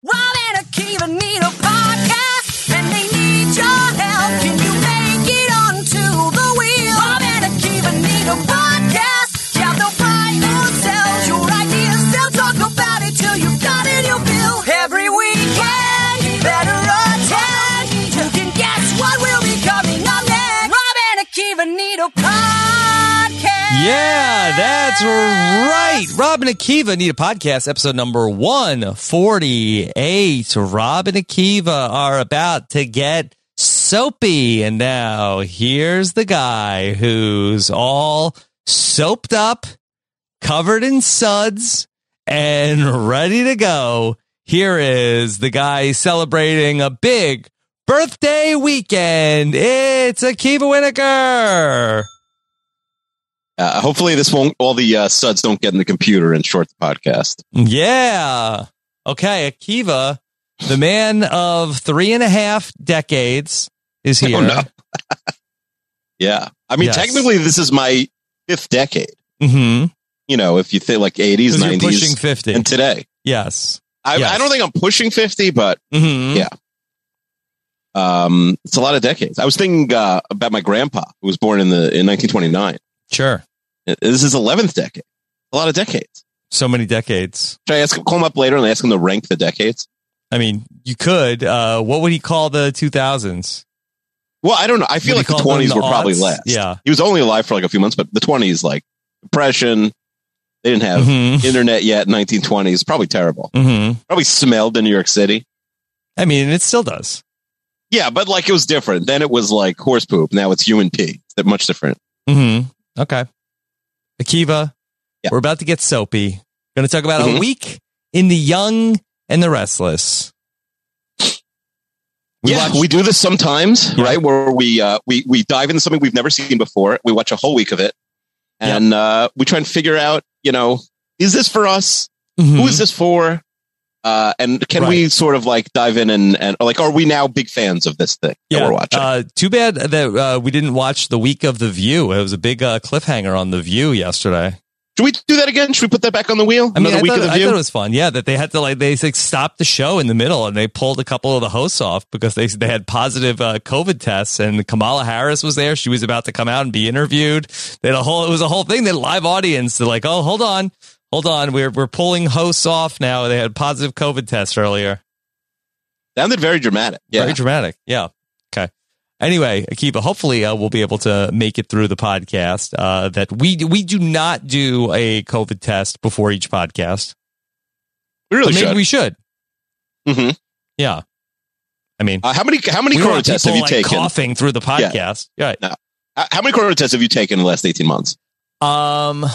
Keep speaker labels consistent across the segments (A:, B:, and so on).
A: Rob and Akiva need a podcast, and they need your help. Can you make it onto the wheel? Rob and Akiva need a podcast. Yeah, they'll buy or sell your ideas. They'll talk about it till you've got it, you'll bill. Every weekend, you better attend. You can guess what will be coming up next. Rob and Akiva need a podcast.
B: Yeah, that's right. Robin Akiva need a podcast episode number 148. Robin Akiva are about to get soapy. And now here's the guy who's all soaped up, covered in suds, and ready to go. Here is the guy celebrating a big birthday weekend. It's Akiva Winokur.
C: Uh, hopefully, this won't. All the uh, suds don't get in the computer and short the podcast.
B: Yeah. Okay, Akiva, the man of three and a half decades, is here.
C: Oh, no. Yeah, I mean,
B: Yes.
C: technically, this is my fifth decade.
B: hmm
C: You know, if you think like eighties,
B: You're pushing
C: nineties,
B: 50.
C: and today,
B: yes.
C: I,
B: Yes.
C: I don't think I'm pushing fifty, but
B: hmm
C: Yeah. um, it's a lot of decades. I was thinking uh, about my grandpa who was born in the in 1929.
B: Sure.
C: Uh, This is eleventh decade. A lot of decades.
B: So many decades.
C: Should I ask? Call him up later and ask him to rank the decades.
B: I mean, you could. Uh, what would he call the 2000s?
C: Well, I don't know. I feel
B: Would
C: like
B: you
C: the
B: call them
C: 20s
B: the
C: were probably
B: aughts?
C: last.
B: Yeah.
C: he was only alive for like a few months, but the 20s, like depression, they didn't have.
B: Mm-hmm.
C: internet yet 1920s probably terrible
B: hmm
C: probably smelled in new york city
B: I mean, it still does.
C: yeah but like it was different then it was like horse poop now it's human pee that much different
B: hmm Okay. Akiva,
C: Yeah.
B: we're about to get soapy. Going to talk about a
C: Mhm.
B: week in the young and the restless.
C: yeah
B: watched-
C: we do this sometimes
B: Yeah.
C: right where we uh we we dive into something we've never seen before we watch a whole week of it
B: Yeah.
C: and uh we try and figure out you know is this for us
B: Mhm.
C: Who is this for uh and can we sort of like dive in and and or, like are we now big fans of this thing that we're watching
B: Uh, too bad that uh, we didn't watch the week of The View. It was a big uh, cliffhanger on The View yesterday.
C: should we do that again should we put that back on the wheel
B: I mean, I
C: week
B: thought,
C: of the
B: I
C: view
B: thought it was fun. Yeah, that they had to like they like, stopped the show in the middle and they pulled a couple of the hosts off because they they had positive uh, COVID tests and Kamala Harris was there. She was about to come out and be interviewed. They had a whole it was a whole thing. They had a live audience. They're like, oh, hold on, hold on, we're we're pulling hosts off now. They had positive COVID tests earlier.
C: sounded very dramatic yeah
B: Very dramatic. Yeah. Okay. Anyway, Akiba, hopefully uh, we'll be able to make it through the podcast. Uh, that we we do not do a COVID test before each podcast.
C: we really
B: But maybe
C: should
B: we should.
C: Mhm.
B: Yeah. I mean,
C: Uh, how many how many
B: we don't
C: corona
B: want
C: tests have
B: people,
C: you
B: like,
C: taken?
B: coughing through the
C: Yeah.
B: podcast? Yeah. Right.
C: Uh, How many corona tests have you taken in the last eighteen months?
B: Um,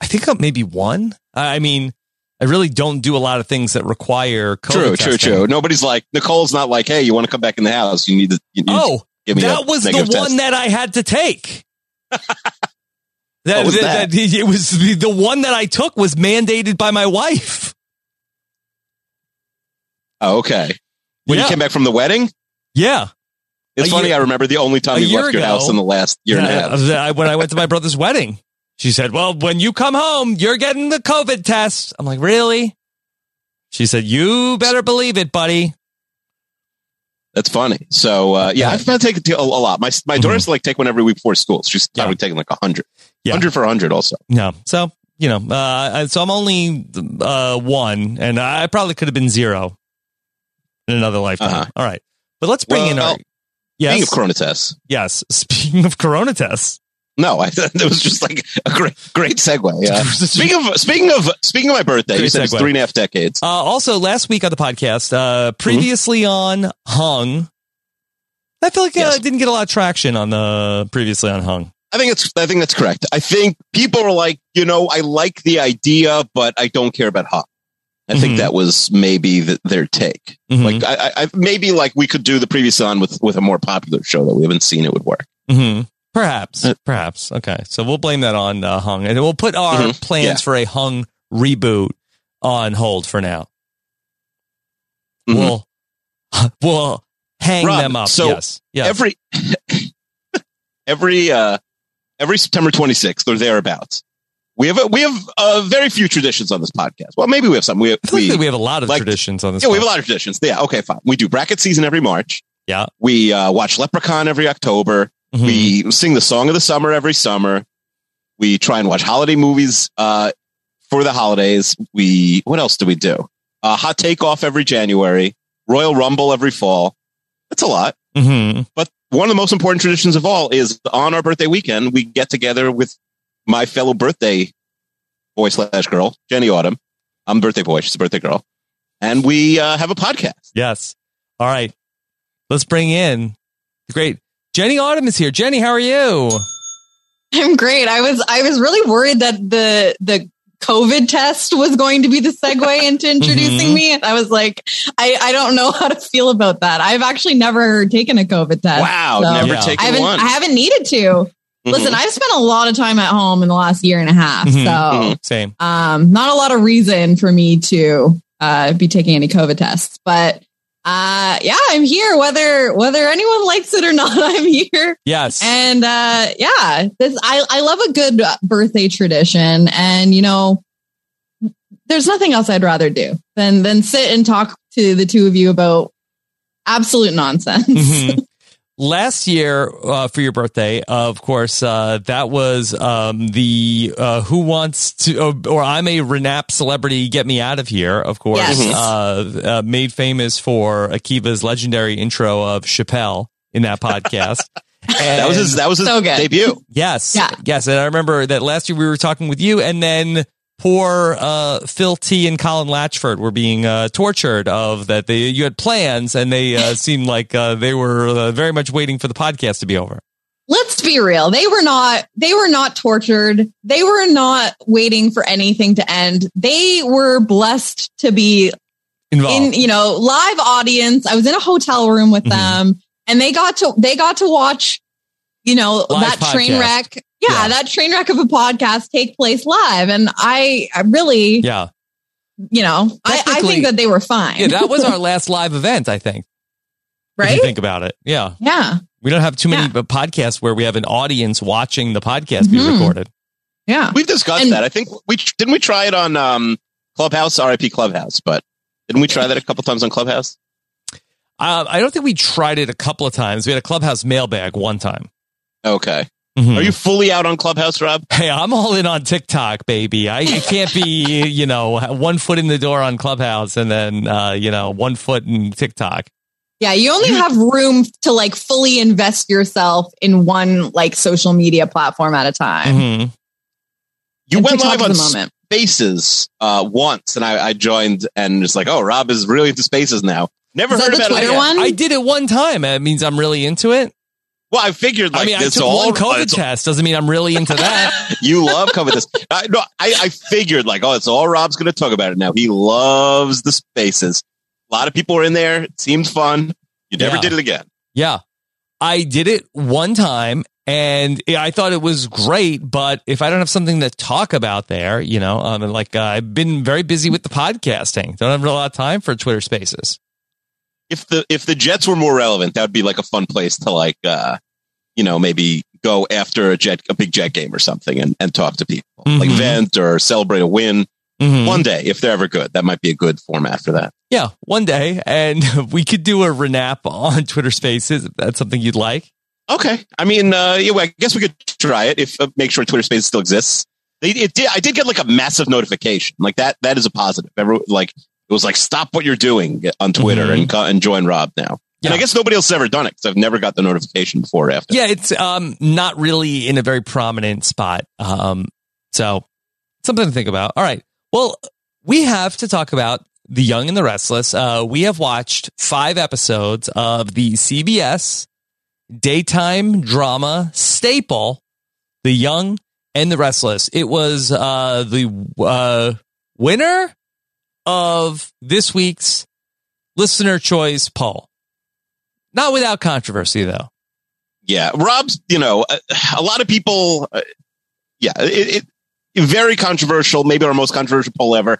B: I think uh, maybe one. I I mean, I really don't do a lot of things that require COVID
C: true,
B: testing.
C: true, true. Nobody's like Nicole's not like, hey, you want to come back in the house? You need to. You need to
B: Oh,
C: give me
B: that
C: a
B: was the
C: negative test.
B: one that I had to take. that,
C: What was
B: that- that- it was the, the one that I took was mandated by my wife.
C: Oh, okay. When
B: yeah.
C: you came back from the wedding,
B: yeah.
C: it's
B: A
C: funny.
B: year-
C: I remember the only
B: a
C: time you
B: year
C: left your
B: ago.
C: house in the last year and a half.
B: Yeah, uh, I- when I went to my brother's wedding, she said, "Well, when you come home, you're getting the COVID test." I'm like, "Really?" She said, "You better believe it, buddy."
C: That's funny. So uh, yeah, I've had to take it to- a, a lot. My my daughter has to like take one every week before school. She's
B: Mm-hmm. Yeah.
C: probably taking like a hundred.
B: Yeah.
C: Hundred for hundred also.
B: No, so you know, uh, so I'm only uh, one, and I probably could have been zero in another lifetime.
C: Uh-huh.
B: All right, but let's bring in
C: Well,
B: our yes,
C: Speaking of corona tests,
B: yes. Speaking of corona tests,
C: no, I thought that was just like a great great segue. Yeah. speaking of speaking of speaking of my birthday,
B: Great
C: you said it's
B: segue.
C: three and a half decades.
B: Uh, also, last week on the podcast,
C: Mhm.
B: uh, previously on Hung, I feel like uh,
C: Yes.
B: I didn't get a lot of traction on the previously on Hung.
C: I think it's. I think that's correct. I think people are like, you know, I like the idea, but I don't care about Hawk. I think
B: Mhm.
C: that was maybe the, their take.
B: Mhm.
C: Like, I, I- I maybe like we could do the previous on with with a more popular show that we haven't seen. It would work.
B: Mhm. Perhaps,
C: Uh,
B: perhaps. Okay, so we'll blame that on uh, Hung, and we'll put our
C: Mhm.
B: plans
C: Yeah.
B: for a Hung reboot on hold for now.
C: Mhm.
B: We'll we'll hang
C: Rob,
B: them up.
C: so
B: yes, yes.
C: Every every uh every September 26th or thereabouts, we have a, we have uh, very few traditions on this podcast. Well, maybe we have some. We
B: I feel
C: we,
B: like we have a lot of
C: like-
B: traditions on this.
C: yeah, we have a
B: one.
C: lot of traditions. Yeah, okay, fine. We do bracket season every March.
B: Yeah.
C: we uh, watch Leprechaun every October.
B: Mhm.
C: We sing the song of the summer every summer. We try and watch holiday movies uh, for the holidays. We what else do we do? Uh, hot take off every January. Royal Rumble every fall. That's a lot.
B: Mhm.
C: But one of the most important traditions of all is on our birthday weekend, we get together with my fellow birthday boy slash girl, Jenny Autumn. I'm the birthday boy. She's a birthday girl. And we uh, have a podcast.
B: Yes. All right. Let's bring in the great Jenny Autumn is here. Jenny, how are you?
D: I'm great. I was I was really worried that the the COVID test was going to be the segue into introducing
C: Mm-hmm.
B: Mhm.
D: me. And I was like, I, I don't know how to feel about that. I've actually never taken a COVID test.
C: Wow.
D: so-
C: Never
B: Yeah. Mm-hmm.
D: I
C: taken
D: haven't
C: one.
D: I haven't needed to.
C: Mhm.
D: Listen, I've spent a lot of time at home in the last year and a half.
C: Mm-hmm.
B: Mhm,
D: So
B: Same.
D: um not a lot of reason for me to uh be taking any COVID tests. But uh yeah, I'm here whether whether anyone likes it or not, I'm here.
B: Yes.
D: And uh, yeah, this I, I love a good birthday tradition, and you know, there's nothing else I'd rather do than than sit and talk to the two of you about absolute nonsense.
B: Mhm. Last year uh, for your birthday, of course, uh, that was um, the uh, Who Wants to, or I'm a Renap Celebrity, Get Me Out of Here, of course,
D: Yes.
B: uh, uh, made famous for Akiva's legendary intro of Chappelle in that podcast.
C: that was his, that was his
D: So good.
C: debut.
B: Yes.
D: Yeah.
B: Yes. And I remember that last year we were talking with you, and then poor uh, Phil T and Colin Latchford were being uh, tortured of that they you had plans, and they uh, seemed like uh, they were uh, very much waiting for the podcast to be over.
D: Let's be real; they were not they were not tortured. They were not waiting for anything to end. They were blessed to be in
B: Involved.
D: you know live audience i was in a hotel room with
B: Mhm.
D: them and they got to they got to watch you know
B: Live
D: that train
B: podcast.
D: wreck yeah,
B: Yeah.
D: that train wreck of a podcast take place live and i, I really
B: yeah.
D: you know I, I
B: Technically-
D: think that they were fine
B: Yeah. That was our last live event, I think. If
D: right
B: you think about it. Yeah.
D: yeah
B: We don't have too many uh podcasts where we have an audience watching the podcast be
D: Mhm.
B: recorded.
D: yeah
C: We've discussed
D: And-
C: that. I think we didn't we try it on um, Clubhouse, RIP Clubhouse, but didn't we try that a couple times on Clubhouse?
B: Uh, I don't think we tried it a couple of times. We had a clubhouse mailbag one time.
C: Okay.
B: Mhm.
C: Are you fully out on Clubhouse, Rob?
B: Hey, I'm all in on TikTok, baby. I, I can't be, you know, one foot in the door on Clubhouse and then, uh, you know, one foot in TikTok.
D: yeah you only have room to like fully invest yourself in one like social media platform at a time
B: Mhm.
C: You
D: And
C: went
D: TikTok
C: live
D: is
C: on
D: the moment
C: Spaces uh, once, and I, I joined, and it's like, oh, Rob is really into Spaces now. Never
D: is
C: heard
D: that
C: about
D: the
C: it.
D: twitter
C: again.
D: one
B: I did it one time. That means I'm really into it.
C: Well, I figured like
B: I mean, I
C: this
B: took
C: all
B: one COVID
C: it's-
B: test. Doesn't mean I'm really into that.
C: You love COVID test. I, no, I, I figured like, oh, it's all Rob's going to talk about it now. He loves the Spaces. A lot of people were in there. It seemed fun. You never
B: Yeah.
C: did it again.
B: yeah. I did it one time and I thought it was great. But if I don't have something to talk about there, you know, um, and like uh, I've been very busy with the podcasting, don't have a lot of time for Twitter spaces.
C: If the if the Jets were more relevant, that would be like a fun place to like, uh, you know, maybe go after a jet a big Jet game or something and, and talk to people, like
B: Mhm.
C: vent or celebrate a win.
B: Mhm.
C: One day, if they're ever good, that might be a good format for that.
B: Yeah, one day, and we could do a renap on Twitter Spaces if that's something you'd like.
C: Okay, I mean, uh, yeah, well, I guess we could try it if uh, make sure Twitter Spaces still exists. They, it did, I did get like a massive notification, like that. That is a positive. Every, like it was like stop what you're doing uh, on Twitter
B: Mhm.
C: and co- and join Rob now. And
B: Yeah.
C: I guess nobody else has ever done it because I've never got the notification before or after.
B: Yeah, it's um not really in a very prominent spot. Um, so something to think about. All right, well, we have to talk about The Young and the Restless. Uh, we have watched five episodes of the CBS daytime drama staple, The Young and the Restless. It was uh the uh winner of this week's listener choice poll. Not without controversy, though.
C: Yeah, Rob's. You know, a, a lot of people. Uh, yeah, it, it very controversial. Maybe our most controversial poll ever.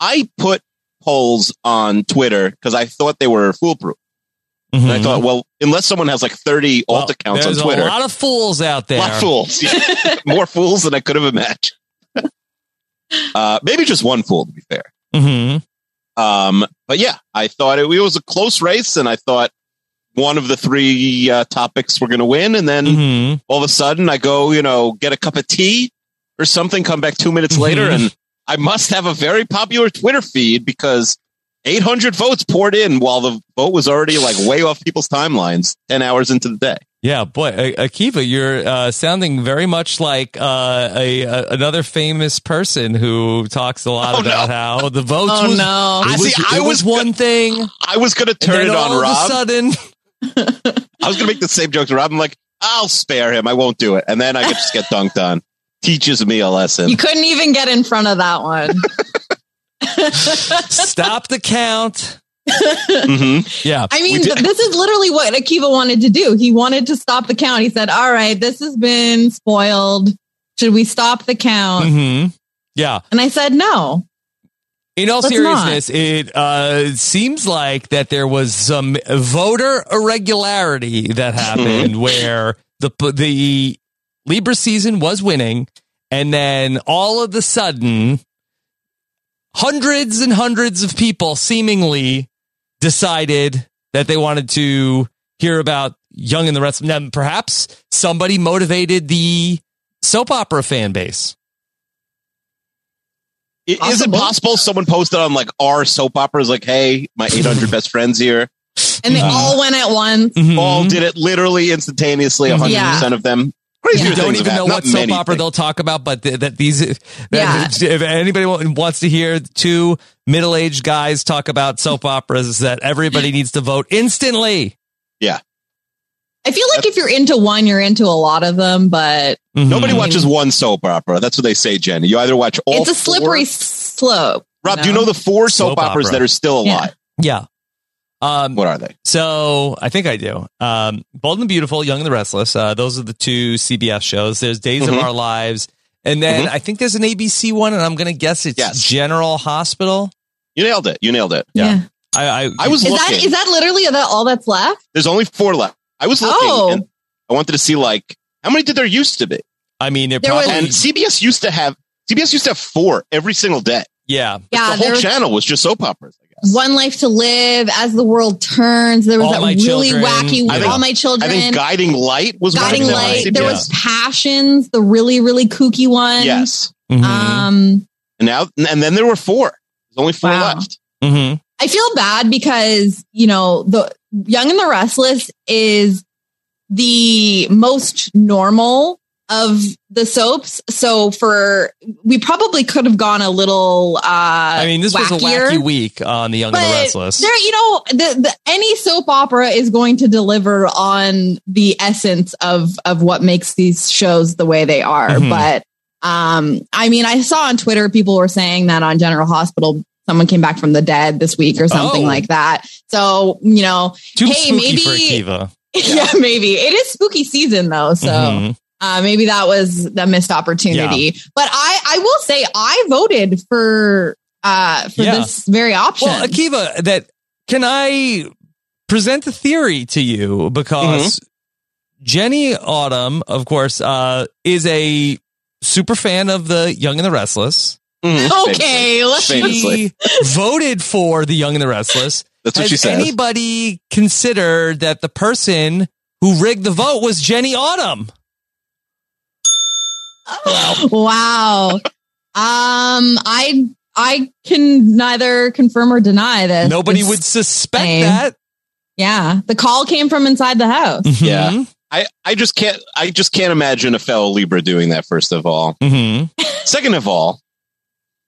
C: I put polls on Twitter because I thought they were foolproof.
B: Mm-hmm.
C: And I thought, well, unless someone has like 30
B: Hmm. Well,
C: alt accounts on
B: there's
C: Twitter,
B: a lot of fools out there.
C: lot of fools, Yeah. more fools than I could have imagined. uh, maybe just one fool, to be fair.
B: Mhm.
C: Um, but yeah, I thought it, it was a close race, and I thought one of the three uh, topics were going to win. And then
B: Mhm.
C: all of a sudden, I go, you know, get a cup of tea or something, come back two minutes later,
B: Mhm.
C: and I must have a very popular Twitter feed because 800 votes poured in while the vote was already like way off people's timelines 10 hours into the day.
B: Yeah, boy, A- Akiva, you're uh, sounding very much like uh, a, a another famous person who talks a lot
C: Oh, no.
B: about how the votes
D: Oh
B: was,
D: no.
B: it
C: I
B: was,
C: see, I
B: it was
C: was
B: one thing.
C: I was going to
B: and
C: turn
B: then
C: it
B: all
C: on
B: of
C: Rob.
B: a sudden,
C: I was going to make the same joke to Rob. I'm like, I'll spare him. I won't do it. And then I could just get dunked on. Teaches me a lesson.
D: You couldn't even get in front of that one.
B: stop the count.
C: hmm
B: Yeah.
D: I mean,
C: We did-
D: th- this is literally what Akiva wanted to do. He wanted to stop the count. He said, All right, this has been spoiled. Should we stop the count?
C: Mm-hmm.
B: hmm Yeah.
D: And I said, No.
B: In all
D: Let's not.
B: seriousness, it uh, seems like that there was some voter irregularity that happened where the the Libra season was winning, and then all of a sudden, hundreds and hundreds of people seemingly decided that they wanted to hear about Young and the rest. Now, perhaps somebody motivated the soap opera fan base.
C: Is it
D: Possible.
C: possible someone posted on like our soap operas, like, hey, my 800 best friends here?
D: And they
C: Mhm.
D: all went at once.
C: All did it literally instantaneously, 100% of them. Crazy
B: you don't
C: things
B: even
C: have
B: know
C: happened.
B: what
C: Not
B: soap
C: many
B: opera
C: things.
B: they'll talk about, but th- that these, that if anybody wa- wants to hear two middle aged guys talk about soap operas, that everybody needs to vote instantly.
D: I feel like if you're into one, you're into a lot of them, but
C: Nobody
B: Mm-hmm.
D: Mhm.
C: watches one soap opera. That's what they say, Jenny. You either watch all
D: it's a slippery
C: four-
D: s- slope.
C: Rob, do you know the four soap,
B: Soap
C: operas
B: opera.
C: that are still
D: Yeah.
C: alive?
B: Yeah. Um,
C: What are they?
B: so I think I do. Um, Bold and the Beautiful, Young and the Restless. Uh, those are the two CBS shows. There's Days
C: Mhm.
B: of Our Lives. And then I think there's an ABC one, and I'm going to guess it's
C: Mm-hmm. Yes.
B: General Hospital.
C: You nailed it. You nailed it.
B: Yeah. I, I,
C: I was
D: Is
C: looking.
D: that is that literally that all that's left?
C: There's only four left. I was looking
D: Oh.
C: and I wanted to see like how many did there used to be?
B: I mean, it
D: There was-
B: probably,
C: And CBS used to have CBS used to have four every single day.
B: yeah.
D: Yeah,
C: the
D: there
C: whole
D: was
C: channel was just soap operas, I guess.
D: One Life to Live, As the World Turns. There was
B: All
D: that
B: My
D: really
B: Children.
D: wacky
C: I think-
D: All My
C: I
D: Children,
C: think Guiding Light was one of
D: Guiding
C: them on
D: Light.
C: CBS.
D: There was Passions, the really really kooky one.
C: Yes.
B: Mhm.
D: Um,
C: And now and then there were four. There's only four
D: Wow.
C: left.
B: Mhm.
D: I feel bad because you know the Young and the Restless is the most normal of the soaps. So for we probably could have gone a little. Uh,
B: I
D: I
B: mean, this was a wacky week on The Young and the
D: But
B: Restless.
D: There, you know, the, the, any soap opera is going to deliver on the essence of of what makes these shows the way they are.
B: Mhm.
D: But um, I mean, I saw on Twitter people were saying that on General Hospital, someone came back from the dead this week or something
B: Oh.
D: like that. So you know,
B: Too
D: hey,
B: spooky
D: maybe-
B: for Akiva.
D: yeah, maybe it is spooky season though. So.
B: Mhm.
D: Uh, maybe that was a missed opportunity, but I, I will say I voted for uh, for
B: Yeah.
D: this very option.
B: Well, Akiva, that can I present a theory to you because
D: Mm-hmm.
B: Jenny Autumn, of course, uh, is a super fan of The Young and the Restless.
C: Mhm.
D: okay, let's
C: Famously.
B: She voted for The Young and the Restless.
C: That's what
B: Has
C: she says.
B: anybody considered that the person who rigged the vote was Jenny Autumn?
D: Wow. um, I I can neither confirm or deny this.
B: Nobody
D: It's-
B: would suspect
D: Same.
B: that.
D: Yeah, the call came from inside the house.
C: Yeah.
B: Mhm.
C: I, I just can't I just can't imagine a fellow Libra doing that first of all.
B: Mhm.
C: Second of all,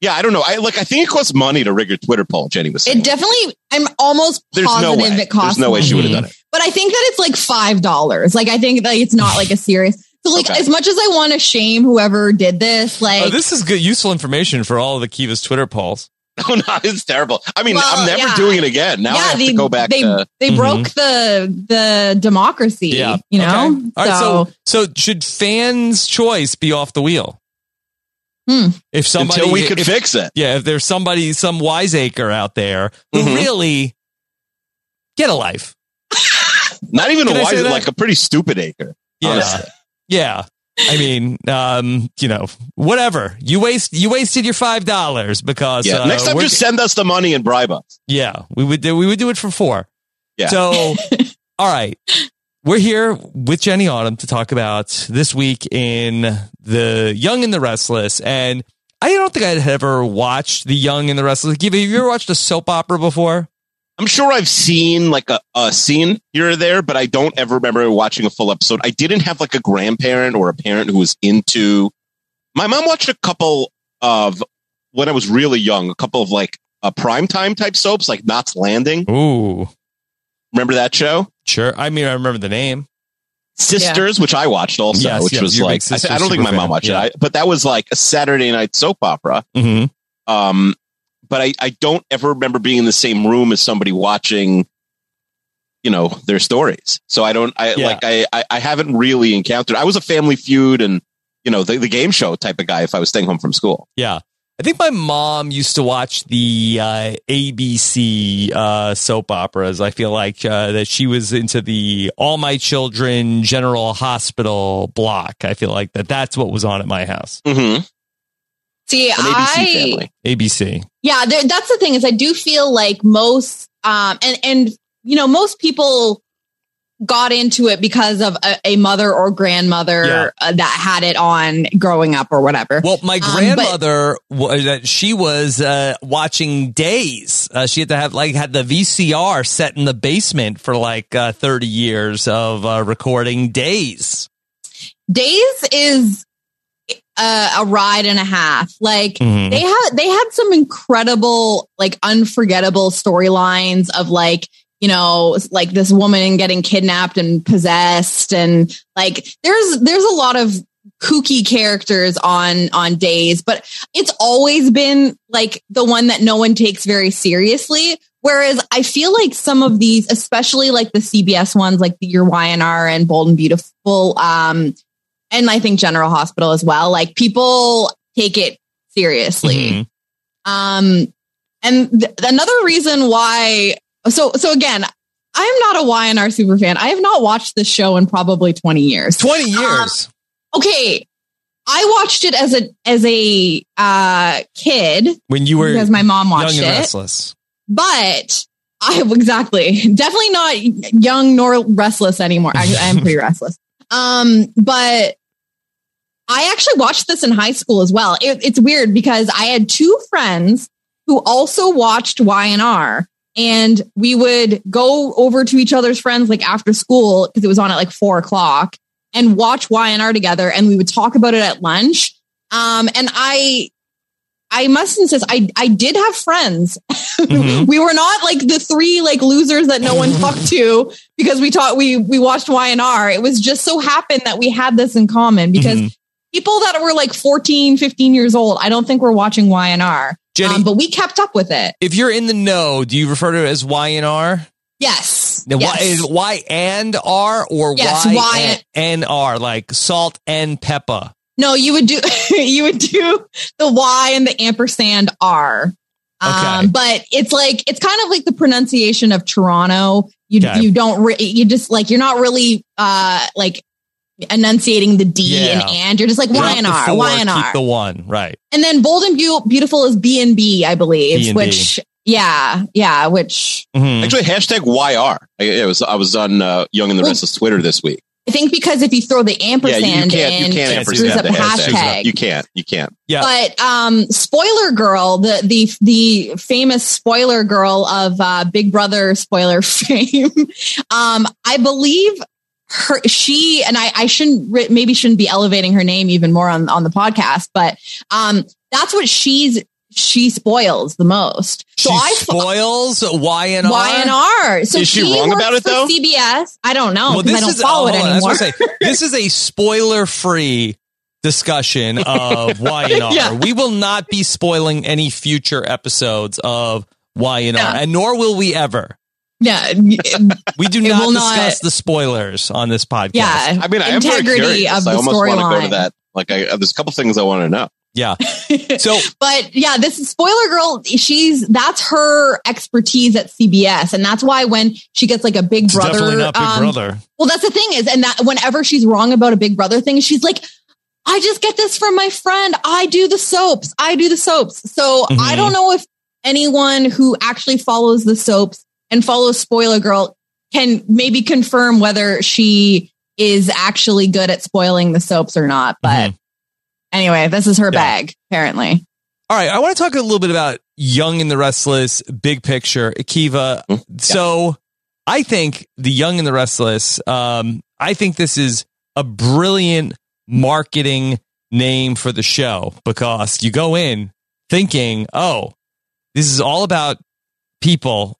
C: yeah, I don't know. I like I think it costs money to rig a Twitter poll, Jenny was saying.
D: It definitely. I'm almost
C: There's no
D: positive
C: way.
D: it costs.
C: There's no way she
D: money.
C: would have done it.
D: But I think that it's like five dollars. Like I think like it's not like a serious. So like
C: Okay.
D: as much as I want to shame whoever did this, like
B: oh, this is good, useful information for all of the Kiva's Twitter polls.
C: No, no, it's terrible. I mean,
D: Well,
C: I'm never
D: yeah.
C: doing it again. Now I have
D: they,
C: to go back
D: They
C: to Mm-hmm.
D: they
B: Mhm.
D: broke the the democracy.
B: Yeah.
D: you know.
B: Okay. All right. So, so, should fans' choice be off the wheel?
D: Hmm.
B: If somebody,
C: until we could
B: if-
C: fix it.
B: yeah, if there's somebody, some wiseacre out there who
C: Mhm.
B: really get a life.
C: Not even a
B: Can I say
C: wise,
B: that?
C: like a pretty stupid acre.
B: Yeah.
C: Honestly.
B: Yeah. I mean, um, you know, whatever. You waste you wasted your five dollars because
C: Yeah.
B: uh,
C: Next time,
B: we're-
C: just send us the money and bribe us.
B: yeah, we would do we would do it for four.
C: Yeah.
B: So, all right, we're here with Jenny Autumn to talk about this week in the Young and the Restless, and I don't think I'd ever watched the Young and the Restless. Like, have you ever watched a soap opera before?
C: I'm sure I've seen like a, a scene here or there, but I don't ever remember watching a full episode. I didn't have like a grandparent or a parent who was into. My mom watched a couple of when I was really young, a couple of like uh, primetime type soaps, like Knots Landing.
B: Ooh,
C: Remember that show?
B: sure. I mean, I remember the name.
C: Sisters, which I watched also,
B: Yes,
C: which
B: yes,
C: was
B: you're a
C: like
B: big
C: I, th- I
B: Sisters
C: don't think my
B: superfan.
C: mom watched
B: Yeah.
C: it, I, but that was like a Saturday night soap opera.
B: Mm-hmm.
C: Um, but I, I don't ever remember being in the same room as somebody watching, you know, their stories. So I don't, I
B: Yeah.
C: like, I, I, I haven't really encountered. I was a Family Feud and you know the, the game show type of guy if I was staying home from school.
B: Yeah. I think my mom used to watch the uh, ABC uh, soap operas. I feel like uh, that she was into the All My Children General Hospital block. I feel like that that's what was on at my house.
C: Mm-hmm.
D: See,
C: An ABC
D: I
C: family.
B: ABC.
D: yeah, there, that's the thing is I do feel like most um and and you know most people got into it because of a, a mother or grandmother
B: Yeah.
D: uh, that had it on growing up or whatever.
B: Well, my
D: Um, but-
B: grandmother was that she was uh, watching Days. Uh, she had to have like had the VCR set in the basement for like uh, thirty years of uh, recording Days.
D: Days is a, a ride and a half. Like
B: Mm-hmm.
D: they had they had some incredible like unforgettable storylines of like you know like this woman getting kidnapped and possessed and like there's there's a lot of kooky characters on on days but it's always been like the one that no one takes very seriously whereas i feel like some of these especially like the cbs ones like the your ynr and bold and beautiful um and i think general hospital as well like people take it seriously
B: Mhm.
D: um, and th- another reason why, so so again, I'm not a YNR super fan. I have not watched this show in probably 20 years.
B: Twenty years.
D: Okay, I watched it as a as a uh, kid
B: when you were
D: because
B: young
D: my mom watched
B: and
D: it,
B: restless.
D: but. I exactly definitely not young nor restless anymore. I, I am pretty restless. Um, but I actually watched this in high school as well. It, it's weird because I had two friends who also watched YNR and we would go over to each other's friends like after school because it was on at like four o'clock and watch YNR together and we would talk about it at lunch. Um, and I, I must insist I, I did have friends.
B: Mhm.
D: we were not like the three like losers that no one talked to because we taught, we, we watched YNR. It was just so happened that we had this in common because
B: Mhm.
D: people that were like 14, 15 years old, I don't think we're watching YNR.
B: Jenny,
D: Um, but we kept up with it.
B: if you're in the know, do you refer to it as Y and R?
D: Yes.
B: Now,
D: yes.
B: Y, is it y and R or
D: Yes,
B: Y,
D: Y
B: and, and R, like salt and pepper.
D: no, you would do you would do the Y and the ampersand R. Um,
B: Okay.
D: but it's like it's kind of like the pronunciation of Toronto. You
B: Okay.
D: you don't re- you just like you're not really uh like enunciating the D
B: Yeah.
D: and and you're just like Y
B: Drop
D: and
B: the
D: R
B: four,
D: Y and
B: Keep
D: R.
B: the one, right?
D: And then Bold and Beau- Beautiful is B and B, I believe,
B: B&B.
D: which yeah, yeah, which
B: Mhm.
C: Actually, hashtag YR. I, it was I was on uh, Young and the
D: Well-
C: Restless Twitter this week.
D: I think because if you throw the
C: Yeah,
D: ampersand
C: you, you can't
D: in,
C: you can't
D: it
C: ampersand
D: screws up
C: the
D: the hashtag.
C: hashtag. You can't you can't.
B: Yeah.
D: But um, spoiler girl, the the the famous spoiler girl of uh, Big Brother spoiler fame, um, I believe her she and I I shouldn't re- maybe shouldn't be elevating her name even more on on the podcast, but um, that's what she's she spoils the most.
B: She
D: I
B: spoils Y and R.
D: Y and R. So
C: Is she wrong
D: works
C: about it,
D: for
C: though?
D: CBS. I don't know
B: Well,
D: because
B: this
D: I don't
B: is
D: follow
B: oh,
D: it
B: hold on, I was
D: anymore.
B: gonna say, this is a spoiler-free discussion of Y&R.
D: Yeah.
B: We will not be spoiling any future episodes of Y&R,
D: No.
B: and nor will we ever.
D: Yeah.
B: We do
D: It
B: not
D: will not-
B: discuss the spoilers on this podcast.
D: Yeah.
C: I mean, I am very curious. I almost want to go to that. Like, I, there's a couple things I want to know.
B: So
D: but yeah, this is spoiler girl. She's that's her expertise at CBS, and that's why when she gets like a Big Brother, um,
B: brother.
D: Well, that's the thing is, and that whenever she's wrong about a Big Brother thing, she's like, I just get this from my friend. I do the soaps. I do the soaps. So I
B: Mhm.
D: don't know if anyone who actually follows the soaps and follows Spoiler Girl can maybe confirm whether she is actually good at spoiling the soaps or not. But anyway, this is her
B: Mm-hmm. Yeah.
D: bag, apparently.
B: All right, I want to talk a little bit about Young and the Restless, big picture, Akiva.
C: Hmm,
B: So, I think the Young and the Restless. Um, I think this is a brilliant marketing name for the show because you go in thinking, "Oh, this is all about people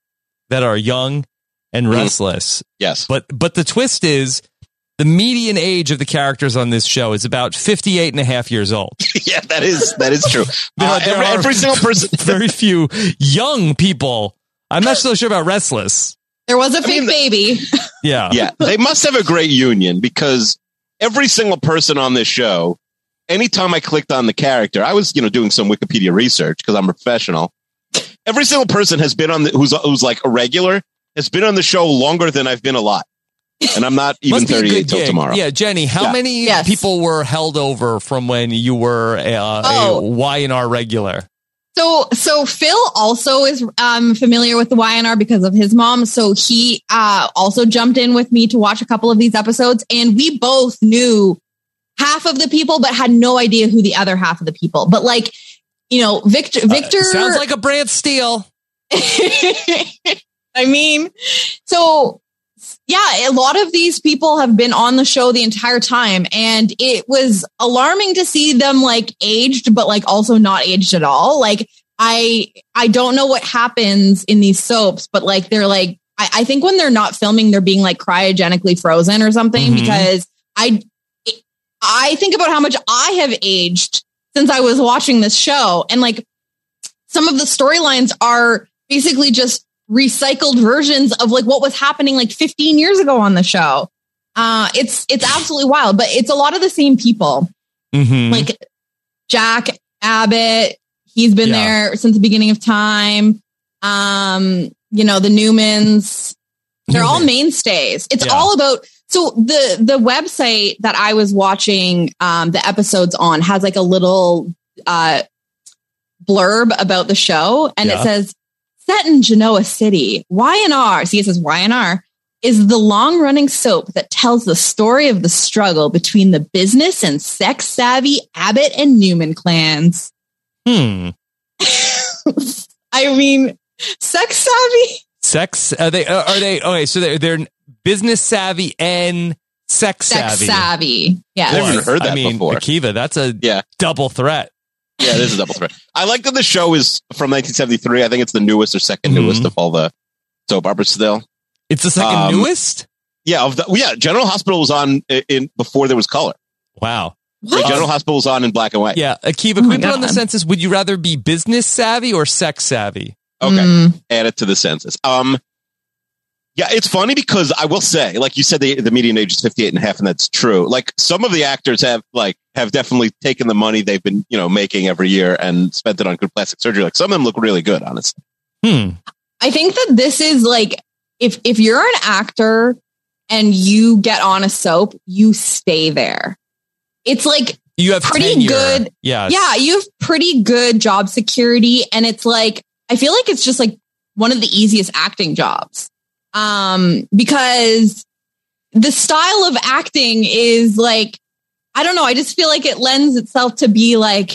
B: that are young
D: Hmm.
B: and restless."
C: Yes.
B: But but the twist is the median age of the characters on this show is about 58 and a half years old.
C: yeah, that is that is true.
B: There are-
C: Uh,
B: there
C: every,
B: are-
C: every single person.
B: very few young people. I'm not so sure about Restless.
D: There was a fake
C: mean,
D: baby.
B: Yeah.
C: yeah, they must have a great union because every single person on this show, anytime I clicked on the character, I was you know doing some Wikipedia research because I'm a professional. Every single person has been on the, who's who's like a regular has been on the show longer than I've been alive, and I'm not even
B: Must be a good
C: 38 till
B: gig.
C: tomorrow.
B: Yeah, Jenny, how
C: Yeah.
B: many
D: Yes.
B: people were held over from when you were uh,
D: Oh.
B: a Y&R regular?
D: So, so Phil also is um, familiar with the YNR because of his mom. So he uh, also jumped in with me to watch a couple of these episodes, and we both knew half of the people, but had no idea who the other half of the people. But like, you know, Victor, Victor
B: Uh, Sounds like a brand steal.
D: I mean, so yeah, a lot of these people have been on the show the entire time, and it was alarming to see them like aged, but like also not aged at all. Like I, I don't know what happens in these soaps, but like they're like, I, I think when they're not filming, they're being like cryogenically frozen or something
B: Mhm.
D: because I, I think about how much I have aged since I was watching this show, and like some of the storylines are basically just recycled versions of like what was happening like 15 years ago on the show. Uh, it's it's absolutely wild, but it's a lot of the same people,
B: Mm-hmm.
D: like Jack Abbott. He's been
B: Yeah.
D: there since the beginning of time. Um, you know the Newmans. They're all mainstays. It's
B: Mm-hmm. Yeah.
D: all about so the the website that I was watching um, the episodes on has like a little uh, blurb about the show, and
B: Yeah.
D: it says set in Genoa City, YNR. See, it says YNR is the long running soap that tells the story of the struggle between the business and sex savvy Abbott and Newman clans.
B: Hmm.
D: I mean, sex savvy.
B: Sex? Are they? uh, Are they? Okay, so they're, they're business savvy and sex,
D: Sex
B: savvy.
D: savvy.
C: I've
D: Yes.
C: never even heard that
B: I mean,
C: before.
B: Akiva, that's a
C: Yeah.
B: double threat.
C: Yeah, it is a double threat. I like that the show is from 1973. I think it's the newest or 2nd newest
B: Mhm.
C: of all the soap operas still.
B: It's the second
C: Um,
B: newest?
C: Yeah, of the, well, yeah. General Hospital was on in, in before there was color.
B: Wow.
C: Like,
D: What?
C: General Hospital was on in black and white.
B: Yeah, Akiva,
D: Oh
B: can
D: my
B: we put on the
D: God.
B: census? Would you rather be business savvy or sex savvy?
C: Okay.
D: Mm.
C: add it to the census. Um, yeah, it's funny because I will say, like you said, the, the median age is 58 and a half, and that's true. Like some of the actors have like have definitely taken the money they've been, you know, making every year and spent it on good plastic surgery. Like some of them look really good, honestly.
B: Hmm.
D: I think that this is like if if you're an actor and you get on a soap, you stay there. It's like
B: You have
D: Pretty
B: tenure.
D: good-
B: Yeah.
D: yeah, you have pretty good job security, and it's like I feel like it's just like one of the easiest acting jobs, um, because the style of acting is like I don't know. I just feel like it lends itself to be like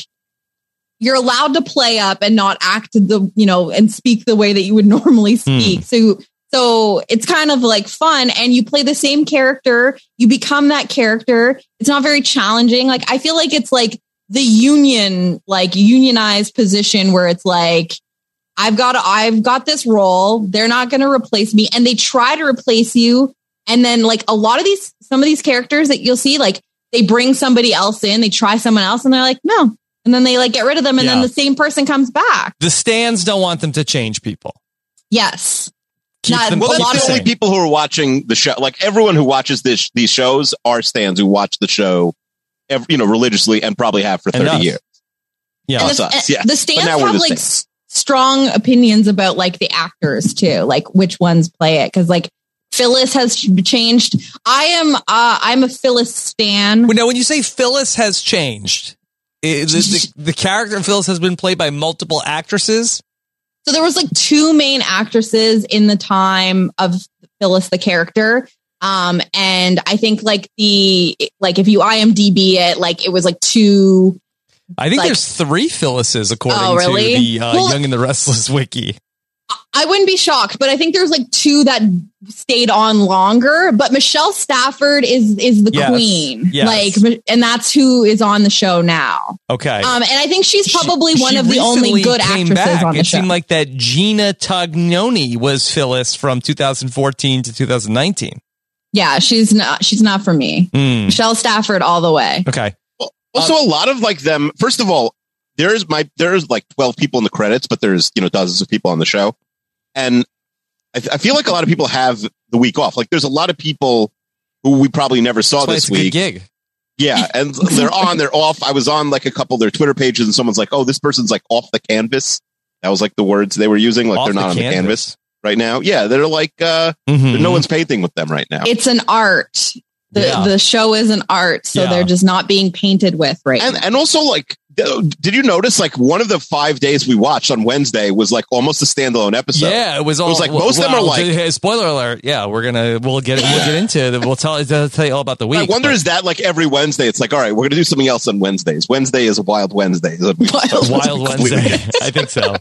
D: you're allowed to play up and not act the you know and speak the way that you would normally speak. So so it's kind of like fun and you play the same character, you become that character. It's not very challenging. Like I feel like it's like the union, like unionized position where it's like, I've got I've got this role. They're not gonna replace me. And they try to replace you. And then like a lot of these some of these characters that you'll see, like they bring somebody else in, they try someone else, and they're like, no. And then they like get rid of them, and then
B: Yeah.
D: the same person comes back.
B: The stands don't want them to change people.
D: Yes.
B: Keep
D: Not-
B: them
C: Well,
D: Well,
B: keep
C: that's
D: that's
C: the
B: them
C: only
B: sane.
C: people who are watching the show. Like everyone who watches this, these shows are stands who watch the show, every, you know, religiously and probably have for
B: And
C: thirty
B: us.
C: years.
B: Yeah.
D: And
C: Us,
D: the,
C: us,
D: and
C: yeah.
D: the stands
C: now we're
D: have
C: the
D: like s- strong opinions about like the actors too, like which ones play it. Cause like Phyllis has ch- changed. I am, uh, I'm a Phyllis stan.
B: Well, now, when you say Phyllis has changed, i- the, the, the character of Phyllis has been played by multiple actresses.
D: So there was like two main actresses in the time of Phyllis the character. Um, and I think like the, like if you IMDB it, like it was like two
B: I think
D: Like-
B: there's three Phyllises according
D: Oh, really?
B: to the uh,
D: Well-
B: Young and the Restless wiki.
D: I wouldn't be shocked, but I think there's like two that stayed on longer. But Michelle Stafford is is the
B: Yes.
D: queen,
B: Yes.
D: like, and that's who is on the show now.
B: Okay.
D: Um, and I think she's probably
B: She-
D: one
B: she
D: of the only
B: recently
D: good
B: came
D: actresses
B: back.
D: on the
B: it
D: show.
B: seemed like that Gina Tognoni was Phyllis from 2014 to 2019.
D: yeah, she's not she's not for me.
B: Hmm.
D: Michelle Stafford all the way.
B: Okay.
C: Also, a lot of like them. First of all, there's my there's like twelve people in the credits, but there's you know dozens of people on the show, and I, I feel like a lot of people have the week off. Like there's a lot of people who we probably never saw
B: That's why
C: this
B: it's a good
C: week.
B: gig.
C: Yeah, and they're on, they're off. I was on like a couple of their Twitter pages, and someone's like, "Oh, this person's like off the canvas." That was like the words they were using. Like
B: Off
C: they're
B: the
C: not on the canvas
B: canvas.
C: right now. Yeah, they're like uh
B: Mhm.
C: no one's painting with them right now.
D: It's an art. The
B: Yeah.
D: the show is an art, so
B: Yeah.
D: they're just not being painted with right.
C: and
D: now.
C: and also like th- did you notice like one of the 5 days we watched on Wednesday was like almost a standalone episode.
B: yeah, it was all
C: was like, most of them are like-
B: hey, spoiler alert. Yeah, we're gonna we'll get we'll get into it. We'll tell it'll tell you all about the week.
C: I wonder
B: but-
C: is that like every Wednesday it's like all right, we're going to do something else on Wednesdays. Wednesday is a wild Wednesday.
D: Wild
B: Wild Wednesday. I think so.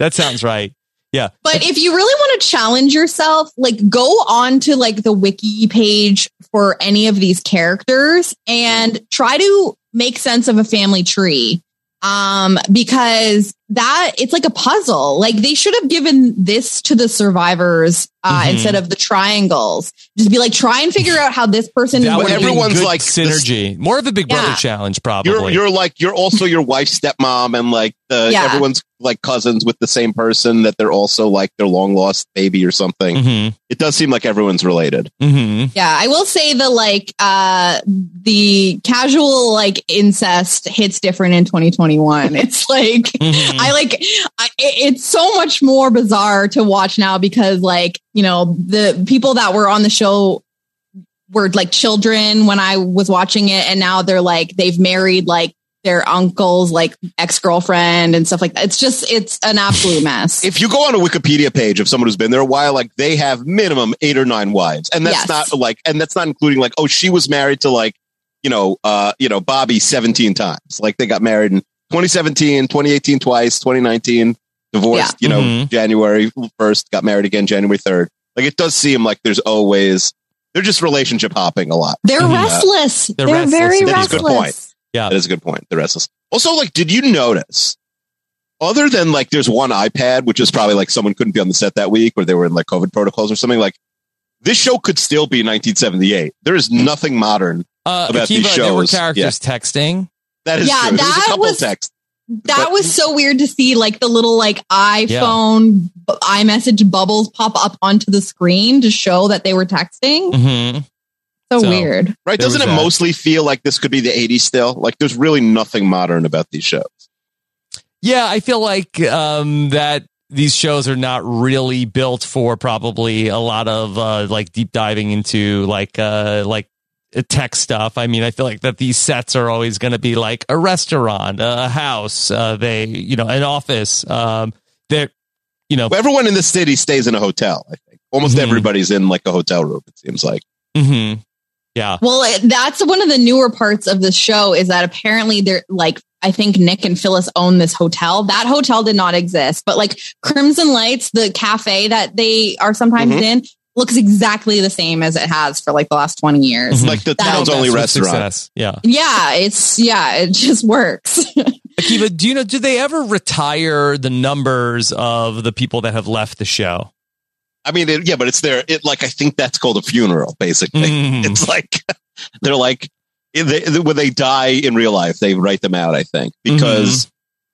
B: That sounds right.
D: But if you really want to challenge yourself, like go on to like the wiki page for any of these characters and try to make sense of a family tree. Um, because that it's like a puzzle. Like they should have given this to the survivors uh,
B: Mhm.
D: instead of the triangles. Just be like, try and figure out how this person
B: That
D: is
B: would
D: working.
B: have been
C: everyone's
B: good
C: like this-
B: synergy, more of a Big Brother
D: Yeah.
B: challenge, probably.
C: You're you're like you're also your wife's stepmom and like the
D: Yeah.
C: everyone's like cousins with the same person that they're also like their long lost baby or something.
B: mm-hmm.
C: It does seem like everyone's related.
B: Mm-hmm.
D: Yeah, I will say the like uh the casual like incest hits different in 2021. It's like
B: Mhm.
C: Mm-hmm.
D: I like I, it- it's so much more bizarre to watch now because like, you know, the people that were on the show were like children when I was watching it and now they're like they've married like their uncle's like ex-girlfriend and stuff like that. It's just it's an absolute mess.
C: If you go on a Wikipedia page of someone who's been there a while, like they have minimum eight or nine wives, and that's
D: Yes.
C: not like, and that's not including like, oh, she was married to like, you know, uh, you know, Bobby seventeen times. Like they got married in 2017, 2018 twice, 2019 divorced. You know,
B: Mhm.
C: January first got married again, January third. Like it does seem like there's always they're just relationship hopping a lot.
D: they're
B: Mhm.
D: restless.
B: They're
D: They're,
B: restless.
D: very
C: That is a
D: restless.
C: good point. That is a good point. The restless. Also, like, did you notice? Other than like, there's one iPad, which is probably like someone couldn't be on the set that week, or they were in like COVID protocols or something. Like, this show could still be 1978. There is nothing modern.
B: Uh,
C: about
B: Akiva,
C: these
B: there were
C: shows.
B: characters texting.
C: That is
D: Yeah,
C: true. There was
D: that
C: a couple
D: was-
C: texts.
D: That
C: But-
D: was so weird to see like the little like iPhone bu- iMessage bubbles pop up onto the screen to show that they were texting.
B: Mm-hmm.
D: So,
B: So-
D: weird.
C: Right?
B: There
C: Doesn't it
B: was that.
C: mostly feel like this could be the 80s still? Like, there's really nothing modern about these shows.
B: Yeah, I feel like um, that these shows are not really built for probably a lot of uh, like deep diving into like uh, like tech stuff. I mean, I feel like that these sets are always going to be like a restaurant, a house, uh, they you know an office. Um, they're you know
C: Well, everyone in the city stays in a hotel. I think almost
B: Mhm.
C: everybody's in like a hotel room. It seems like.
B: mhm. yeah.
D: Well, it- that's one of the newer parts of the show is that apparently they're like I think Nick and Phyllis own this hotel. That hotel did not exist, but like Crimson Lights, the cafe that they are sometimes
C: Mhm.
D: in, looks exactly the same as it has for like the last twenty years.
B: Mhm.
C: Like the
D: That
C: town's
D: was
C: only
B: With
C: restaurant.
B: success. Yeah.
D: Yeah, it's yeah, it just works.
B: Akiva, do you know, did they ever retire the numbers of the people that have left the show?
C: I mean, it, yeah, but it's there. It like I think that's called a funeral, basically.
B: Mm.
C: It's like they're like they, they- when they die in real life, they write them out. I think because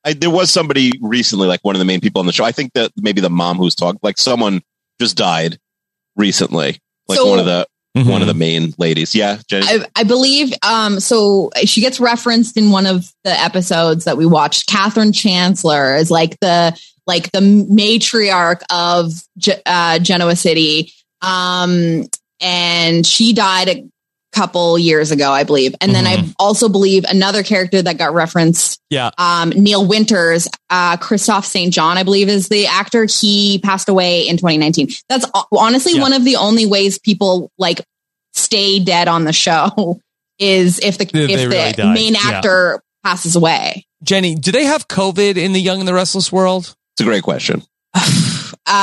C: I, there was somebody recently, like one of the main people on the show. I think that maybe the mom who's talked, like someone just died recently, like
D: So-
C: one of the one
B: Mhm.
C: of the main ladies. Yeah, Jenny?
D: I, I believe um, so. She gets referenced in one of the episodes that we watched. Catherine Chancellor is like the like the matriarch of Ge- uh, Genoa City, um, and she died a couple years ago, I believe. And then I also believe another character that got referenced,
B: Yeah.
D: um, Neil Winters, uh, Christoph St. John, I believe is the actor. He passed away in 2019. That's ho- honestly
B: Yeah.
D: one of the only ways people like stay dead on the show is if the
B: If they
D: if
B: really
D: the
B: die.
D: main
B: Yeah.
D: actor passes away.
B: Jenny, do they have COVID in the Young and the Restless world?
C: it's a great question.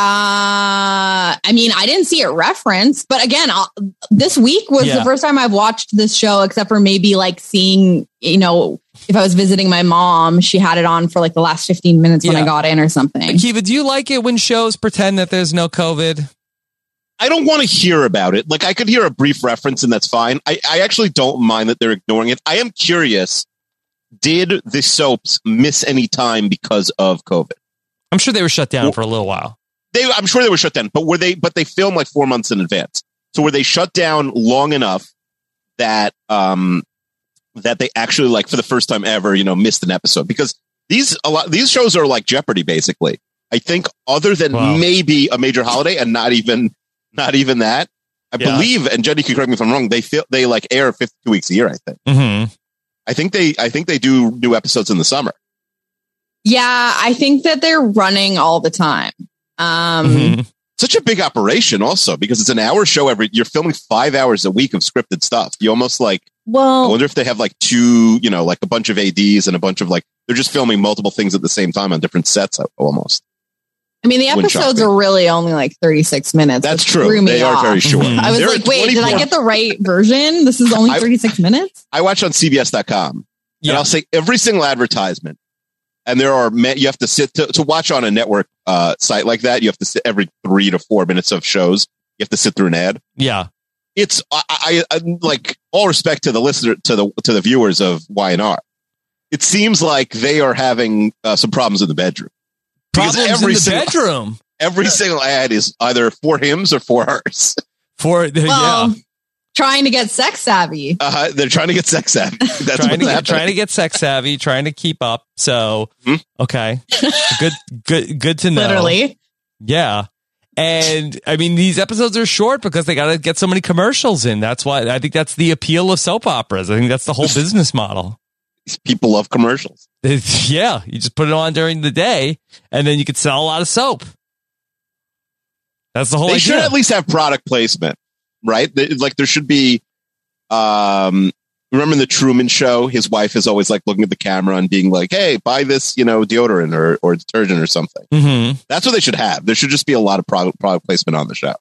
D: Uh, I mean, I didn't see it referenced, but again, I'll, this week was
B: Yeah.
D: the first time I've watched this show, except for maybe like seeing, you know, if I was visiting my mom, she had it on for like the last 15 minutes when
B: Yeah.
D: I got in or something.
B: Akiva, do you like it when shows pretend that there's no COVID?
C: I don't want to hear about it. Like I could hear a brief reference and that's fine. I, I actually don't mind that they're ignoring it. I am curious. Did the soaps miss any time because of COVID?
B: I'm sure they were shut down for a little while.
C: They, I'm sure they were shut down, but were they, but they filmed like four months in advance. So were they shut down long enough that, um, that they actually like for the first time ever, you know, missed an episode because these, a lot, these shows are like Jeopardy basically. I think other than
B: Wow.
C: maybe a major holiday and not even, not even that. I
B: Yeah.
C: believe, and Jenny can correct me if I'm wrong. They feel they like air 52 weeks a year. I think.
B: Mm-hmm.
C: I think they. I think they do new episodes in the summer.
D: Yeah, I think that they're running all the time. Um,
C: Mm-hmm.
B: Mm-hmm.
C: Such a big operation, also because it's an hour show every. You're filming five hours a week of scripted stuff. You almost like. I
D: Well,
C: wonder if they have like two. You know, like a bunch of ads and a bunch of like. They're just filming multiple things at the same time on different sets. uh, Almost.
D: I mean, the
C: wouldn't shock
D: episodes
C: me.
D: are really only like 36 minutes.
C: That's
D: which
C: true.
D: threw me
C: They are
D: off.
C: very short.
B: Mhm.
D: I was
C: They're
D: like,
C: at
D: wait, did I
C: 24
D: get the right version? This is only
C: I-
D: 36 minutes?
C: I watch on CBS.com. and
B: Yeah.
C: I'll say every single advertisement. And there are ma- you have to sit to, to watch on a network uh, site like that. You have to sit every three to four minutes of shows. You have to sit through an ad.
B: Yeah.
C: It's I, I, I like all respect to the listener to the to the viewers of YNR. It seems like they are having uh, some problems in the bedroom. Because
B: Problems in
C: every
B: the
C: single-
B: bedroom
C: Every single ad is either for hims or for hers.
B: for the,
D: Well,
B: yeah.
D: trying to get sex savvy.
C: Uh, they're trying to get sex savvy. That's
B: trying
C: what's
B: to get,
C: happening.
B: trying to get sex savvy, trying to keep up. So
C: Hmm?
B: okay, good, good, good to know.
D: Literally.
B: yeah. And I mean, these episodes are short because they got to get so many commercials in. That's why I think that's the appeal of soap operas. I think that's the whole business model.
C: People love commercials.
B: It's- yeah, you just put it on during the day, and then you could sell a lot of soap. That's the whole
C: they should
B: idea.
C: at least have product placement, right? They- Like there should be. Um, remember in the Truman Show? His wife is always like looking at the camera and being like, "Hey, buy this, you know, deodorant or or detergent or something."
B: Mhm.
C: That's what they should have. There should just be a lot of product product placement on the show.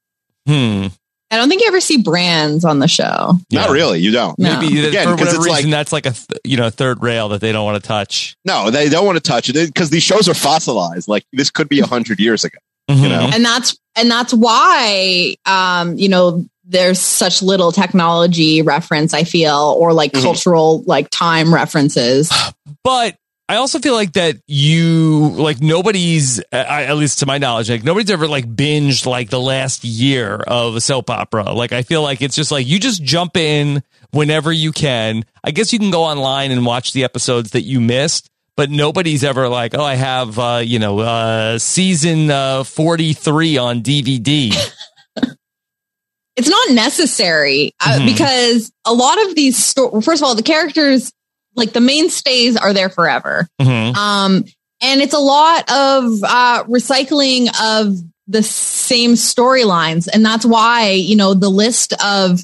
B: hmm
D: I don't think you ever see brands on the show.
B: Yeah.
C: Not really. You don't.
D: No.
B: Maybe that-
C: Again,
B: for
C: 'cause
B: whatever
C: it's
B: reason,
C: like-
B: that's like a th- you know third rail that they don't want to touch.
C: No, they don't want to touch it because these shows are fossilized. Like this could be a hundred years ago.
B: Mhm.
C: know.
D: And that's and that's why um, you know, there's such little technology reference, I feel, or like
C: Mhm.
D: cultural like time references.
B: but I also feel like that you like nobody's I, at least to my knowledge like nobody's ever like binged like the last year of a soap opera. Like I feel like it's just like you just jump in whenever you can. I guess you can go online and watch the episodes that you missed, but nobody's ever like, "Oh, I have uh, you know, uh season uh 43 on DVD."
D: it's not necessary uh,
B: Mhm.
D: because a lot of these sto- first of all the characters like the mainstays are there forever
B: Mhm.
D: um and it's a lot of uh recycling of the same storylines and that's why you know the list of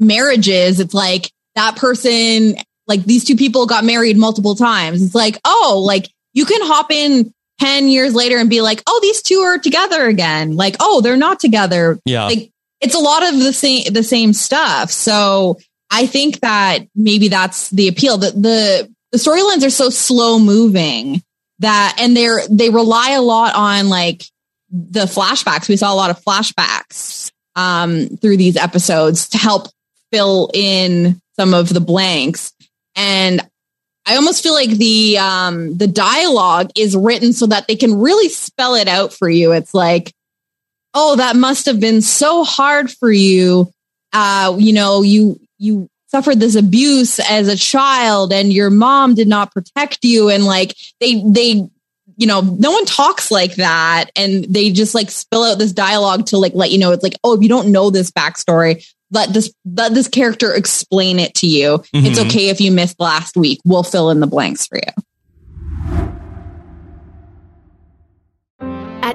D: marriages it's like that person like these two people got married multiple times it's like oh like you can hop in 10 years later and be like oh these two are together again like oh they're not together
B: Yeah.
D: like it's a lot of the same the same stuff. So I think that maybe that's the appeal. The the, the storylines are so slow moving that and they're they rely a lot on like the flashbacks. We saw a lot of flashbacks um through these episodes to help fill in some of the blanks. And I almost feel like the um the dialogue is written so that they can really spell it out for you. It's like, oh, that must have been so hard for you. Uh, you know, you you suffered this abuse as a child and your mom did not protect you and like they they you know no one talks like that and they just like spill out this dialogue to like let you know it's like oh if you don't know this backstory let this let this character explain it to you it's
B: Mhm.
D: okay if you missed last week we'll fill in the blanks for you
E: At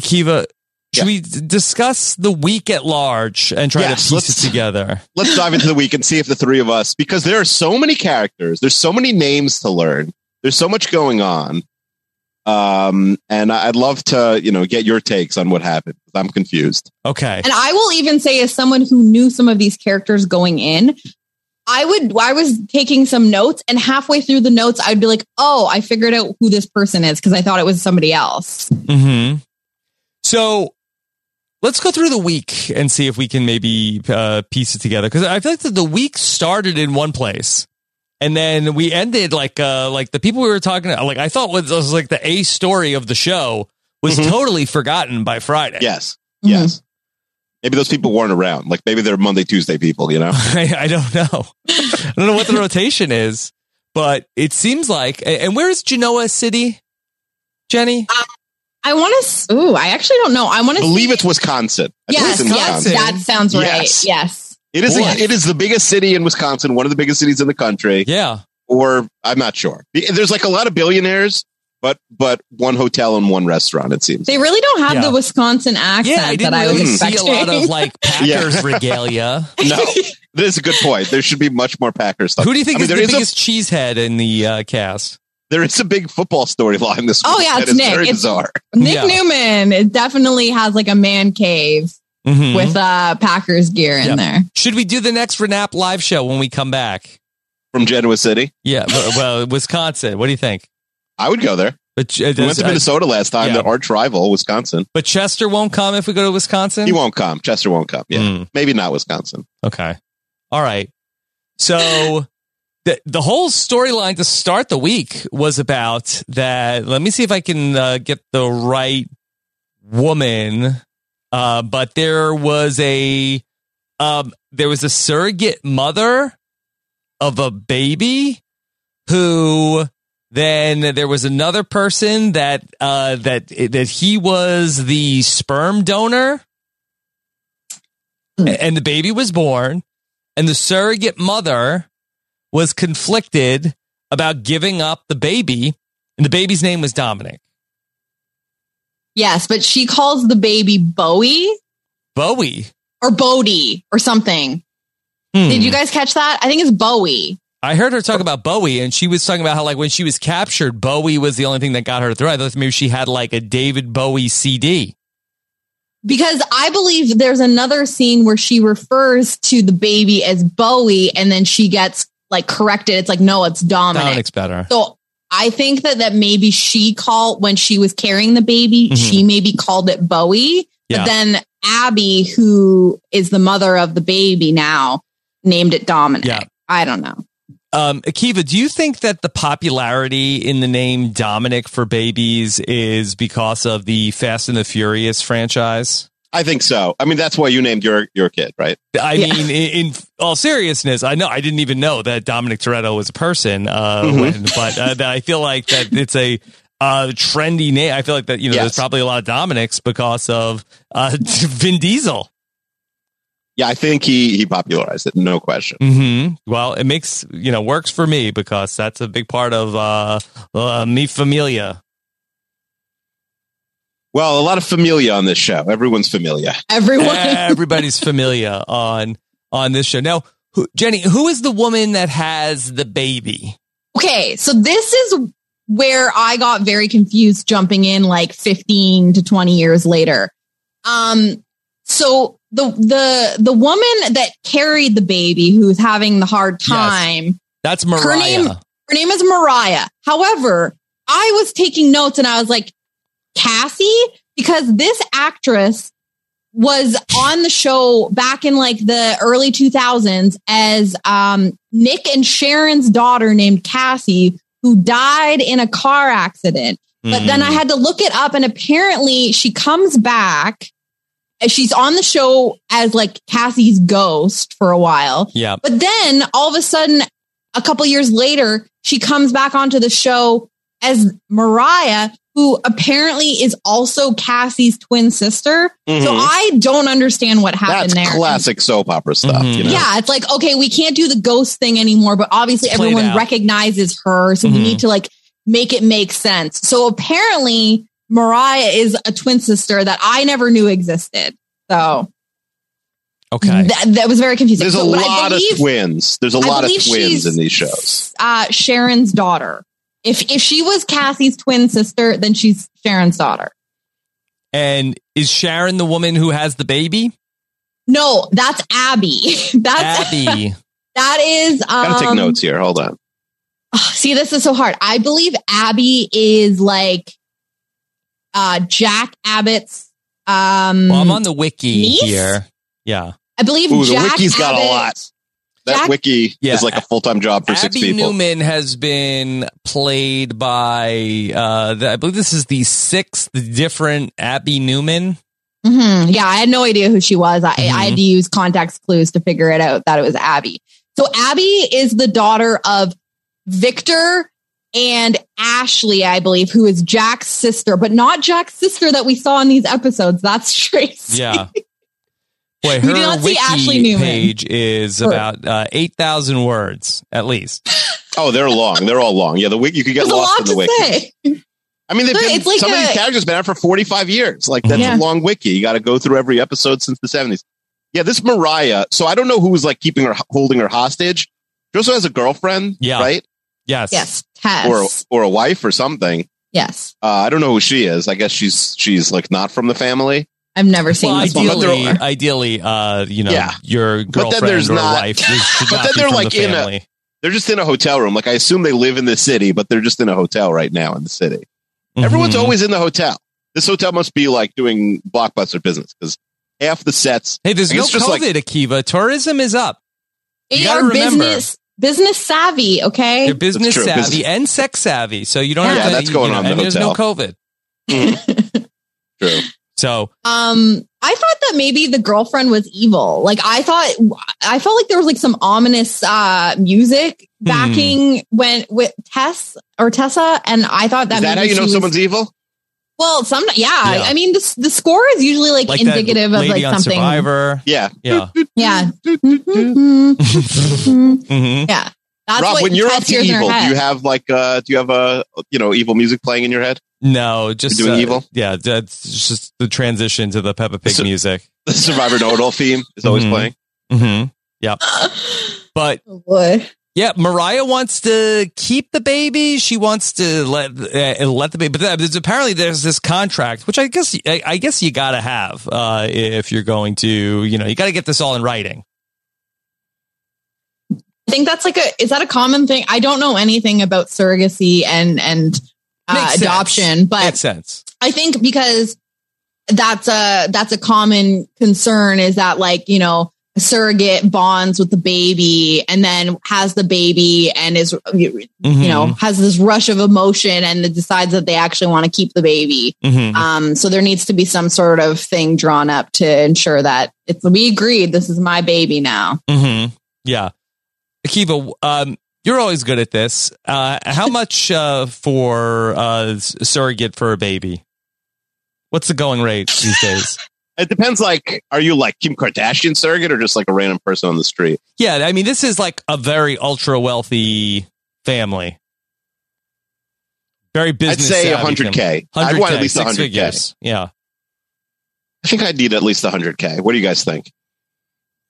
B: Kiva, should
C: Yeah.
B: we d- discuss the week at large and try
C: Yes,
B: to piece
C: let's-
B: it together?
C: Let's dive into the week and see if the three of us, because there are so many characters, there's so many names to learn, there's so much going on. Um, and I- I'd love to, you know, get your takes on what happened. 'cause I'm confused.
B: Okay.
D: And I will even say, as someone who knew some of these characters going in, I would I was taking some notes, and halfway through the notes, I'd be like, "Oh, I figured out who this person is because I thought it was somebody else."
B: hmm So let's go through the week and see if we can maybe uh, piece it together because I feel like that the week started in one place. And then we ended like uh like the people we were talking to like I thought was, was like the A story of the show was
C: Mhm.
B: totally forgotten by Friday.
C: Yes. Yes. Maybe those people weren't around. Like maybe they're Monday, Tuesday people, you know?
B: I, I don't know. I don't know what the rotation is, but it seems like a- and where is Genoa City? Jenny?
D: I want to. Ooh, I actually don't know. I want
C: I
D: to
C: believe it's Wisconsin. I think
D: Yes,
C: it's in
D: yes,
C: Wisconsin.
D: that sounds right.
C: Yes.
D: Yes.
C: It is.
B: Boy.
C: it is the biggest city in Wisconsin, one of the biggest cities in the country.
B: Yeah.
C: Or I'm not sure. There's like a lot of billionaires, but but one hotel and one restaurant. It seems.
D: They really don't have
B: Yeah.
D: the Wisconsin accent
B: Yeah, I
D: that
B: didn't
D: I was
B: really see
D: expecting.
B: a lot of like Packers
C: Yeah.
B: regalia.
C: No, that is a good point. There should be much more Packers stuff.
B: Who do you think
C: I mean,
B: is the
C: there is a-
B: biggest cheesehead in the uh, cast?
C: There is a big football storyline this week.
D: Oh, yeah,
C: that
D: it's
C: is
D: Nick.
C: very
D: It's-
C: bizarre.
D: Nick
B: Yeah.
D: Newman it definitely has like a man cave
C: Mm-hmm.
B: Mhm.
D: with uh Packers gear in
B: Yep.
D: there.
B: Should we do the next Renap live show when we come back?
C: From Genoa City,
B: Yeah, well, well, Wisconsin. What do you think?
C: I would go there.
B: But uh,
C: We went
B: does,
C: to
B: uh,
C: Minnesota last time.
B: yeah.
C: The arch rival, Wisconsin.
B: but Chester won't come if we go to Wisconsin.
C: He won't come. Chester won't come. Yeah,
B: Mm,
C: maybe not Wisconsin.
B: okay. All right. So the the whole storyline to start the week was about that. Let me see if I can uh, get the right woman. Uh, but there was a um, there was a surrogate mother of a baby who then there was another person that uh, that that he was the sperm donor and the baby was born and the surrogate mother was conflicted about giving up the baby and the baby's name was Dominic
D: Yes, but she calls the baby Bowie
B: Bowie
D: or Bodie or something.
B: Hmm.
D: Did you guys catch that? I think it's Bowie.
B: I heard her talk about Bowie, and she was talking about how, like, when she was captured, Bowie was the only thing that got her through. I thought maybe she had like a David Bowie CD.
D: Because I believe there's another scene where she refers to the baby as Bowie and then she gets like corrected. It's like, no, it's Dominic.
B: Dominic's better.
D: So I think that that maybe she called when she was carrying the baby,
B: Mhm.
D: she maybe called it Bowie.
B: Yeah.
D: But then Abby, who is the mother of the baby now, named it Dominic.
B: Yeah.
D: I don't know.
B: Um, Akiva, do you think that the popularity in the name Dominic for babies is because of the Fast and the Furious franchise?
C: I think so. I mean, that's why you named your your kid, right?
B: I
D: Yeah.
B: mean, in, in all seriousness, I know I didn't even know that Dominic Toretto was a person, uh,
D: Mm-hmm.
C: Mhm.
B: when, but uh, that I feel like that it's a uh, trendy name. I feel like that you know there's
C: Yes.
B: probably a lot of Dominics because of uh, Vin Diesel.
C: Yeah, I think he he popularized it. No question.
B: hmm Well, it makes you know works for me because that's a big part of uh, uh, me familia.
C: Well, a lot of familia on this show. Everyone's familia.
B: Eh.
D: Everyone.
B: Everybody's familia on on this show now. Who, Jenny, who is the woman that has the baby?
D: Okay, so this is where I got very confused jumping in like 15 to 20 years later. Um so the the the woman that carried the baby who's having the hard time,
B: That's Mariah.
D: name- her name is Mariah. However, I was taking notes and I was like Cassie because this actress was on the show back in like the early 2000s as um, Nick and Sharon's daughter named Cassie, who died in a car accident. But
B: Mm. Mm-hmm.
D: then I had to look it up, and apparently she comes back. and She's on the show as like Cassie's ghost for a while.
B: Yeah.
D: But then all of a sudden, a couple years later, she comes back onto the show as Mariah, who apparently is also Cassie's twin sister.
B: Mm-hmm.
D: So
C: Mhm.
D: I don't understand what happened
C: That's
D: there.
C: classic soap opera stuff.
B: Mhm.
C: You know?
D: Yeah, it's like, okay, we can't do the ghost thing anymore, but obviously
B: It's played
D: everyone
B: out.
D: recognizes her. So we
B: Mhm.
C: Mm-hmm.
D: need to like make it make sense. So apparently, Mariah is a twin sister that I never knew existed. So
B: Okay.
D: that, that was very confusing.
C: There's a
D: So- but I
C: lot
D: believe-
C: of twins. There's a
D: I
C: lot of
D: believe
C: twins
D: she's,
C: in these shows.
D: Uh, Sharon's daughter. If if she was Cassie's twin sister, then she's Sharon's daughter.
B: And is Sharon the woman who has the baby?
D: No, that's Abby. That's
B: Abby.
D: that is. Um,
C: Gotta take notes here. Hold on.
D: Ugh, see, this is so hard. I believe Abby is like uh, Jack Abbott's. Um,
B: Well, I'm on the wiki
D: Niece?
B: here. Yeah.
D: I believe
C: Ooh, the
D: Jack
C: wiki's got a
D: Abbott-
C: lot. That
D: Jack-
C: wiki
B: Yeah.
C: is like a full time job for six
B: Abby
C: people.
B: Newman has been played by, uh, the, I believe this is the sixth different Abby Newman.
D: Mhm. Yeah, I had no idea who she was. I, I
B: Mhm.
D: had to use context clues to figure it out that it was Abby. So Abby is the daughter of Victor and Ashley, I believe, who is Jack's sister, but not Jack's sister that we saw in these episodes. That's Tracy.
B: Yeah. Boy,
D: We do
B: her
D: not see
B: wiki
D: Ashley Newman.
B: page is
D: Her.
B: about uh, 8,000 words at least.
C: Oh, they're long. They're all long. Yeah, the wiki. You could get
D: There's a
C: lost
D: lot
C: in the
D: to
C: wiki.
D: say.
C: I mean, they've
D: Look,
C: been,
D: it's like
C: some of these
D: a-
C: characters have been out for 45 years. Like, that's a
D: Yeah.
C: long wiki. You got to go through every episode since the 70s. Yeah, this Mariah. So I don't know who was like keeping her, holding her hostage. She also has a girlfriend,
B: Yeah.
C: right?
B: Yes.
D: Yes, Tess.
C: Or, or a wife or something.
D: yes,
C: Uh, I don't know who she is. I guess she's, she's like not from the family.
D: I've never seen
B: Well,
D: this one
B: ideally,
D: before.
B: ideally, uh, you know,
C: Yeah.
B: your
C: But then
B: girlfriend
C: there's
B: or
C: not-
B: wife is- should
C: But
B: not
C: then
B: be
C: they're
B: from
C: like
B: the
C: in a-
B: family.
C: They're just in a hotel room. Like, I assume they live in the city, but they're just in a hotel right now in the city. Everyone's
B: Mhm.
C: always in the hotel. This hotel must be like doing blockbuster business because half the sets.
B: Hey, there's
C: I
B: no
C: guess just
B: COVID,
C: like-
B: Akiva. Tourism is up. You
D: They
B: gotta
D: are
B: remember.
D: business business savvy. Okay,
B: They're business
C: true.
B: savvy
C: Business-
B: and sex savvy. So you don't
D: Yeah,
B: have to.
C: that's
B: you
C: going
B: know,
C: on in
B: And
C: the
B: there's no COVID.
C: True.
B: So
D: Um, I thought that maybe the girlfriend was evil. Like I thought, I felt like there was like some ominous uh music
C: Hmm.
D: backing when with Tess or Tessa, and I thought that
C: Is that
D: maybe
C: how you
D: she
C: know
D: was-
C: someone's e-, evil?
D: well, some yeah.
B: Yeah.
D: I mean, the the score is usually like,
B: like that
D: indicative of
B: lady
D: like
B: on
D: something.
B: Survivor.
C: Yeah.
B: Yeah.
D: Yeah, Mm-hmm.
B: Mhm.
D: yeah. That's
C: Rob,
D: what
C: when you're
D: Tess
C: up to
D: hears in her
C: evil, do
D: head.
C: you have like uh do you have a you know evil music playing in your head?
B: No, just
C: You're doing
B: uh,
C: evil?
B: Yeah, that's just the transition to the Peppa Pig
C: So-
B: music.
C: The Survivor Know It All theme is always
B: Mhm.
C: playing.
B: hmm Yeah, but
D: Oh, boy.
B: Yeah, Mariah wants to keep the baby. She wants to let uh, let the baby. But that- there's, apparently, there's this contract, which I guess I, I guess you gotta have uh, if you're going to, you know, you gotta get this all in writing.
D: I think that's like a is that a common thing? I don't know anything about surrogacy and and uh,
B: Makes sense.
D: adoption, but
B: Makes sense.
D: I think because that's a that's a common concern is that like you know a surrogate bonds with the baby and then has the baby and is you
B: Mm-hmm, Hmm.
D: know has this rush of emotion and then decides that they actually want to keep the baby.
B: Mhm.
D: Um, so there needs to be some sort of thing drawn up to ensure that it's we agreed this is my baby now.
B: Mhm. yeah, Akiva, um, you're always good at this. Uh, how much uh, for uh, s- surrogate for a baby? What's the going rate these days?
C: It depends like are you like Kim Kardashian surrogate or just like a random person on the street?
B: yeah, I mean, this is like a very ultra wealthy family. Very
C: I'd
B: business.
C: say
B: savvy family.
C: 100k. I'd
B: 100K,
C: want at least
B: six
C: 100k.
B: figures. Yeah.
C: I think I'd need at least 100k. What do you guys think?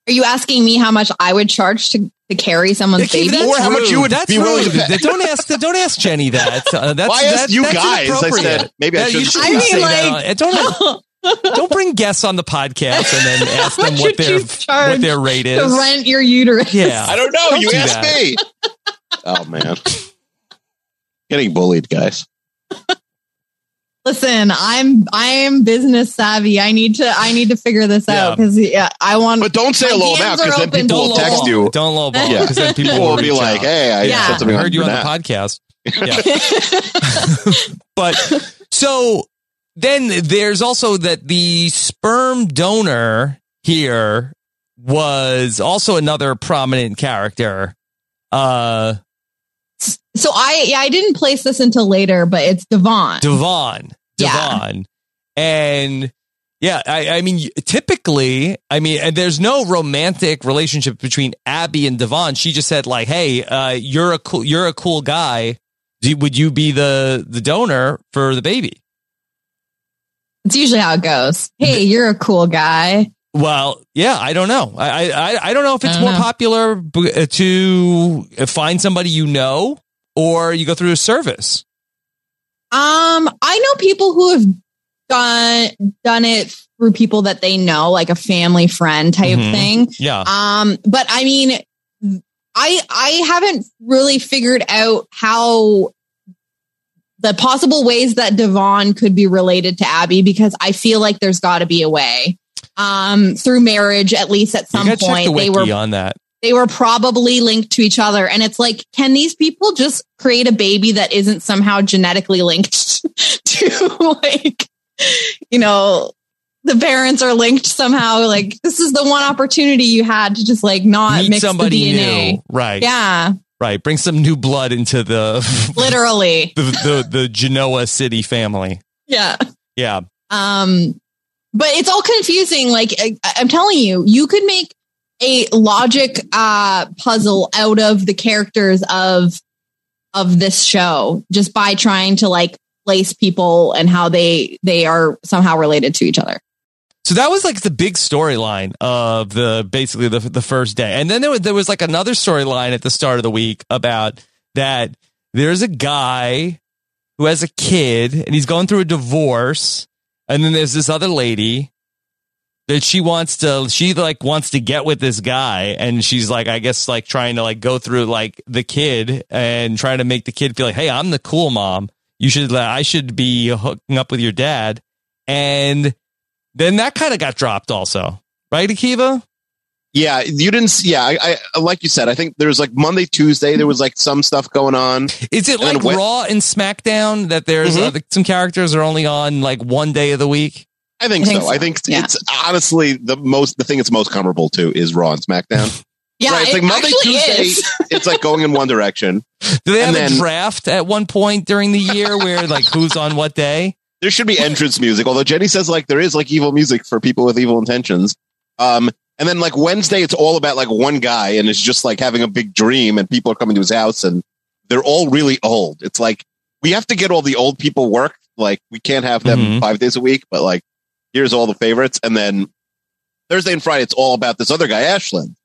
D: Are you asking me how much I would charge to, to carry someone's
B: Keith,
D: baby?
C: Or how much you would
B: that's
C: be willing to
B: rude.
C: pay.
B: Don't ask. Don't ask Jenny that. Uh, that's,
C: Why ask
B: that-
C: you
B: that's
C: guys? I
B: inappropriate.
C: said maybe
B: Yeah,
C: I
B: you
C: should.
B: shouldn't
D: I mean,
B: say that.
D: like-
B: on- eh, Don't don't bring guests on the podcast and then ask them what
D: What should
B: their
D: you charge
B: what their rate
D: To
B: is.
D: rent your uterus.
B: Yeah,
C: I don't know. you
B: do
C: asked
B: that.
C: me. oh man, getting bullied, guys.
D: Listen, I'm I am business savvy. I need to I need to figure this
B: Yeah.
D: out because yeah, I want
C: But don't say
D: My
C: a low
D: DMs
C: amount
D: are
C: because then
D: open.
C: people
D: Don't
C: will
D: lowball.
C: text you.
B: Don't lowball
C: Yeah.
B: because then people
C: People will be
B: reach
C: like,
B: out.
C: "Hey, I
D: Yeah.
C: said
B: I
C: something
B: heard you on the
C: that.
B: podcast." Yeah. but so then there's also that the sperm donor here was also another prominent character. Uh
D: so I yeah, I didn't place this until later, but it's Devon.
B: Devon.
D: Yeah.
B: Devon. And yeah, I, I mean, typically, I mean, and there's no romantic relationship between Abby and Devon. She just said like, "Hey, uh, you're a cool, you're a cool guy. Do, would you be the the donor for the baby?"
D: it's usually how it goes. Hey, you're a cool guy.
B: Well, yeah, I don't know. I I, I- I don't know if it's
D: don't
B: more
D: know.
B: popular b- uh, to find somebody you know or you go through a service.
D: Um, I know people who have done done it through people that they know, like a family friend type
B: Mhm.
D: thing.
B: Yeah,
D: Um, but I mean, I I haven't really figured out how the possible ways that Devon could be related to Abby because I feel like there's got to be a way. Um, through marriage, at least at
B: you
D: some
B: got to check the
D: point, they
B: wiki
D: were
B: on that.
D: they were probably linked to each other, and it's like, can these people just create a baby that isn't somehow genetically linked to like, you know, the parents are linked somehow? Like, this is the one opportunity you had to just like not
B: Meet
D: mix
B: somebody
D: the DNA.
B: new, right?
D: Yeah,
B: Right. Bring some new blood into the
D: literally.
B: the, the the Genoa City family.
D: Yeah.
B: Yeah.
D: Um, but it's all confusing. Like I, I'm telling you, you could make a logic uh, puzzle out of the characters of of this show just by trying to like place people and how they they are somehow related to each other.
B: So that was like the big storyline of the basically the the first day, and then there was, there was like another storyline at the start of the week about that there's a guy who has a kid and he's going through a divorce, and then there's this other lady that she wants to she like wants to get with this guy, and she's like I guess like trying to like go through like the kid and trying to make the kid feel like hey I'm the cool mom you should I should be hooking up with your dad and then that kind of got dropped also right akiva
C: Yeah, you didn't. s- Yeah, I, I like you said. I think there was like Monday, Tuesday. There was like some stuff going on.
B: is it like
C: And when-
B: raw and smackdown that there's
C: Mhm.
B: uh, some characters are only on like one day of the week
C: I think,
D: I think
C: so.
D: so.
C: I think
D: Yeah.
C: it's honestly the most. The thing it's most comparable to is Raw and SmackDown.
D: Yeah,
C: right? It's
D: it
C: like Monday,
D: actually
C: Tuesday.
D: is.
C: it's like going in one direction.
B: do they have
C: And
B: a
C: then-
B: draft at one point during the year where like who's on what day
C: There should be entrance music. Although Jenny says like there is like evil music for people with evil intentions. Um, and then like Wednesday, it's all about like one guy and it's just like having a big dream and people are coming to his house and they're all really old. It's like we have to get all the old people work. Like we can't have them
B: Mhm.
C: five days a week, but like here's all the favorites. And then Thursday and Friday, it's all about this other guy, Ashland,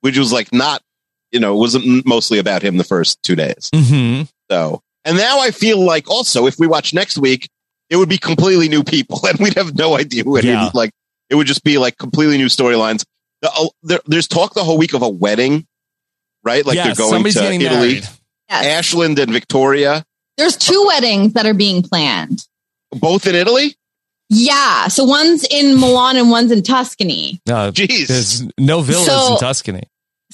C: which was like not, you know, it wasn't mostly about him the first two days.
B: mm-hmm
C: So, and now I feel like also if we watch next week, it would be completely new people, and we'd have no idea who any
B: Yeah.
C: like. It would just be like completely new storylines. The- oh, there- there's talk the whole week of a wedding, right? Like they're going to Italy.
D: Yes.
C: Ashland and Victoria,
D: There's two weddings that are being planned.
C: both in Italy.
D: Yeah, so one's in Milan and one's in Tuscany.
B: no
C: Jeez,
B: there's no villas
D: So-
B: in tuscany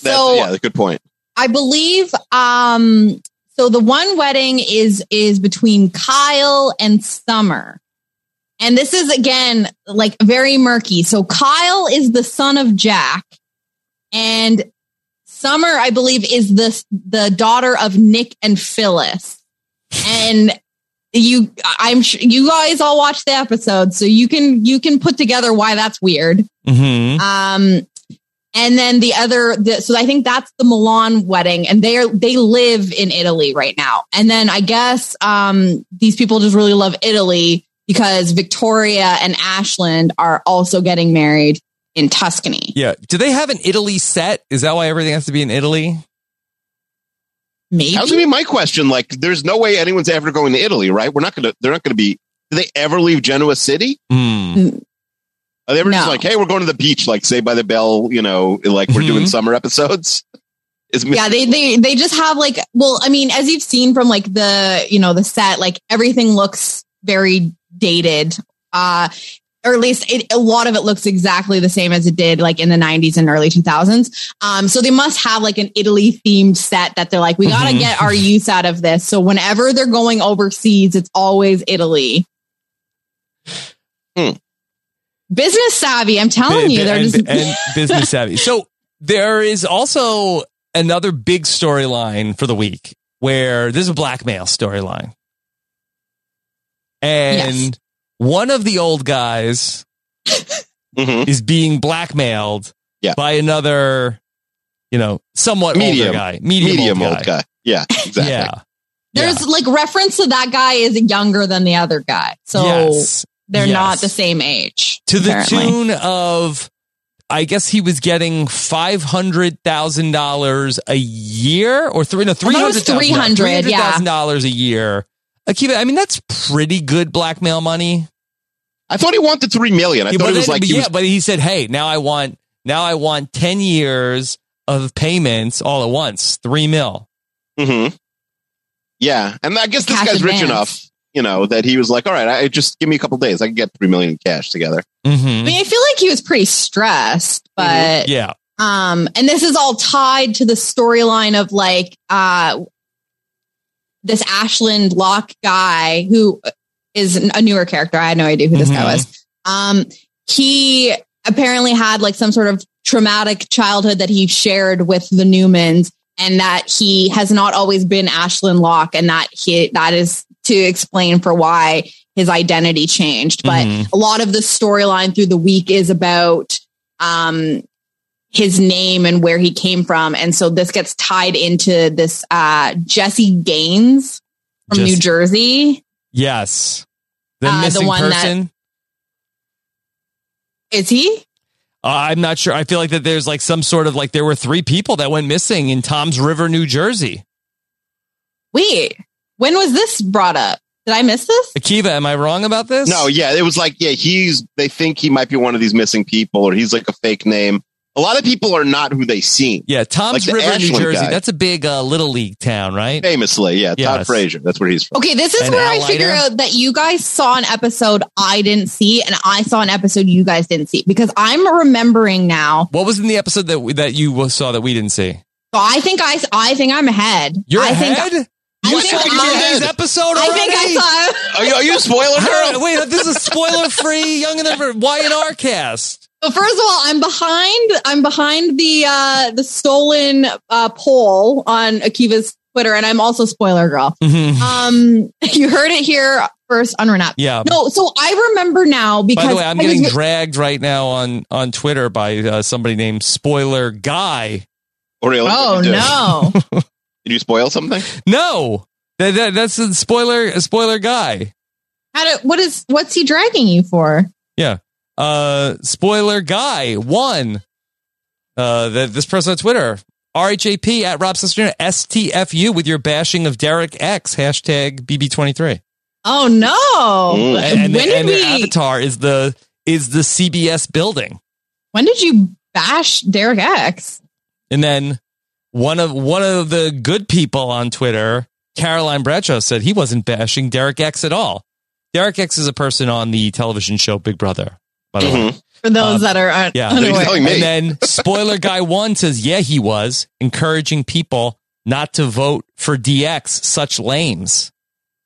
C: That's-
D: So
C: yeah, good point.
D: I believe um so the one wedding is is between Kyle and Summer. And this is again like very murky. So Kyle is the son of Jack and Summer I believe is the the daughter of Nick and Phyllis. And you I'm sure you guys all watched the episode so you can you can put together why that's weird.
B: mm-hmm
D: Um, and then the other, the, so I think that's the Milan wedding, and they are they live in Italy right now. And then I guess um, these people just really love Italy because Victoria and Ashland are also getting married,
F: in Tuscany.
B: Yeah. Do they have an Italy set? Is that why everything has to be in Italy?
D: Maybe.
C: That was gonna be my question. Like, there's no way anyone's ever going to Italy, right? We're not gonna. They're not gonna be. Do they ever leave Genoa City?
B: Hmm.
C: Are they ever just
D: No.
C: like, hey, we're going to the beach, like say by the Bell, you know, like we're doing
B: Mhm.
C: summer episodes? Is
D: yeah, they, they they just have like well, I mean, as you've seen from like the you know the set, like everything looks very dated, uh, or at least it, a lot of it looks exactly the same as it did like in the '90s and early 2000s. Um, so they must have like an Italy themed set that they're like, we got to
B: Mhm.
D: get our use out of this. So whenever they're going overseas, it's always Italy.
C: Hmm.
D: Business savvy, I'm telling
B: Bi-
D: you,
B: bi-
D: they're
B: and,
D: just
B: and business savvy. So there is also another big storyline for the week where this is a blackmail storyline. And
D: Yes.
B: one of the old guys
C: Mhm.
B: is being blackmailed
C: Yeah.
B: by another, you know, somewhat
C: Medium.
B: older guy. Medium,
C: medium
B: old,
C: old guy. Yeah, exactly.
B: Yeah.
D: there's like reference to that guy is younger than the other guy, so.
B: Yes.
D: they're
B: Yes.
D: not the same age
B: to the
D: apparently.
B: tune of I guess he was getting five hundred thousand dollars a year, or three no three
D: thought it was
B: hundred three hundred
D: 300, yeah.
B: thousand dollars a year. Akiva, I mean that's pretty good blackmail money.
C: I thought he wanted three million. I
B: Yeah,
C: thought
B: but
C: it was
B: then-
C: like
B: but
C: he
B: yeah,
C: was,
B: but he said, "Hey, now I want now I want ten years of payments all at once, three mil."
C: Mhm. yeah. And I guess this
D: Cash
C: guy's rich
D: advance.
C: enough, you know, that he was like, all right, I just give me a couple days, I can get three million cash together.
D: I
B: Mm-hmm.
D: mean, I feel like he was pretty stressed, but
B: Yeah,
D: um, and this is all tied to the storyline of like uh, this Ashland Locke guy who is a newer character. I had no idea who this guy
B: Mhm.
D: was. Um, he apparently had like some sort of traumatic childhood that he shared with the Newmans, and that he has not always been Ashland Locke, and that he that is to explain for why his identity changed. But
B: Mhm.
D: a lot of the storyline through the week is about um his name and where he came from and so this gets tied into this uh jesse gaines from
B: Jesse-
D: new jersey
B: yes. The
D: Uh, the
B: missing
D: one that-
B: person.
D: is he
B: Uh, I'm not sure. I feel like that there's like some sort of like there were three people that went missing in Tom's River, New Jersey.
D: wait when was this brought up did i miss this
B: Akiva, am I wrong about this?
C: No, yeah, it was like, yeah, he's they think he might be one of these missing people or he's like a fake name. A lot of people are not who they seem.
B: Yeah, Tom's
C: Like the
B: River, New
C: Ashland
B: Jersey.
C: guy.
B: That's a big uh, little league town, right?
C: Famously, yeah, Todd
B: Yes.
C: Frazier. That's where he's from.
D: okay this is
B: An
D: where i
B: outlier?
D: figure out that you guys saw an episode i didn't see and i saw an episode you guys didn't see because i'm remembering now
B: What was in the episode that we, that you saw that we didn't see?
D: so i think i i think i'm ahead
B: You're
D: i think
B: ahead.
D: I
B: you
D: think
B: saw
D: I'm
B: today's
C: ahead.
B: episode
D: i
B: already.
D: think i saw
C: Are you, are you a spoiler
B: How-
C: girl?
B: Wait, this is spoiler free. Young and the Y and R cast.
D: Well, first of all, I'm behind. I'm behind the uh, the stolen uh, poll on Akiva's Twitter, and I'm also spoiler girl.
C: Mm-hmm.
B: Mhm.
D: Um, you heard it here first on Renap.
B: yeah.
D: No, so I remember now because
B: By the way, I'm
D: I was-
B: getting dragged right now on on Twitter by uh, somebody named Spoiler Guy.
C: Or really,
D: oh
C: what'd you do?
D: no.
C: Did you spoil something?
B: No, that, that that's a spoiler. A spoiler guy.
D: How do, what is what's he dragging you for?
B: Uh, spoiler guy one. Uh, the, this person on Twitter, RHAP at Rob Sister STFU with your bashing of Derek X hashtag BB23.
D: Oh no!
C: Mm.
B: And, and,
D: when
B: the,
D: did
B: and their
D: we?
B: avatar is the is the CBS building.
D: When did you bash Derek X?
B: And then one of one of the good people on Twitter, Caroline Bradshaw, said he wasn't bashing Derek X at all. Derek X is a person on the television show Big Brother. By the
D: Mm-hmm.
B: way.
C: Mhm.
D: For those
B: Um,
D: that are un-
B: yeah.
C: So you're
D: unaware.
C: telling me.
B: And then spoiler guy one says, yeah, he was encouraging people not to vote for DX, such lames.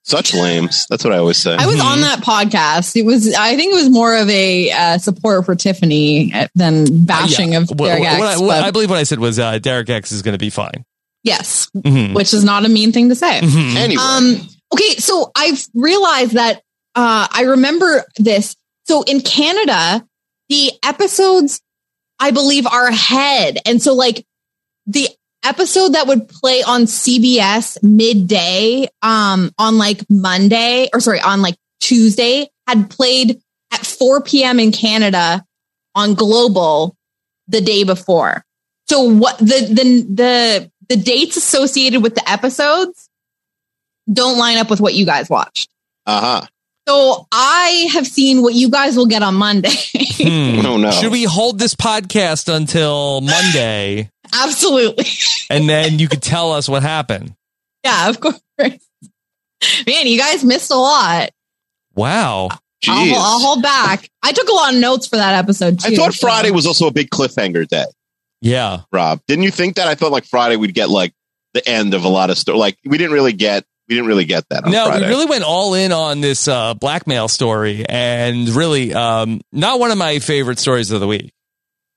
C: Such lames. That's what I always say.
D: I was on that podcast. It was, I think, it was more of a uh, support for Tiffany uh, than bashing
B: Yeah.
D: of
B: What-
D: Derek
B: what-
D: X.
B: what I, what
D: but
B: I believe what I said was uh, Derek X is going to be fine.
D: yes,
B: Mhm.
D: which is not a mean thing to say.
B: Mhm.
C: anyway.
D: Um, okay, so I've realized that uh, I remember this. So in Canada, the episodes I believe are ahead, and so like the episode that would play on CBS midday um, on like Monday or sorry on like Tuesday had played at 4 p.m. in Canada on global the day before. So what the the the the dates associated with the episodes don't line up with what you guys watched.
C: Uh huh.
D: So I have seen what you guys will get on Monday.
B: Hmm.
C: Oh, no.
B: Should we hold this podcast until Monday
D: Absolutely.
B: and then you could tell us what happened?
D: Yeah, of course. Man, you guys missed a lot.
B: Wow.
D: I'll,
C: Jeez.
D: hol- I'll hold back. I took a lot of notes for that episode too.
C: I thought
D: so-
C: Friday was also a big cliffhanger day,
B: Yeah.
C: Rob. Didn't you think that? I thought like Friday we'd get like the end of a lot of stuff. Like we didn't really get we didn't really get that. On
B: No,
C: Friday.
B: we really went all in on this uh, blackmail story and really um, not one of my favorite stories of the week.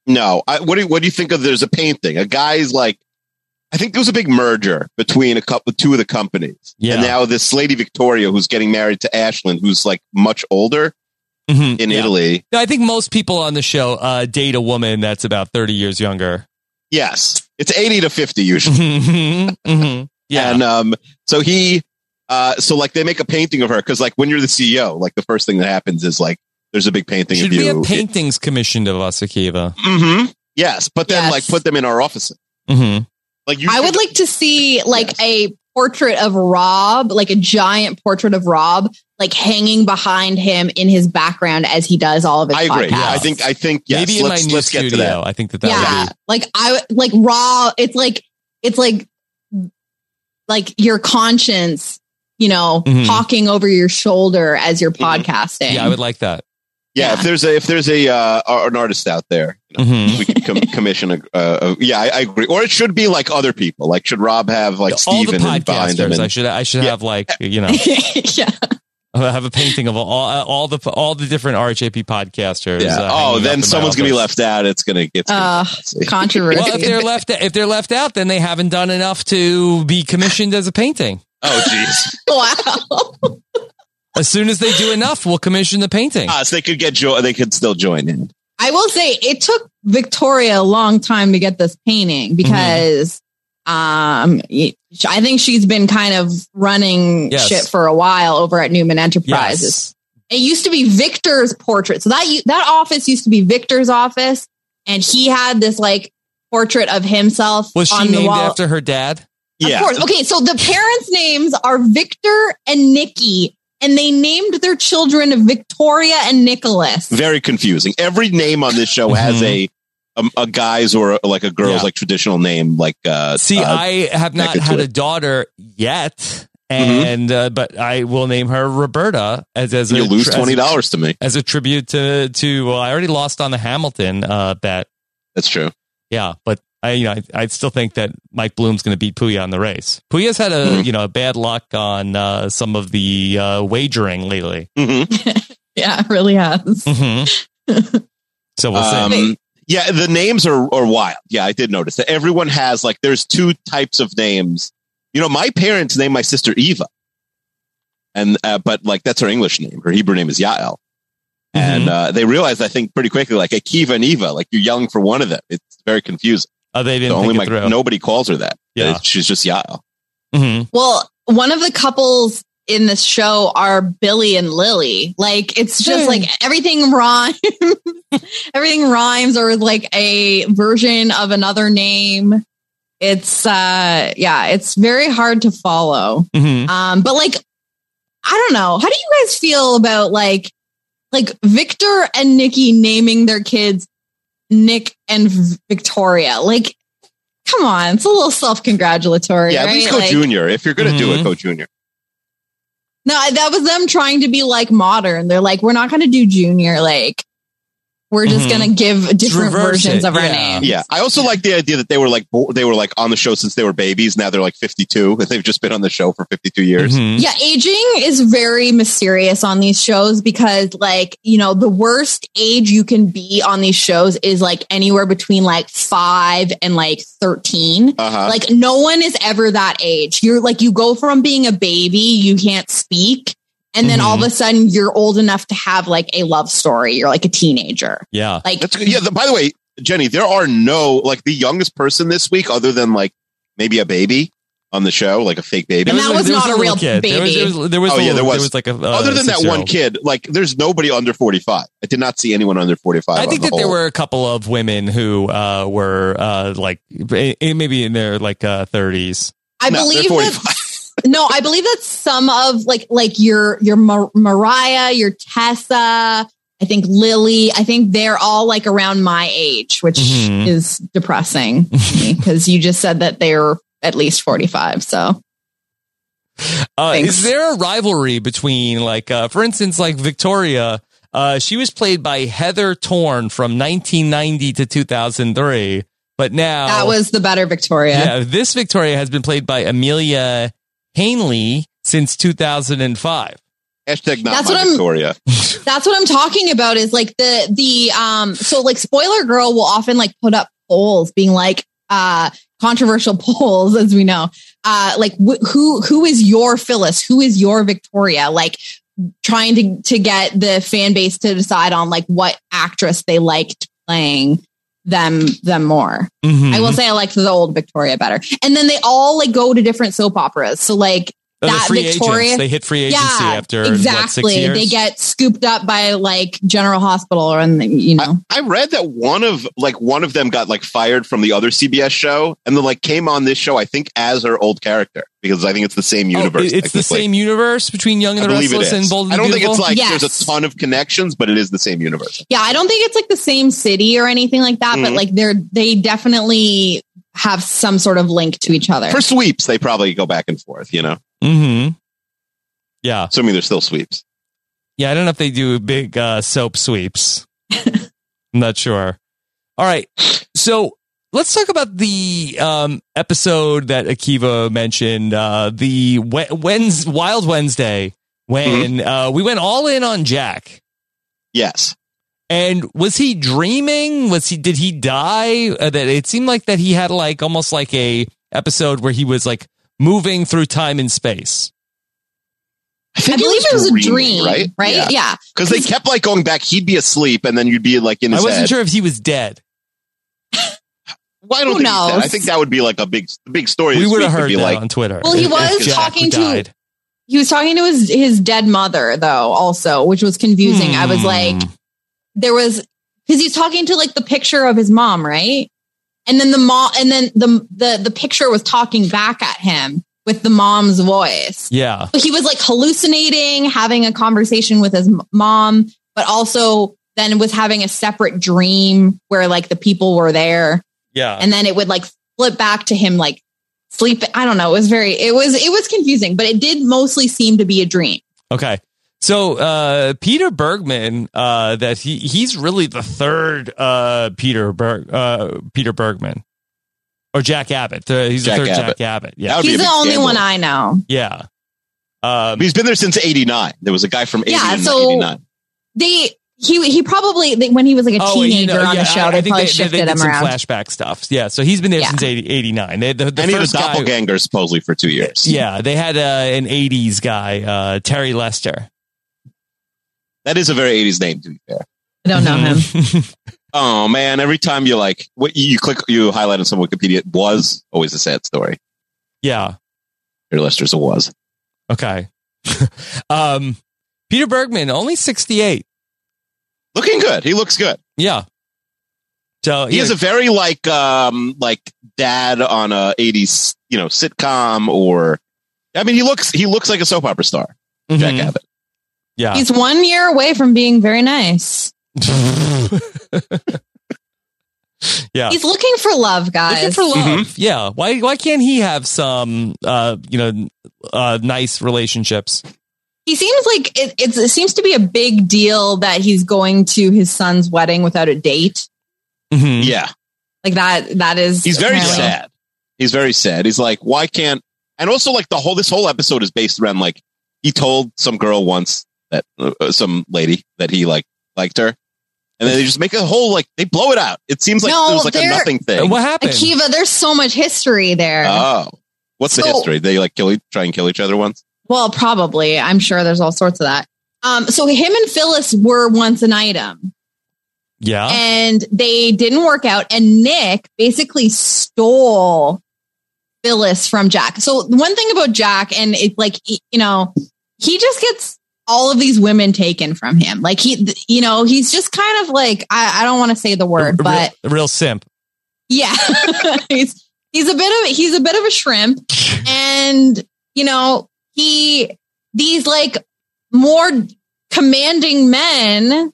C: No. I, what do you, what do you think of? There's a painting. A guy's like, I think there was a big merger between a couple, two of the companies.
B: Yeah.
C: And now this lady Victoria, who's getting married to Ashland, who's like much older
B: Mhm.
C: in
B: Yeah.
C: Italy.
B: No, I think most people on the show uh, date a woman that's about 30 years younger.
C: Yes, it's eighty to fifty usually.
B: Mhm. Mhm. Yeah.
C: And um, so he, uh, so like they make a painting of her because like when you're the CEO, like the first thing that happens is like there's a big painting
B: Should
C: of
B: we
C: you.
B: have paintings commissioned of us, Akiva?
C: hmm Yes, but then
D: Yes.
C: like put them in our offices.
B: hmm
C: Like you,
D: I would like to see like a portrait of Rob, like a giant portrait of Rob, like hanging behind him in his background as he does all of his
C: I agree. Yeah,
D: podcasts.
C: I think. I think. Yes.
B: Maybe in
C: let's
B: my new
C: let's get to
B: studio.
C: that.
B: I think that that
D: yeah,
B: would be.
D: like I like raw. It's like it's like like your conscience, you know,
B: Mhm.
D: talking over your shoulder as you're podcasting.
B: Mm-hmm. Yeah, I would like that.
C: Yeah, If there's a if there's a uh, a- an artist out there, you know,
B: Mhm.
C: we could com- commission a. Uh, a- yeah, I, I agree. Or it should be like other people. Like should Rob have like
B: all
C: Steven
B: the
C: and behind him?
B: podcasters,
C: and-
B: I should I should
C: Yeah.
B: have like you know
D: yeah.
B: have a painting of all all the all the different RJP podcasters. uh,
C: yeah.
B: hanging
C: oh,
B: up in
C: then
B: my
C: someone's gonna be
B: office.
C: left out. It's gonna it's gonna
D: Uh,
C: messy.
D: Controversy.
B: Well, if they're left if they're left out, then they haven't done enough to be commissioned as a painting.
C: oh, jeez.
D: wow.
B: As soon as they do enough, we'll commission the painting.
C: Ah, so they could get jo- They could still join in.
D: I will say it took Victoria a long time to get this
B: Mm-hmm.
D: painting because um y- I think she's been kind of running
B: Yes.
D: shit for a while over at Newman Enterprises. It used to be Victor's portrait. So that u- that office used to be Victor's office and he had this like portrait of himself
B: Was she
D: on the
B: named
D: wall.
B: after her dad?
D: of course. Okay, so the parents' names are Victor and Nikki and they named their children Victoria and Nicholas.
C: very confusing. Every name on this show has a, a a guy's or like a girl's
B: Mm-hmm. Yeah.
C: like traditional name. Like uh,
B: See,
C: uh,
B: I have not
C: connected to
B: had a
C: it. Mm-hmm.
B: daughter yet, and uh, but I will name her Roberta as as
C: you
B: a,
C: lose
B: as a-
C: twenty dollars to me.
B: as a tribute to to. Well, I already lost on the Hamilton uh, bet.
C: That's true.
B: Yeah, but I you know I, I still think that Mike Bloom's going to beat Puya on the race. Puya's had
C: Mm-hmm.
B: a you know bad luck on uh, some of the uh, wagering lately.
C: hmm
D: Yeah, it really has.
B: hmm so we'll see.
C: Um, yeah, the names are are wild. Yeah, I did notice that everyone has like there's two types of names. You know, my parents named my sister Eva, and uh, but like that's her English name. Her Hebrew name is Yael.
B: Mm-hmm.
C: And uh, they realized, I think, pretty quickly, like Akiva and Eva, like you're young for one of them. It's very confusing.
B: Oh, they didn't
C: So only
B: think
C: my
B: it through.
C: nobody calls her that.
B: Yeah.
C: she's just Yael.
B: Mhm.
D: Well, one of the couples in this show are Billy and Lily. Like it's just
B: Hmm.
D: like everything rhymes. everything rhymes or is like a version of another name. It's uh yeah, it's very hard to follow.
B: Mhm.
D: Um but like I don't know. How do you guys feel about like like Victor and Nikki naming their kids Nick and V- Victoria? Like come on, it's a little self-congratulatory.
C: Yeah, at
D: right?
C: least go
D: Like-
C: junior. If you're going to do
B: Mhm.
C: it, go junior.
D: No, I- that was them trying to be like modern. They're like, we're not going to do junior. Like, we're just
B: Mhm.
D: going to give different
B: Reverse
D: versions
B: it,
D: of our
B: yeah. Mm-hmm.
D: names.
C: Yeah, I also like the idea that they were like bo- they were like on the show since they were babies. Now they're like 52, and they've just been on the show for 52 years.
B: Mhm.
D: Yeah, aging is very mysterious on these shows because, like, you know, the worst age you can be on these shows is like anywhere between like five and like 13.
C: Uh
B: Uh-huh.
C: huh.
D: Like no one is ever that age. You're like you go from being a baby, you can't speak, and then
B: Mm-hmm.
D: all of a sudden you're old enough to have like a love story. You're like a teenager.
B: Yeah.
D: Like
C: That's good. Yeah. The, by the way, Jenny, there are no like the youngest person this week, other than like maybe a baby, on the show, like a fake baby.
D: And that was
B: there
D: not a
B: little
D: real
B: kid. There was, there
D: baby.
B: was, there was
C: Oh,
B: a
C: yeah,
B: little-
C: there was.
B: like a uh,
C: Other than that one
B: six-year-old.
C: kid, like there's nobody under 45. I did not see anyone under 45.
B: I
C: on
B: think
C: the
B: that there
C: whole.
B: were a couple of women who uh, were uh, like eh, eh, maybe in their like uh, thirties.
D: I
C: No, they're
D: believe that. no, I believe that some of like like your your Mar- Mariah, your Tessa, I think Lily, I think they're all like around my age, which
C: Mm-hmm.
B: Mhm.
D: is depressing because you just said that they're at least forty five. So
B: Uh,
D: Thanks.
B: is there a rivalry between like uh, for instance like Victoria? Uh, she was played by Heather Torn from 1990 to 2003, but
C: Oh.
B: now
D: that was the better Victoria.
B: yeah. This Victoria has been played by Amelia Hanley since 2005.
C: Hashtag not
D: That's
C: my
D: what I'm-
C: Victoria.
D: That's what I'm talking about is like the the um so like spoiler girl will often like put up polls being like uh controversial polls as we know. Uh like wh- who who is your Phyllis? Who is your Victoria? Like trying to to get the fan base to decide on like what actress they liked playing them them more.
B: Mm-hmm.
D: I will say I liked the old Victoria better. And then they all like go to different soap operas. So like
B: Oh, they're
D: that
B: free agents.
D: Victoria-
B: They hit free agency after what, six years?
D: they get scooped up by like General Hospital or and you know.
C: I read that one of like one of them got like fired from the other CBS show and then like came on this show, I think, as her old character, because I think it's the same
B: Oh,
C: universe.
B: it's the
C: technically.
B: same universe between Young and
C: I
B: the
C: believe it
B: Restless and
C: is.
B: Bold and
C: I don't think it's like
D: Yes.
C: there's a ton of connections, but it is the same universe.
D: yeah, I don't think it's like the same city or anything like that, but
B: Mm-hmm.
C: Mhm.
D: like they're they definitely have some sort of link to each other.
C: For sweeps, they probably go back and forth, you know,
B: Mm-hmm. Yeah,
C: assuming they're still sweeps.
B: yeah. I don't know if they do big uh, soap sweeps. I'm not sure. All right, so let's talk about the um, episode that Akiva mentioned. Uh, the we- Wednesday, Wild Wednesday, when
C: Mm-hmm.
B: uh, we went all in on Jack.
C: Yes.
B: And was he dreaming? Was he? Did he die? Uh, that it seemed like that he had like almost like a episode where he was like moving through time and space.
D: I believe it was a
C: dreaming,
D: dream, right? Right? Yeah.
C: Because they kept like going back. He'd be asleep and then you'd be like in
B: I
C: his
B: wasn't
C: head.
B: sure if he was dead.
C: Well, I don't think
D: Who
C: he's dead. I
D: knows?
C: think that would be like a big, the big story.
B: we
C: this
B: would
C: week
B: have heard
C: be
B: that
C: like,
B: on Twitter.
D: Well, he
B: If-
D: was
B: if Jack
D: talking to-
B: died.
D: He was talking to his his dead mother though, also, which was confusing. I was
B: Hmm.
D: like there was because he's talking to like the picture of his mom, right? And then the mom, and then the the the picture was talking back at him with the mom's voice.
B: yeah,
D: He was like hallucinating, having a conversation with his m- mom, but also then was having a separate dream where like the people were there,
B: yeah.
D: and then it would like flip back to him like sleep. I don't know. It was very it was it was confusing, but it did mostly seem to be a dream.
B: Okay. So uh, Peter Bergman, uh, that he he's really the third uh, Peter Berg, uh, Peter Bergman or Jack Abbott. Uh, he's
C: Jack
B: the third
C: Abbott.
B: Jack Abbott.
C: That
B: Yeah,
C: would be
D: He's
C: a
D: the
C: big
D: only
C: scandal.
D: one I know.
B: yeah. Um,
C: He's been there since 89. There was a guy from 80
D: Yeah,
C: and
D: so-
C: 89.
D: they he he probably they, when he was like a
B: Oh, and
D: teenager
B: you know,
D: on
B: yeah,
D: the show
B: I- I
D: they
B: think
D: probably
B: did
D: shifted him
B: some
D: around.
B: Flashback stuff. Yeah, so he's been there
D: Yeah.
B: since 80, 89. They, the, the
C: and he was
B: first
C: a
B: guy-
C: doppelganger, supposedly, for two years.
B: yeah, they had uh, an 80s guy, uh, Terry Lester.
C: That is a very 80s name, to be fair.
D: I don't
B: Mm-hmm.
D: know him.
C: Oh man! Every time you like what you click, you highlight on some Wikipedia. It was always a sad story.
B: yeah.
C: Your Lester's a was.
B: Okay. um, Peter Bergman, only 68.
C: Looking good. He looks good.
B: Yeah. So
C: He
B: yeah,
C: has a very like um like dad on a '80s you know sitcom or. I mean, he looks he looks like a soap opera star,
B: mhm,
C: Jack Abbott.
B: Yeah.
D: He's one year away from being very nice.
B: yeah.
D: He's looking for love, guys.
B: Looking for love.
C: Mm-hmm.
B: Yeah. Why why can't he have some uh you know uh nice relationships?
D: he seems like it, it's, it seems to be a big deal that he's going to his son's wedding without a date.
B: Mhm.
C: Yeah,
D: Like that. That is.
C: he's very
D: apparently-
C: sad. He's very sad. He's like, why can't? And also, like the whole this whole episode is based around like he told some girl once that uh, some lady that he like liked her, and then they just make a whole like they blow it out. It seems like
D: No,
C: it was like a
D: they're-
C: nothing
B: And
C: thing.
B: what happened?
D: Akiva, there's so much history there.
C: Oh, what's the
D: So-
C: history? They like kill e- try and kill each other once.
D: well, probably. I'm sure there's all sorts of that. Um, so him and Phyllis were once an item.
B: yeah.
D: and they didn't work out. And Nick basically stole Phyllis from Jack. So one thing about Jack, and it's like he- you know, he just gets all of these women taken from him. Like he, you know, he's just kind of like I, I don't want to say the word,
B: A
D: but
B: real, a real simp.
D: yeah, he's he's a bit of he's a bit of a shrimp, and you know he these like more commanding men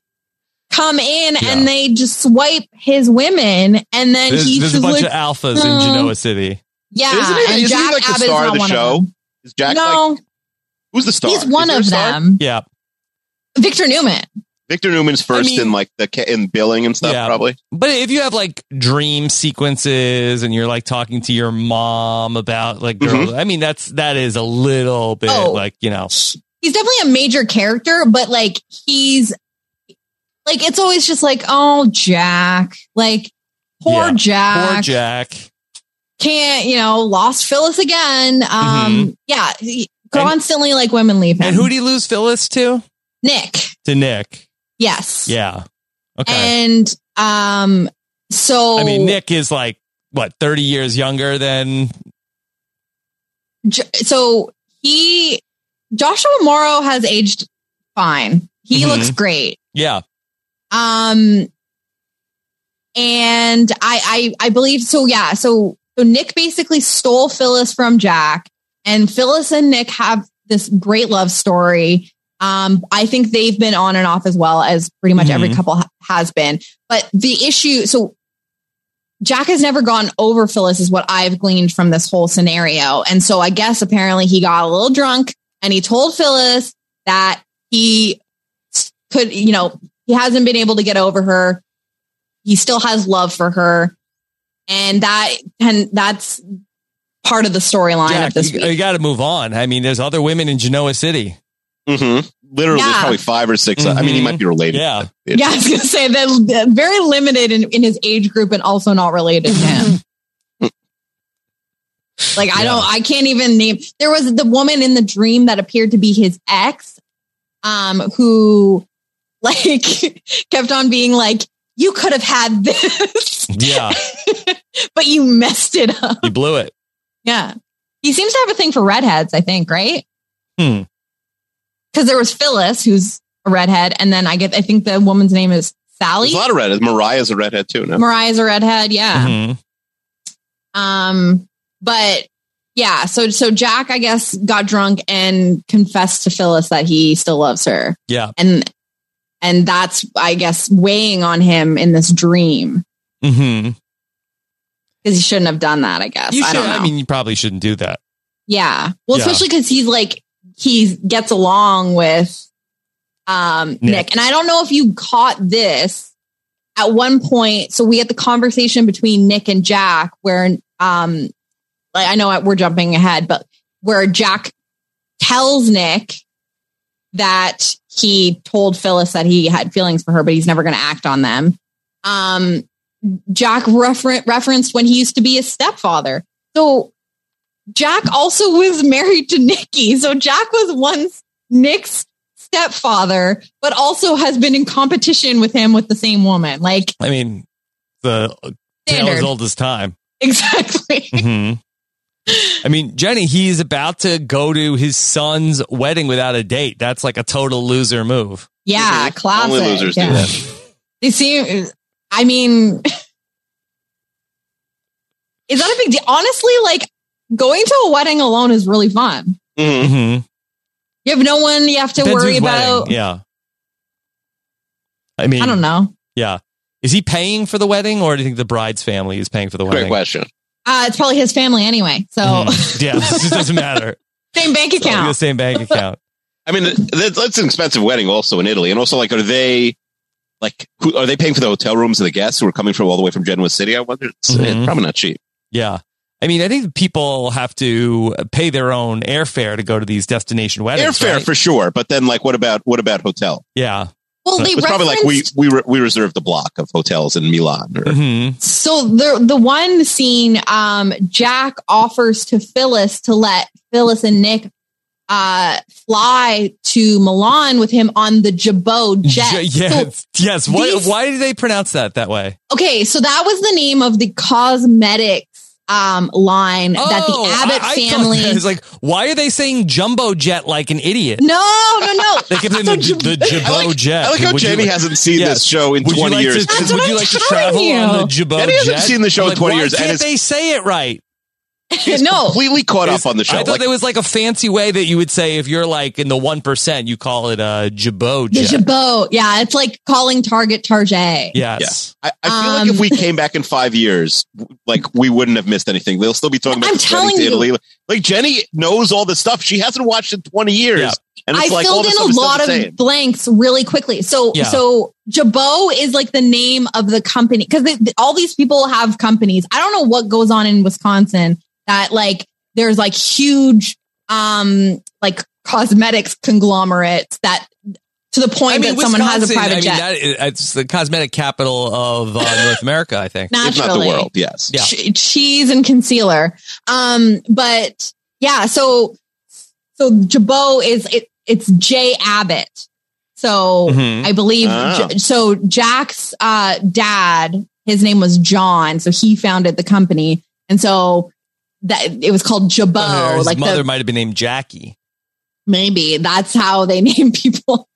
D: come in
B: Yeah.
D: and they just swipe his women, and then
B: There's,
D: he's
B: there's a
D: just
B: bunch
D: like,
B: of alphas in
D: "Hmm."
B: Genoa City.
D: yeah,
C: Isn't he- isn't
D: and
C: he,
D: Jack
C: like, the
D: Abbott's
C: star of
D: not
C: the
D: one
C: show?
D: them.
C: Is Jack like
D: no,
C: who's the star?
D: he's
C: Is
D: one
C: there a
D: of
C: star?
D: them.
B: Yeah.
D: Victor Newman.
C: Victor Newman's first
B: mean-
C: in like the ca- in billing and stuff,
B: Yeah.
C: probably.
B: But if you have like dream sequences and you're like talking to your mom about like girl, I mean that's that is a little bit
D: Oh.
B: like you know
D: He's definitely a major character, but like he's like it's always just like, oh Jack, like poor
B: Yeah,
D: Jack.
B: poor Jack.
D: Can't, you know, lost Phyllis again. Um yeah. he- Constantly like women leave him.
B: Mm-hmm. And who do you lose Phyllis to?
D: Nick.
B: To Nick.
D: Yes.
B: Yeah. Okay.
D: And oh. um so
B: I mean Nick is like what thirty years younger than
D: J- so he Joshua Morrow has aged fine. He
B: Mhm.
D: looks great.
B: yeah
D: Um, and I, I, I believe so. Yeah. So, so Nick basically stole Phyllis from Jack, and Phyllis and Nick have this great love story. Um, I think they've been on and off as well as pretty much every
B: Mhm.
D: couple ha- has been. But the issue, so Jack has never gone over Phyllis, is what I've gleaned from this whole scenario. And so I guess apparently he got a little drunk and he told Phyllis that he s- could, you know, he hasn't been able to get over her. He still has love for her. And that and that's part of the storyline of
B: Jack.
D: Oh, this
B: You, uh,
D: week.
B: got to move on. I mean, there's other women in Genoa City.
C: Mm-hmm. Literally, there's
D: Yeah.
C: probably five or 6 I mean, he
B: Mhm.
C: might be related.
B: Yeah.
C: It-
D: Yeah, I was gonna say that very limited in, in his age group and also not related to him. like I don't I can't even name there was the woman in the dream that appeared to be his ex, um, who like kept on being like, You could have had this,
B: Yeah.
D: but you messed it up.
B: you blew it.
D: Yeah. He seems to have a thing for redheads, I think, right?
B: Hmm.
D: Because there was Phyllis, who's a redhead, and then I get I think the woman's name is Sally.
C: There's a lot of redheads. Mariah's a redhead too. No,
D: Mariah's a redhead, yeah.
B: Mhm. Mm-hmm.
D: Um, but yeah, so so Jack, I guess, got drunk and confessed to Phyllis that he still loves her,
B: Yeah.
D: and and that's I guess weighing on him in this dream
B: hmm
D: because he shouldn't have done that. I guess
B: You
D: I
B: should.
D: don't know.
B: I, mean, you probably shouldn't do that.
D: yeah, well,
B: Yeah.
D: especially because he's like he gets along with um Nick.
B: Nick.
D: and I don't know if you caught this at one point. So we had the conversation between Nick and Jack where um like I know I- we're jumping ahead, but where Jack tells Nick that he told Phyllis that he had feelings for her, but he's never going to act on them. Um, Jack refer- referenced when he used to be a stepfather. So Jack also was married to Nikki. So Jack was once Nick's stepfather, but also has been in competition with him with the same woman. Like
B: I mean, the tale
D: standard.
B: as old as time.
D: Exactly.
B: hmm I mean, Jenny, he's about to go to his son's wedding without a date. That's like a total loser move.
D: Yeah,
C: Mhm.
D: classic.
C: Only losers
D: yeah.
C: do that.
D: They seem. I mean, is that a big deal? Honestly, like going to a wedding alone is really fun.
C: Mhm.
B: Mm-hmm.
D: You have no one you have to worry about.
B: Yeah. I mean,
D: I don't know.
B: Yeah. Is he paying for the wedding or do you think the bride's family is paying for the
C: Great
B: wedding?
C: question.
D: Uh, it's probably his family anyway. So
B: Mhm. Yeah. It doesn't matter.
D: same bank
B: It's all The
D: account.
B: same bank account.
C: I mean, that's, that's an expensive wedding also in Italy, and also like, are they like who, are they paying for the hotel rooms of the guests who are coming from all the way from Genoa City? I wonder. It's, it's
B: Mhm.
C: probably not cheap.
B: Yeah. I mean, I think people have to pay their own airfare to go to these destination weddings.
C: Airfare
B: right?
C: for sure, but then like, what about what about hotel?
B: yeah.
D: Well, they
C: It's
D: referenced
C: probably like we we re, we reserved the block of hotels in Milan. Or,
B: hmm
D: so the the one scene um Jack offers to Phyllis to let Phyllis and Nick uh fly to Milan with him on the Jabot jet.
B: J-
D: So
B: Yes. yes. What,
D: these-
B: why do they pronounce that that way?
D: Okay, so that was the name of the cosmetics um, line that
B: Oh,
D: the Abbott
B: I- I thought
D: family.
B: that was like, why are they saying jumbo jet like an idiot?
D: no, no, no.
B: They kept in the, the
C: I
B: jabot
C: like,
B: jet.
C: I like how
B: Would you
C: Jamie
B: like-
C: hasn't seen
B: Yeah.
C: this show in
B: Would you
C: 20
B: like
C: years.
B: To,
D: That's
B: would
D: what
B: you
D: I'm
B: like to
D: telling
B: travel on the
D: you.
B: jabot
C: Jamie hasn't
B: jet?
C: seen the show in
B: Like,
C: 20
B: why
C: years, and
B: Can't
C: it's-
B: they say it right?
D: no.
C: completely caught
B: Is-
C: up on the show.
B: I thought
C: Like,
B: there was like a fancy way that you would say if you're like in the one percent, you call it a jabot
D: The
B: jet.
D: Jabot. Yeah, it's like calling Target Target.
B: yes.
C: I, I feel like
D: Um,
C: if we came back in five years, w- like we wouldn't have missed anything. They'll still be talking about
D: I'm
C: the journey
D: telling
C: to
D: you.
C: Italy. Like Jenny knows all the stuff. She hasn't watched in 20 years.
B: Yeah.
C: And
D: I
C: it's like all
D: filled
C: the
D: in
C: stuff is
D: a
C: still
D: lot
C: the
D: of
C: same.
D: blanks really quickly. So,
B: Yeah.
D: so Jabot is like the name of the company because all these people have companies. I don't know what goes on in Wisconsin that like there's like huge, um, like cosmetics conglomerates that to the point that someone has a
B: Wisconsin,
D: private jet.
B: I mean, that, it's the cosmetic capital of uh, North America, I think.
C: If
D: naturally.
C: not the world, yes.
B: Yeah.
D: Che- cheese and concealer. Um, but yeah, so so Jabot is it, it's Jay Abbott. So
B: Mhm.
D: I believe
C: Ah.
D: J- so Jack's uh dad, his name was John, so he founded the company. And so that it was called
B: Or
D: Jabot,
B: Oh, his
D: like
B: mother
D: the,
B: might have been named Jackie.
D: maybe that's how they name people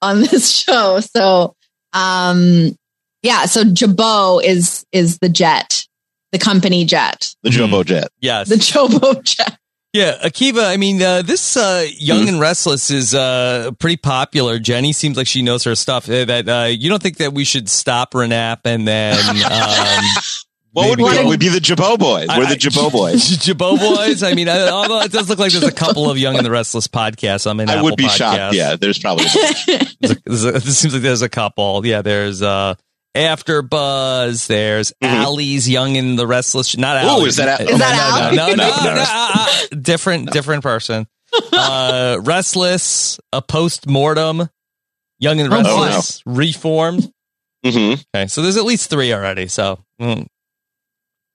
D: on this show. So um yeah, so Jabot is is the jet, the company jet
C: The
B: Mm-hmm.
C: jumbo jet.
B: Yes.
D: the Jobo Jack.
B: Yeah, Akiva. I mean, uh, this uh, Young and Restless is uh, pretty popular. Jenny seems like she knows her stuff. Uh, that uh, you don't think that we should stop Renap and then um,
C: What would
B: maybe
C: we
B: go-
C: go? We'd be the Jabot boys.
B: I-
C: We're the
B: I-
C: Jabot boys.
B: Jabot boys. I mean, I, although it does look like there's a couple of Young and the Restless podcasts. I'm in.
C: I
B: Apple
C: would be
B: podcasts.
C: shocked. Yeah, there's probably.
B: There's a- there's a- This seems like there's a couple. Yeah, there's uh, After Buzz. There's
C: Mhm.
B: Allie's Young and the Restless. Not
C: Oh,
B: Allie.
C: is that
D: Is that
B: no,
D: Allie?
B: No, no, no,
C: No, no.
B: no, uh, uh, different, different person. Uh, restless, a post mortem, young and
D: Oh,
B: restless, reformed.
C: hmm
B: Okay, so there's at least three already. So mm.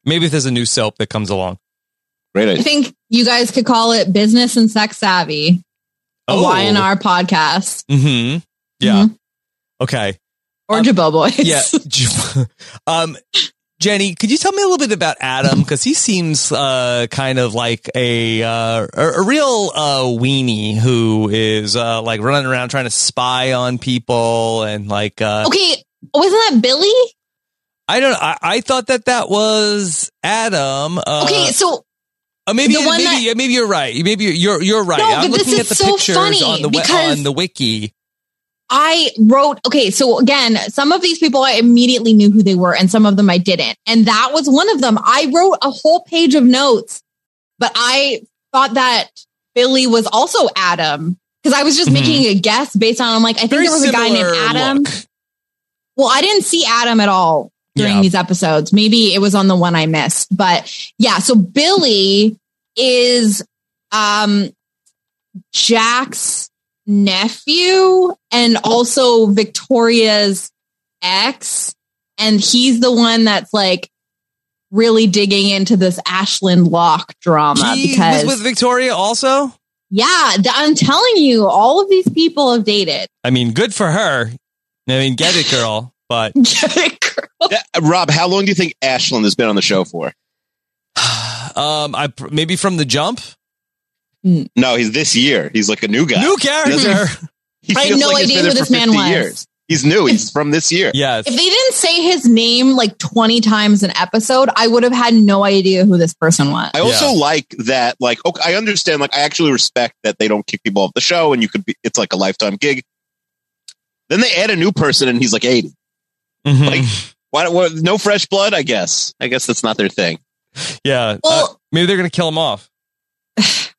B: maybe if there's a new soap that comes along.
C: Great
D: I
C: idea.
D: think you guys could call it business and sex savvy. A
B: Oh.
D: Y&R podcast
B: Mm-hmm. Yeah. Okay.
D: or
B: Um,
D: Jabo Boys.
B: Yeah. um, Jenny, could you tell me a little bit about Adam? Because he seems uh, kind of like a uh, a a real uh, weenie who is uh, like running around trying to spy on people and like uh,
D: Okay, wasn't that Billy?
B: I don't. I, I thought that that was Adam. Uh,
D: Okay, so
B: uh, maybe
D: the one
B: maybe,
D: that-
B: yeah, maybe you're right. Maybe you're you're, you're right.
D: No,
B: I'm
D: but this
B: looking
D: is
B: at the
D: so
B: pictures
D: funny
B: on the we-
D: because-
B: on the wiki.
D: I wrote okay, so again, some of these people I immediately knew who they were and some of them I didn't. And that was one of them. I wrote a whole page of notes, but I thought that Billy was also Adam because I was just
B: Mhm.
D: making a guess based on I'm like I think
B: Very
D: there was a guy named
B: similar
D: Adam.
B: look.
D: Well, I didn't see Adam at all during
B: Yeah.
D: these episodes. Maybe it was on the one I missed, but yeah. So Billy is um Jack's nephew and also Victoria's ex, and he's the one that's like really digging into this Ashland Locke drama
B: He
D: because
B: was with Victoria also.
D: yeah, th- I'm telling you, all of these people have dated.
B: I mean, good for her. I mean, get it, girl. But
C: That- Uh, Rob, how long do you think Ashland has been on the show for?
B: um, I pr- maybe from the jump,
C: No, he's this year. He's like a new guy.
B: new character.
C: He
D: I had
C: feels
D: no
C: he's been
D: idea who
C: there
D: this
C: for
D: man
C: 50
D: was.
C: He's new. He's from this year.
B: yes.
D: If they didn't say his name like 20 times an episode, I would have had no idea who this person was.
C: I also
B: Yeah.
C: like that. Like, okay, I understand. Like, I actually respect that they don't kick people off the show, and you could be. It's like a lifetime gig. Then they add a new person, and he's like eighty.
B: Mhm.
C: like- Why? What, no fresh blood, I guess. I guess that's not their thing.
B: yeah.
D: Well-
B: Uh, maybe they're gonna kill him off.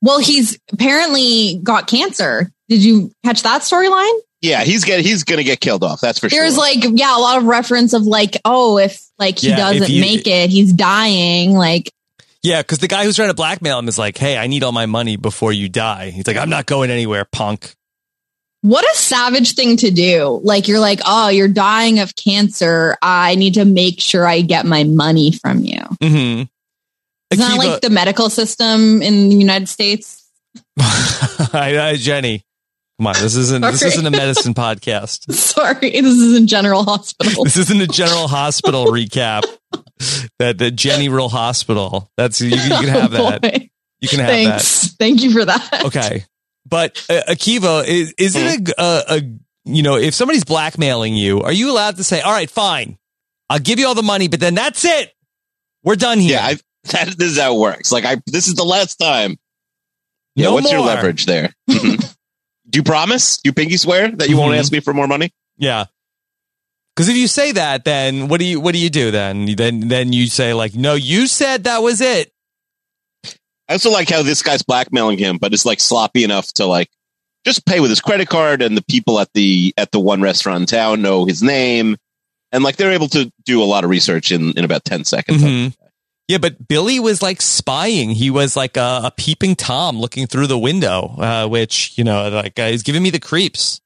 D: Well, he's apparently got cancer. Did you catch that storyline?
C: Yeah, he's get he's gonna get killed off. That's for
D: There's
C: sure.
D: like, yeah, a lot of reference of like, oh, if like he
B: Yeah, if
D: doesn't
B: you-
D: make it, he's dying. Like,
B: Yeah, because the guy who's trying to blackmail him is like, "Hey, I need all my money before you die." He's like, "I'm not going anywhere, punk."
D: what a savage thing to do. Like, you're like, oh, you're dying of cancer. I need to make sure I get my money from you.
B: Mm-hmm.
D: Isn't that like the medical system in the United States?
B: I, I, Jenny, come on. This isn't this
D: Sorry.
B: isn't a medicine podcast.
D: Sorry, this is in General Hospital.
B: This isn't a General Hospital recap. that the general hospital. That's you, you can have that.
D: Oh, Boy.
B: You can have that.
D: Thanks. Thanhank you for that.
B: okay but uh, akiva is, is
C: Mm-hmm.
B: it a, a, a you know if somebody's blackmailing you are you allowed to say all right fine i'll give you all the money but then that's it we're done here
C: Yeah, I, that this is how it works. Like I, this is the last time. Yeah,
B: No
C: what's your
B: more.
C: leverage there? Mhm. Do you promise? Do you pinky swear that you won't
B: Mhm.
C: ask me for more money?
B: yeah because if you say that then what do you what do you do then then then you say like no you said that was it
C: I also like how this guy's blackmailing him, but it's like sloppy enough to like just pay with his credit card, and the people at the at the one restaurant in town know his name, and like they're able to do a lot of research in in about ten seconds.
B: Mhm. Yeah, but Billy was like spying. He was like a, a peeping Tom looking through the window, uh, which, you know, like uh, is giving me the creeps.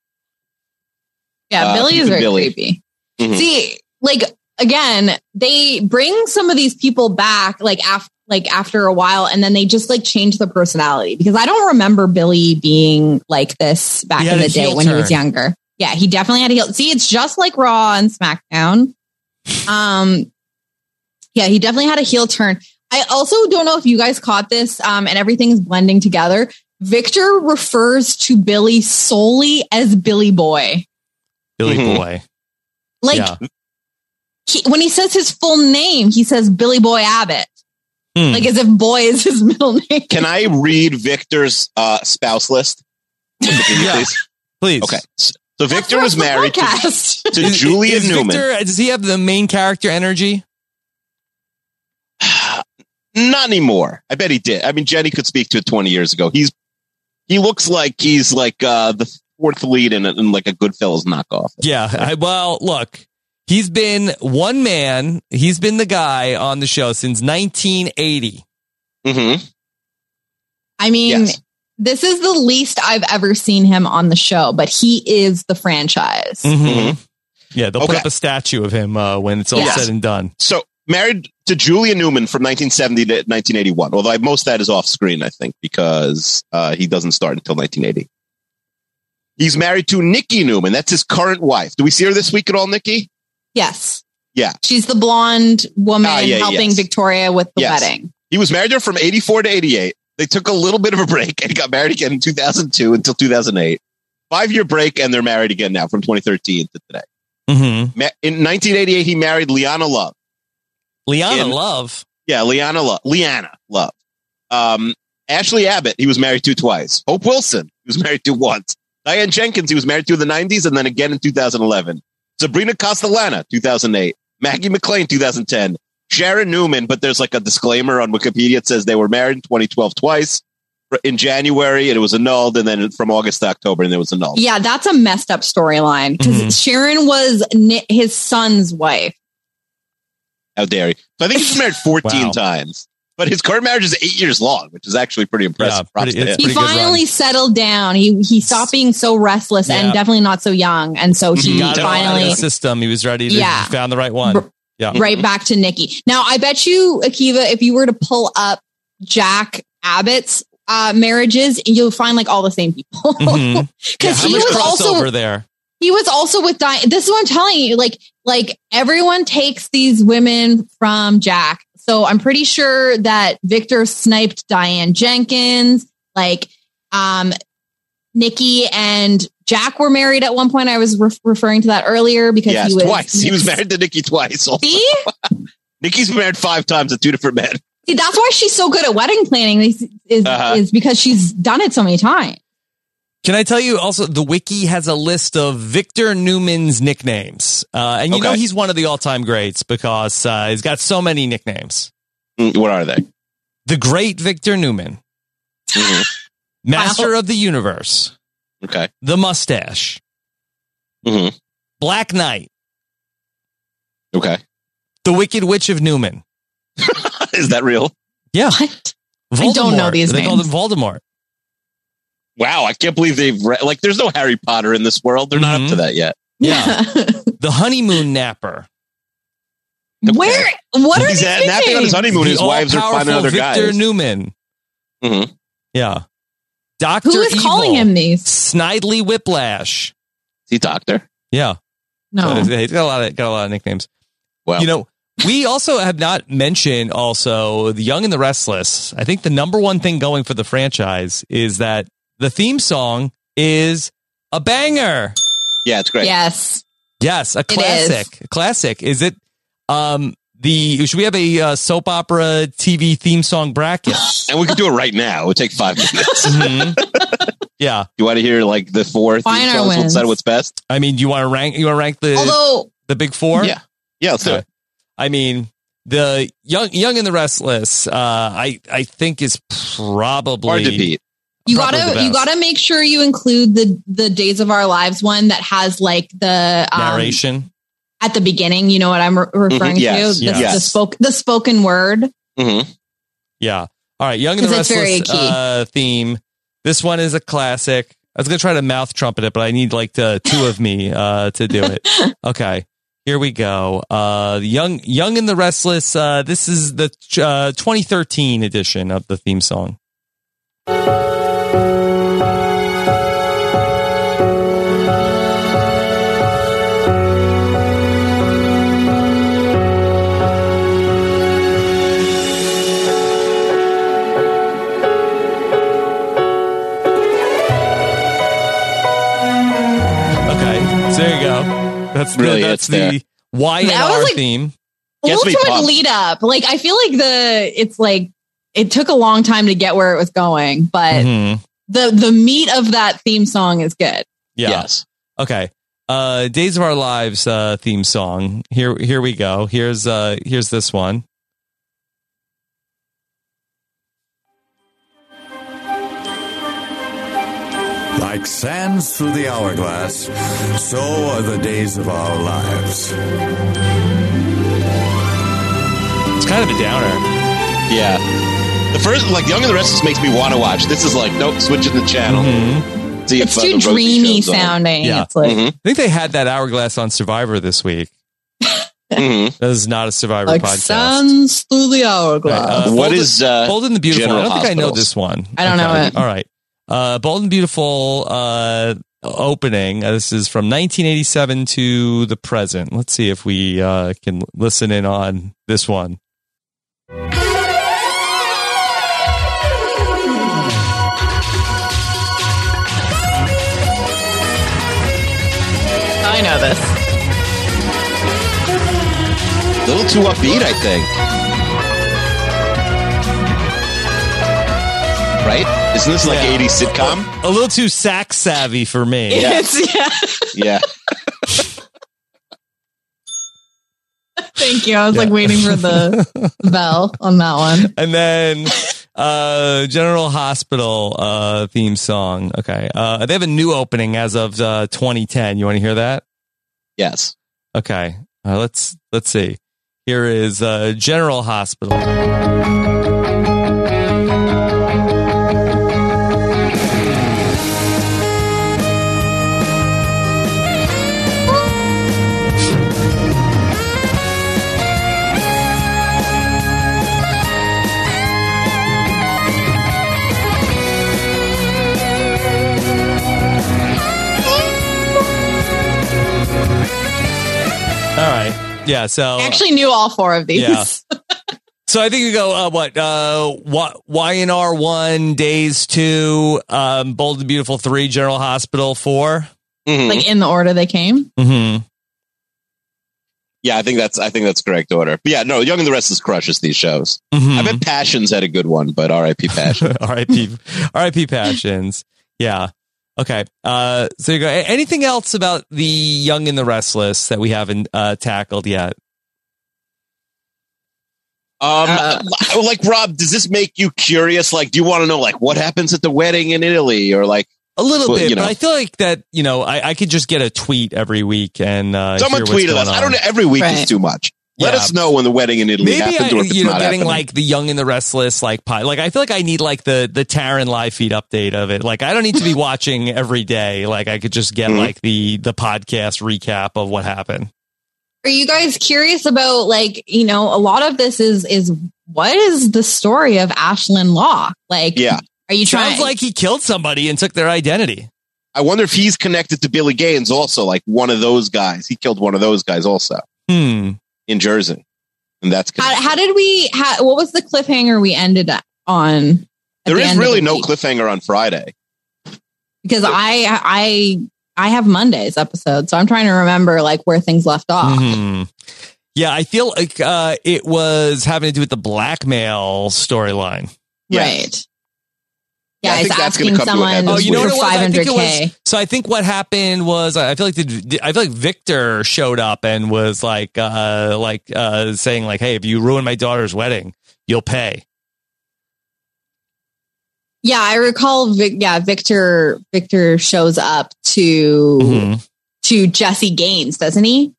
D: Yeah,
C: Uh,
D: Billy is very
C: Billy.
D: creepy.
C: Mhm.
D: See, like again, they bring some of these people back like after like after a while and then they just like change the personality because I don't remember Billy being like this back
B: He
D: in
B: had
D: the
B: a
D: day
B: heel
D: when he was
B: turn.
D: younger. Yeah, he definitely had a heel. See, it's just like Raw and SmackDown. Um yeah, he definitely had a heel turn. I also don't know if you guys caught this um and everything is blending together. Victor refers to Billy solely as Billy Boy.
B: Billy
C: Mhm.
B: boy.
D: Like
B: yeah.
D: he, when he says his full name, he says Billy Boy Abbott,
B: Hmm.
D: like as if boy is his middle name.
C: Can I read Victor's uh, spouse list? Please?
B: Please.
C: Okay. So Victor
D: That's
C: was
D: the
C: married to,
D: podcast.
C: to
B: Is-
C: Julia
B: is
C: Newman.
B: Victor- does he have the main character energy?
C: Not anymore. I bet he did. I mean, Jenny could speak to it 20 years ago. He's he looks like he's like uh, the fourth lead in, a, in like a Goodfellas knockoff.
B: Yeah. I, well, look, he's been one man. He's been the guy on the show since 1980.
C: Mm-hmm.
D: I mean,
C: Yes.
D: this is the least I've ever seen him on the show, but he is the franchise.
B: Hmm. Mm-hmm.
C: Mhm.
B: Yeah. They'll put
C: Okay.
B: up a statue of him uh, when it's all
D: Yes.
B: said and done.
C: So married to Julia Newman from 1970 to 1981. Although I, most of that is off screen, I think, because uh, he doesn't start until 1980. He's married to Nikki Newman. That's his current wife. Do we see her this week at all, Nikki?
D: Yes.
C: Yeah.
D: She's the blonde woman
C: Ah, yeah,
D: helping
C: yes.
D: Victoria with the
C: Yes.
D: wedding.
C: He was married to her from 84 to 88. They took a little bit of a break and got married again in 2002 until 2008. Five year break, and they're married again now from 2013 to today.
B: Mm-hmm.
C: Ma- In 1988, he married Liana Love.
B: Liana
C: In-
B: Love.
C: Yeah, Liana Love. Liana Love. Um, Ashley Abbott, he was married to twice. Hope Wilson, he was married to once. Diane Jenkins, he was married to in the 90s and then again in 2011. Sabrina Castellana, 2008. Maggie McLean, 2010. Sharon Newman, but there's like a disclaimer on Wikipedia. It says they were married in 2012 twice fr- in January, and it was annulled, and then from August to October, and it was annulled.
D: Yeah, that's a messed up storyline because
B: Mhm.
D: Sharon was ni- his son's wife.
C: How dare you? So I think he's been married 14
B: Wow.
C: times, but his current marriage is eight years long, which is actually pretty impressive.
B: Yeah, pretty-
C: Props to him.
B: it's
D: He
B: Pretty good run.
D: finally settled down. He he stopped being so restless
B: Yeah. Mm-hmm.
D: and definitely not so young. And so
C: He
D: he
B: Got it all out of the
D: finally
B: system. He was ready to
D: Yeah.
B: he found the right one.
D: Br-
B: Yeah.
D: right back to Nikki. Now, I bet you, Akiva, if you were to pull up Jack Abbott's uh, marriages, you'll find like all the same people because
C: Mm-hmm.
B: Mhm. Yeah, how
D: he
B: much
D: was
B: crossover
D: also
B: there?
D: he was also with Diane. This is what I'm telling you. Like like everyone takes these women from Jack. So I'm pretty sure that Victor sniped Diane Jenkins. Like um, Nikki and Jack were married at one point. I was re- referring to that earlier because
C: Yes,
D: he was
C: twice. He was married to Nikki twice. Also.
D: See,
C: Nikki's been married five times to two different men.
D: See, that's why she's so good at wedding planning is, is,
C: Uh-huh.
D: is because she's done it so many times.
B: Can I tell you also the wiki has a list of Victor Newman's nicknames. Uh, and you know
C: Okay.
B: he's one of the all-time greats because uh, he's got so many nicknames.
C: Mm, What are they?
B: The Great Victor Newman,
C: Mhm.
B: Master of the Universe,
C: Okay.
B: The Mustache,
C: Mhm.
B: Black Knight,
C: Okay.
B: The Wicked Witch of Newman.
C: Is that real?
B: Yeah.
D: What? I don't know
B: Voldemort.
D: these
B: They called him
D: names.
B: Voldemort.
C: Wow. I can't believe they've re- like, there's no Harry Potter in this world. They're not
B: Mhm.
C: up to that yet.
B: Yeah. The Honeymoon Napper.
D: Where? What are
C: He's
D: these
C: at- napping on his
D: nicknames?
C: honeymoon.
B: The
C: his wives are
B: all-powerful
C: finding other
B: Victor
C: guys.
B: Newman.
C: Mhm.
B: Yeah. Doctor
D: Who is calling him these?
B: Snidely Whiplash.
C: Is he doctor?
B: Yeah.
D: No. Oh.
B: So he's got a lot of got a lot of nicknames.
C: Wow.
B: You know, We also have not mentioned also The Young and the Restless. I think the number one thing going for the franchise is that the theme song is a banger.
C: Yeah, it's great.
D: Yes.
B: Yes, a
D: is.
B: classic. A classic. Is it um the should we have a uh, soap opera TV theme song bracket?
C: And we could do it right now. It would take five minutes.
B: Mhm. Yeah.
C: you want to hear like the four theme
D: Finer
C: songs? What's
D: wins.
C: that? What's best?
B: I mean, you want to rank you want to rank the
D: Although
B: the big 4?
C: Yeah. Yeah, let's do
B: Okay.
C: it.
B: Uh, I mean, the young young and the restless uh I I think is probably
C: Hard to beat.
D: you
B: probably
D: gotta
B: the
D: you
B: best.
D: gotta make sure you include the the Days of Our Lives one that has like the um,
B: narration.
D: at the beginning. You know what I'm re- referring
C: Mhm, yes,
D: to? The,
B: yes.
D: the spoke the spoken word.
C: Mm-hmm.
B: Yeah. All right. Young and the
D: 'Cause it's very
B: Restless
D: key.
B: uh, theme. This one is a classic. I was gonna try to mouth trumpet it, but I need like the two of me uh, to do it. Okay. Here we go. Uh, the young, young and the restless. Uh, this is the uh, 2013 edition of the theme song. Okay, so there you go. That's the,
C: Really
B: that's
C: hits
B: the YNR
D: That was, like,
B: theme.
D: A
C: Gets
D: little
C: me
D: too much
C: pumped.
D: lead up. Like I feel like the it's like it took a long time to get where it was going, but
B: Mhm.
D: the the meat of that theme song is good.
B: Yeah.
C: Yes.
B: Okay. Uh, Days of Our Lives uh, theme song. Here, here we go. Here's uh, here's this one.
F: Like sands through the hourglass, so are the days of our lives.
B: It's kind of a downer.
C: Yeah. The first, like, Young and the Restless makes me want to watch. This is like, nope, switching the channel.
B: Mhm.
C: See
D: It's
C: uh,
D: too
C: the Rosie
D: dreamy
C: shows up.
D: sounding.
B: Yeah.
D: It's like
C: Mhm.
B: I think they had that hourglass on Survivor this week.
C: Mhm.
B: That is not a Survivor
D: like
B: podcast.
D: suns through the hourglass.
B: Right, Uh,
C: what
B: Bold-
C: is, uh,
B: Bold and the Beautiful.
C: General
B: I don't think I know
C: Hospitals.
B: this one.
D: I don't know it.
B: All right. Uh, Bold and Beautiful uh, opening. Uh, this is from 1987 to the present. Let's see if we uh, can listen in on this one.
D: I know this.
C: a little too upbeat, I think. Right? Isn't this like
B: Yeah.
C: 80s sitcom?
B: A little too sax savvy for me.
C: Yeah.
D: It's, yeah.
C: yeah.
D: Thank you. I was like
B: Yeah.
D: waiting for the bell on that one.
B: And then uh, General Hospital uh, theme song. Okay. Uh, they have a new opening as of uh, 2010. You want to hear that?
C: Yes.
B: Okay. Uh, let's let's see. Here is uh, General Hospital. All right. Yeah. So
D: I actually knew all four of these.
B: Yeah. So I think you go uh, what uh Y and R one days two um bold and beautiful three General Hospital 4
C: Mhm.
D: Like in the order they came.
B: Mm-hmm.
C: yeah, I think that's I think that's correct order. But yeah, no, Young and the Restless crushes these shows.
B: Mm-hmm.
C: I bet Passions had a good one, but R.I.P. Passion.
B: R.I.P. R.I.P. Passions. Yeah. Okay. Uh. So you go. A- Anything else about the Young and the Restless that we haven't uh tackled yet?
C: Um,
D: Uh.
C: li- like Rob, does this make you curious? Like, do you want to know like what happens at the wedding in Italy, or like
B: A little
C: Well,
B: bit,
C: you know.
B: but I feel like that. You know, I, I could just get a tweet every week and uh,
C: someone
B: hear what's
C: tweeted
B: going
C: us? I
B: on.
C: don't know. Every week
D: Right. uh,
C: is too much. Let
B: Yeah.
C: us know when the wedding in Italy
B: Maybe
C: happens, or
B: I,
C: if it's
B: you know,
C: not
B: getting
C: happening.
B: like the young and the restless, like pie. Like I feel like I need like the the Taryn live feed update of it. Like I don't need to be watching every day. Like I could just get
C: Mhm.
B: like the the podcast recap of what happened.
D: Are you guys curious about like, you know, a lot of this is is what is the story of Ashlyn Law? Like
C: yeah,
D: are you trying
B: Sounds like he killed somebody and took their identity.
C: I wonder if he's connected to Billy Gaines, also like one of those guys. He killed one of those guys also
B: Hmm.
C: in Jersey. and that's good.
D: How, how did we? How, what was the cliffhanger we ended at- on? at
C: there
D: the
C: is
D: end of
C: really
D: the
C: no
D: week?
C: cliffhanger on Friday.
D: because I I I have Monday's episode, so I'm trying to remember like where things left off.
B: Mhm. Yeah, I feel like uh, it was having to do with the blackmail storyline.
C: Yes.
D: Right.
C: Yeah, I
D: Yeah,
C: think
D: it's
C: that's gonna come
D: asking
C: to an
D: someone
C: end
B: Oh, you know
D: for
B: what it was? I think it
D: 500k.
B: was. So I think what happened was I feel like the, I feel like Victor showed up and was like uh like uh saying like hey if you ruin my daughter's wedding you'll pay.
D: Yeah, I recall. Vic, yeah, Victor Victor shows up to
B: Mm-hmm.
D: to Jesse Gaines, doesn't he?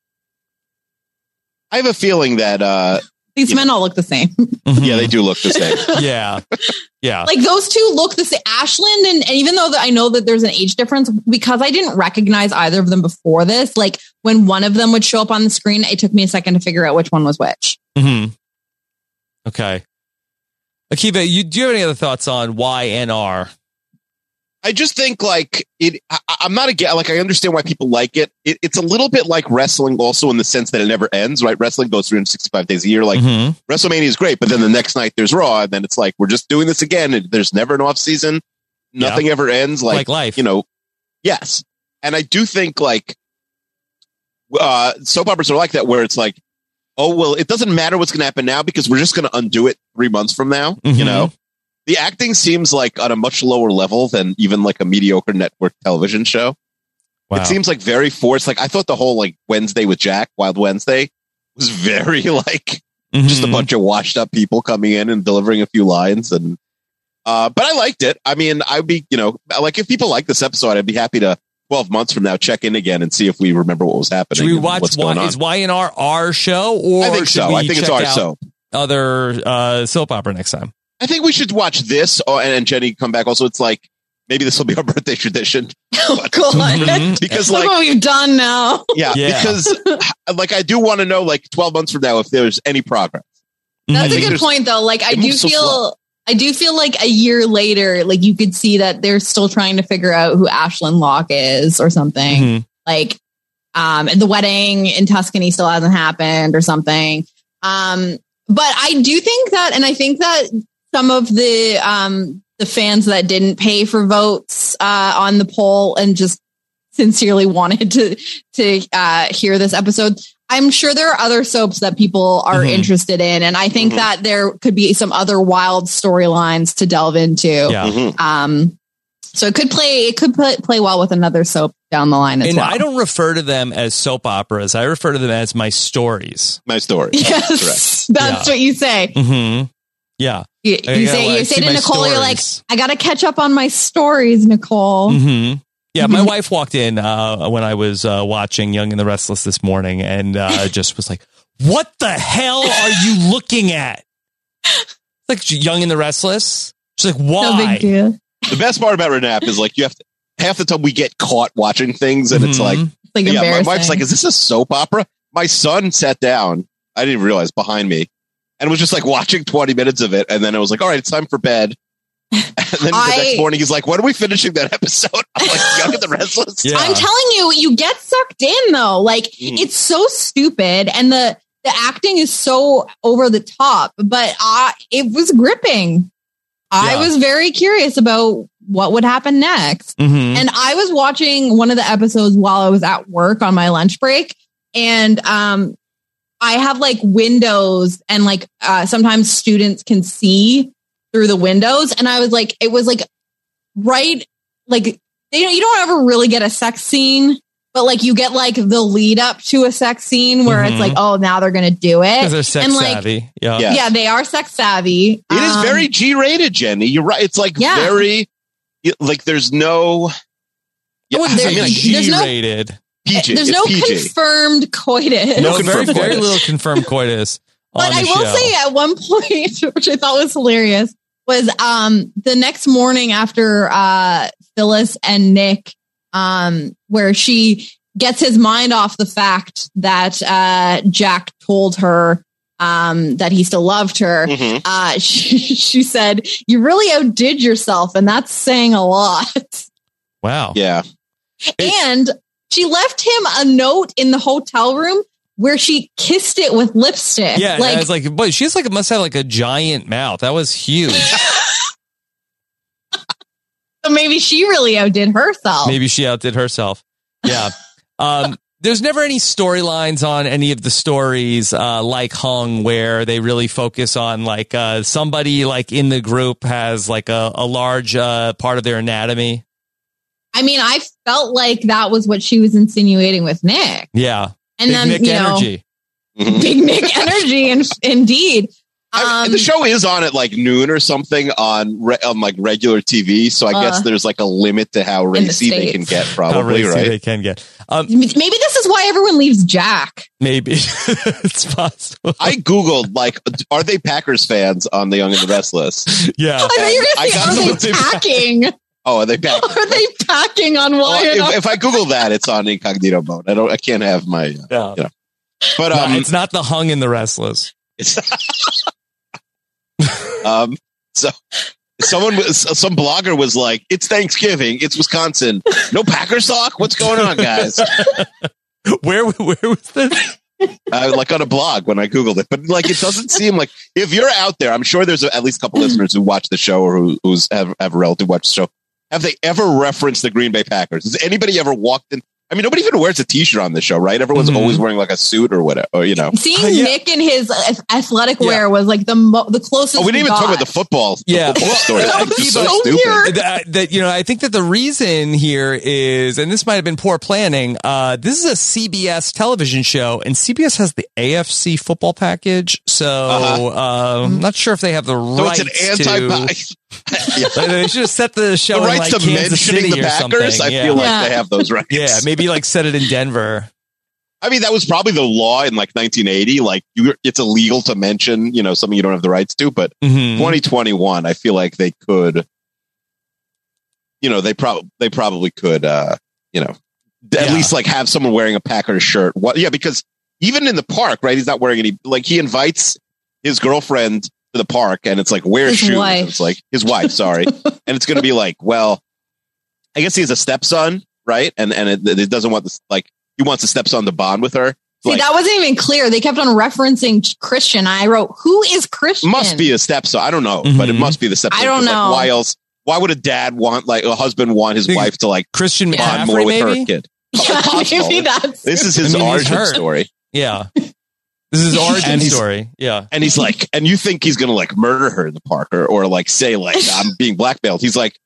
C: I have a feeling that uh,
D: These
C: Yeah.
D: men all look the same.
C: yeah, they do look the same.
B: Mm-hmm. yeah yeah
D: like those two look the same. Ashland and, and even though that I know that there's an age difference, because I didn't recognize either of them before this. Like when one of them would show up on the screen, it took me a second to figure out which one was which.
B: hmm okay. Akiva, you do you have any other thoughts on YNR?
C: I just think like it. I, I- I'm not again. Like I understand why people like it. it. It's a little bit like wrestling, also in the sense that it never ends. Right? Wrestling goes 365 days a year. Like
B: Mhm.
C: WrestleMania is great, but then the next night there's Raw, and then it's like we're just doing this again. And there's never an off season. Nothing ever ends.
B: like,
C: Like,
B: life.
C: you know, yes. And I do think like uh, soap operas are like that, where it's like, oh well, it doesn't matter what's going to happen now because we're just going to undo it three months from now.
B: Mhm.
C: You know, the acting seems like on a much lower level than even like a mediocre network television show.
B: Wow.
C: It seems like very forced. Like I thought the whole like Wednesday with Jack, Wild Wednesday, was very like just a
B: Mhm.
C: bunch of washed up people coming in and delivering a few lines and uh but i liked it i mean i'd be you know like if people like this episode i'd be happy to 12 months from now check in again and see if we remember what was happening
B: Should we
C: and
B: watch
C: what's
B: y-
C: going on
B: is YNR our show or
C: i think
B: should
C: so i
B: we
C: think it's
B: check
C: our
B: out
C: soap
B: other uh, soap opera next time?
C: i think we should watch this oh, and, and jenny come back also it's like maybe this will be our birthday tradition
D: Oh god.
B: Mhm.
C: because
D: Look
C: like Mm-hmm.
D: what we've done now.
C: yeah,
B: Yeah.
C: because like i do want to know like 12 months from now if there's any progress
D: That's
B: Mm-hmm.
D: a
C: think
D: good
C: there's-
D: point though. Like I
C: it
D: do
C: moves so
D: feel
C: slow.
D: I do feel like a year later, like you could see that they're still trying to figure out who Ashlyn Locke is or something.
B: Mhm.
D: Like um and the wedding in Tuscany still hasn't happened or something. Um but I do think that and I think that some of the um the fans that didn't pay for votes uh on the poll and just sincerely wanted to to uh hear this episode I'm sure there are other soaps that people are
B: Mhm.
D: interested in, and I think
C: Mhm.
D: that there could be some other wild storylines to delve into.
B: Yeah.
C: Mhm.
D: Um, so it could play it could play, play well with another soap down the line as
B: And
D: well.
B: I don't refer to them as soap operas. I refer to them as my stories.
C: my story
D: Yes, that's what you say.
B: Mm-hmm. Yeah.
D: You,
B: I
D: you
B: gotta,
D: say you
B: like,
D: say
B: see
D: to
B: my
D: Nicole, you're like,
B: stories.
D: I gotta catch up on my stories, Nicole.
B: hmm Yeah,
D: Mm-hmm.
B: my wife walked in uh, when I was uh, watching Young and the Restless this morning and uh, just was like, "What the hell are you looking at?" Like Young and the Restless. She's like,
D: No big
B: "Why?"
D: deal.
C: the best part about renap is like you have to half the time we get caught watching things and it's
B: Mhm.
C: like
D: It's like
C: yeah, my
D: embarrassing.
C: wife's like, "Is this a soap opera?" My son sat down. I didn't realize behind me, and was just like watching twenty minutes of it, and then I was like, "All right, it's time for bed." And then
D: I-
C: the next morning, he's like, "When are we finishing that episode?" I'm like, "Young and the Restless."
B: Yeah.
D: I'm telling you, you get sucked in though. Like
C: Mhm.
D: it's so stupid, and the the acting is so over the top. But I, it was gripping. I
B: Yeah.
D: was very curious about what would happen next,
B: Mhm.
D: and I was watching one of the episodes while I was at work on my lunch break, and um, I have like windows, and like uh, sometimes students can see through the windows, and I was like, it was like right like they don't you don't ever really get a sex scene but like you get like the lead up to a sex scene where
B: Mhm.
D: it's like oh now they're gonna do
B: Because
D: it
B: they're sex
D: and, like-
B: savvy. Yeah.
C: Yeah.
D: yeah they are sex savvy
C: It is
D: Um,
C: very G rated, Jenny. You're right. It's like
D: Yeah.
C: very, it- like there's no. Yeah,
B: I wouldn't say
D: I mean, like, there's no-
B: G-rated.
C: PG.
D: there's
C: It's
D: no
C: PG.
D: confirmed coitus
B: No,
C: No
B: very,
C: confirmed
B: very
C: coitus.
B: little confirmed coitus.
D: but
B: on the
D: i will
B: show.
D: say at one point which i thought was hilarious was um the next morning after uh phyllis and nick um where she gets his mind off the fact that uh jack told her um that he still loved her
C: Mhm.
D: uh, she, she said, "You really outdid yourself, and that's saying a lot."
B: wow.
C: Yeah.
D: and she left him a note in the hotel room where she kissed it with lipstick.
B: Yeah, I was like, boy, she's like must have like a giant mouth. That was huge.
D: so maybe she really outdid herself.
B: Maybe she outdid herself. Yeah. Um, there's never any storylines on any of the stories uh, like Hung where they really focus on like uh, somebody like in the group has like a, a large uh, part of their anatomy.
D: I mean, I felt like that was what she was insinuating with Nick,
B: Yeah.
D: and
B: Big
D: then
B: Nick
D: you know,
B: energy.
C: Mhm.
D: big Nick energy, and indeed.
C: I-
D: Um,
C: the show is on at like noon or something on re- on like regular TV, so I
D: Uh,
C: guess there's like a limit to how
D: in the
C: racy they
D: States.
C: can get,
B: How
C: probably,
B: racy
C: right?
B: They can get. Um,
D: maybe this is why everyone leaves Jack.
B: maybe it's possible.
C: I googled like, are they Packers fans on the Young and the Restless?
B: Yeah.
D: I thought you
C: I got
D: were going to
C: something
D: say, are they packing?
C: Oh, are they back?
D: are they packing on
C: Well,
D: wire?
C: if, if I Google that, it's on incognito mode. I don't. I can't have my. Uh,
B: Yeah.
C: but
B: No,
C: um,
B: it's not the hung and the restless.
C: um, so someone was some blogger was like, "It's Thanksgiving. It's Wisconsin. No Packers talk. What's going on, guys?"
B: Where where was this?
C: uh, like on a blog when I googled it. But like, it doesn't seem like if you're out there, I'm sure there's at least a couple listeners who watch the show or who who's have, have a relative watch the show. Have they ever referenced the Green Bay Packers? Has anybody ever walked in? I mean, nobody even wears a T-shirt on the show, right? Everyone's
B: Mhm.
C: always wearing like a suit or whatever, or, you know.
D: Seeing
B: Uh, yeah.
D: Nick in his ath- athletic
B: Yeah.
D: wear was like the mo- the closest.
C: Oh, we didn't even
D: got.
C: talk about the football.
B: Yeah.
C: the football story.
B: Well,
C: Like,
B: that was
C: so
D: so
C: stupid.
D: weird.
B: that, that you know i think that the reason here is and this might have been poor planning uh this is a cbs television show and cbs has the afc football package so uh, i'm not sure if they have the
C: Uh-huh.
B: rights
C: So it's an
B: to,
C: anti. Yeah.
B: they should have set the show
C: The
B: in
C: rights
B: like
C: to
B: kansas
C: mentioning
B: city
C: the
B: or
C: Packers,
B: something
C: I
B: yeah.
C: feel like
D: Yeah.
C: they have those rights.
B: yeah maybe like set it in denver
C: I mean, that was probably the law in like 1980. Like, you, it's illegal to mention, you know, something you don't have the rights to. But
B: Mhm.
C: 2021 i feel like they could you know they probably they probably could uh you know d- at
B: Yeah.
C: least like have someone wearing a packers shirt what yeah because even in the park right he's not wearing any like he invites his girlfriend to the park and it's like wear
D: His
C: shoes
D: wife.
C: it's like his wife sorry and it's going to be like well i guess he has a stepson right and and it, it doesn't want this like he wants the stepson to bond with her
D: See,
C: like-
D: that wasn't even clear. They kept on referencing Christian. I wrote, "Who is Christian?"
C: must be a stepson. I don't know, but it
B: Mhm.
C: must be the stepson.
D: I
C: 'cause,
D: don't
C: like,
D: know.
C: why else? Why would a dad want like a husband want his
B: Think-
C: wife to like
B: christian
C: bond
B: mccaffrey
C: more with her
B: maybe
C: kid?
D: Yeah,
C: possible.
D: maybe that's
C: This is his
B: I mean, he's
C: origin
B: hurt.
C: story,
B: yeah this is his origin
C: And he's-
B: story yeah
C: and he's like, and you think he's gonna like murder her in the park or, or like say like I'm being blackmailed? He's like,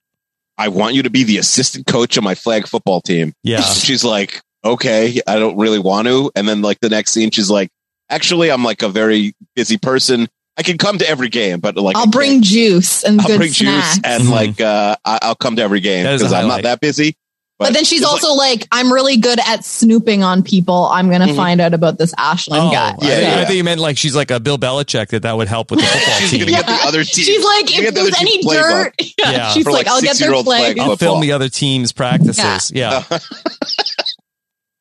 C: I want you to be the assistant coach of my flag football team.
B: yeah
C: And she's like, okay, I don't really want to. And then like the next scene, she's like, actually, I'm like a very busy person. I can come to every game, but like I
D: I'll
C: can't
D: bring juice and
C: I'll
D: good
C: bring
D: snacks.
C: juice and
B: Mhm.
C: like uh, I- I'll come to every game
B: That is a
C: because I'm
B: highlight.
C: not that busy.
D: but, then she's
C: it's
D: also like, "I'm really good at snooping on people. I'm going to
C: Mhm.
D: find out about this Ashland
B: Oh, I,
D: guy."
C: Oh, Yeah,
B: think-
C: yeah.
B: I think you meant like she's like a Bill Belichick that that would help with the football
C: She's
B: team.
C: gonna get the other team.
D: She's like,
C: You
D: if
C: get the other
D: there's
C: team's
D: any
C: playbook.
D: dirt,
B: Yeah.
D: she's
C: For,
D: like,
C: like,
D: I'll get their
C: six-year-old
D: flag.
C: flag.
B: I'll
C: football.
B: film the other team's practices. Yeah.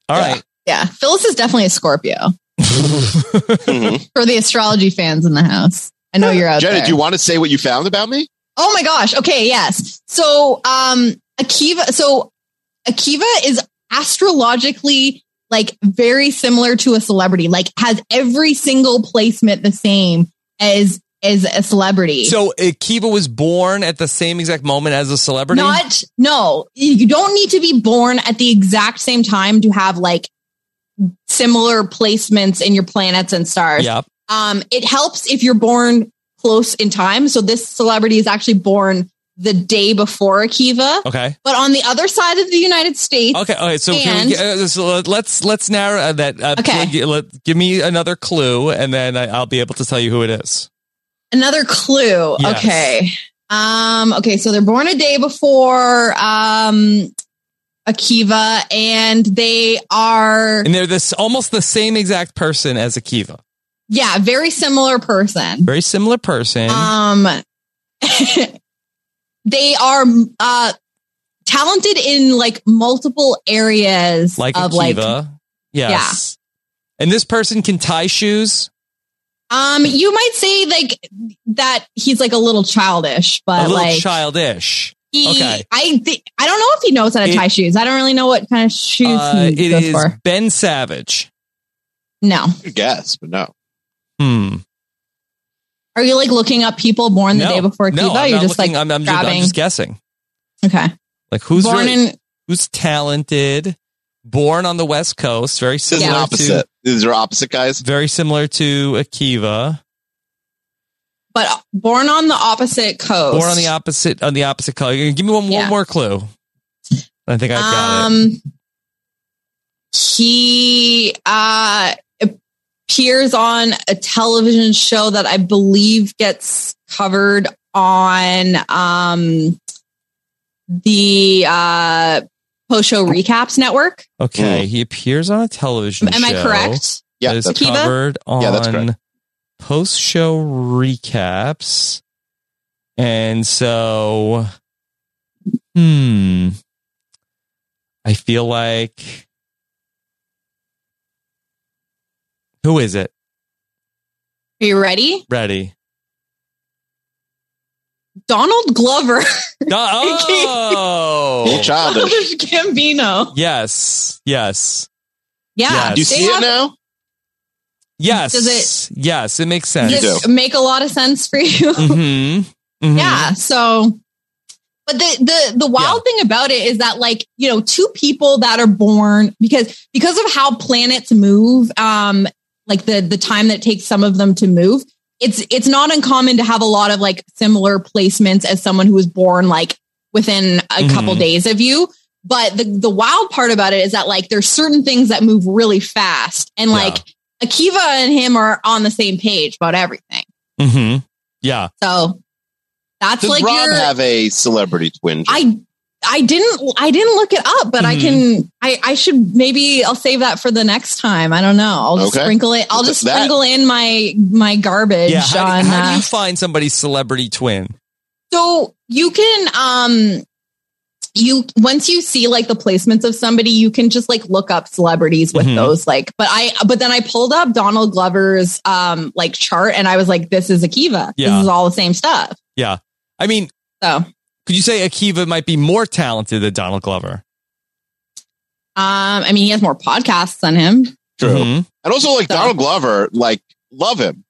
B: All right.
D: Yeah, Phyllis is definitely a Scorpio
C: Mhm.
D: for the astrology fans in the house. I know you're out
C: Jenna,
D: there.
C: do you want to say what you found about me?
D: Oh my gosh. Okay, yes. So um Akiva so Akiva is astrologically like very similar to a celebrity, like has every single placement the same as as a celebrity.
B: So uh, Kiva was born at the same exact moment as a celebrity.
D: not no, you don't need to be born at the exact same time to have like similar placements in your planets and stars.
B: yeah.
D: Um, it helps if you're born close in time. So this celebrity is actually born the day before Akiva,
B: Okay.
D: but on the other side of the United States.
B: Okay. All right. So, can we, uh, so let- let's let's narrow uh, that. Uh,
D: Okay.
B: g- let- give me another clue, and then I, I'll be able to tell you who it is.
D: Another clue.
B: Yes.
D: Okay. Um, okay. So they're born a day before, um, Akiva and they are,
B: And they're this almost the same exact person as a Kiva.
D: yeah, very similar person.
B: Very similar person.
D: Um, they are, uh, talented in like multiple areas
B: like a
D: of like
B: Kiva. yes. And this person can tie shoes.
D: Um, you might say like that he's like a little childish,
B: a
D: but
B: little
D: like
B: childish.
D: he,
B: okay.
D: I thi- I don't know if he knows how to
B: It-
D: hmm, tie shoes. I don't really know what kind of shoes
B: Uh,
D: he
B: it
D: goes
B: is
D: for.
B: Ben Savage.
D: No.
C: Good guess, but no.
B: Hmm.
D: Are you like looking up people born the
B: no,
D: day before Kiva?
B: no, I'm
D: You're
B: not
D: just
B: looking,
D: like
B: I'm, I'm, just,
D: grabbing.
B: I'm just guessing.
D: okay.
B: Like who's
D: born
B: really-
D: in
B: who's talented, born on the West Coast, very
C: This is
B: similar
C: an
B: to
C: opposite. These are opposite guys.
B: very similar to Akiva.
D: but born on the opposite coast.
B: Born on the opposite on the opposite color. Give me one,
D: Yeah.
B: one more clue. I think I've got it.
D: Um, he uh, appears on a television show that I believe gets covered on um, the uh, post show recaps network.
B: Okay, he appears on a television
D: Am I
B: show
D: correct?
C: Yeah,
B: that is
C: that's
D: Akiva?
B: covered on
C: Yeah, that's
B: post show recaps. And so hmm I feel like who is it?
D: Are you ready?
B: Ready.
D: Donald Glover,
B: Do-
C: a little
B: Oh,
C: childish.
D: Childish Gambino.
B: yes, yes,
D: Yeah,
B: Yes.
C: Do you
D: they
C: see
D: have-
C: it now?
B: yes,
D: Does
B: yes. It makes sense.
D: Does this make a lot of sense for you?
B: Mhm, mhm.
D: Yeah. So, but the the the wild thing about it is that like you know two people that are born because because of how planets move, um, like the the time that it takes some of them to move, it's it's not uncommon to have a lot of like similar placements as someone who was born like within a couple
B: Mhm.
D: days of you. But the the wild part about it is that like there's certain things that move really fast, and
B: Yeah.
D: like Akiva and him are on the same page about everything.
B: Mhm. Yeah.
D: So that's
C: Does
D: like
C: Rob
D: your
C: have a celebrity twin?
D: I I didn't I didn't look it up, but I can I I should maybe I'll save that for the next time. I don't know. I'll just
C: Okay.
D: sprinkle it. I'll
C: Th-
D: just
C: that-
D: sprinkle in my my garbage
B: Yeah. How,
D: on.
B: do, how do
D: uh,
B: you find somebody's celebrity twin?
D: so you can um you once you see like the placements of somebody, you can just like look up celebrities with
B: Mhm.
D: those like. But I but then I pulled up Donald Glover's um like chart and I was like, this is Akiva.
B: Yeah.
D: This is all the same stuff.
B: I mean,
D: So
B: could you say Akiva might be more talented than Donald Glover?
D: um I mean he has more podcasts on him.
C: True.
B: Mhm.
C: And also, like
D: So-
C: Donald Glover, like love him,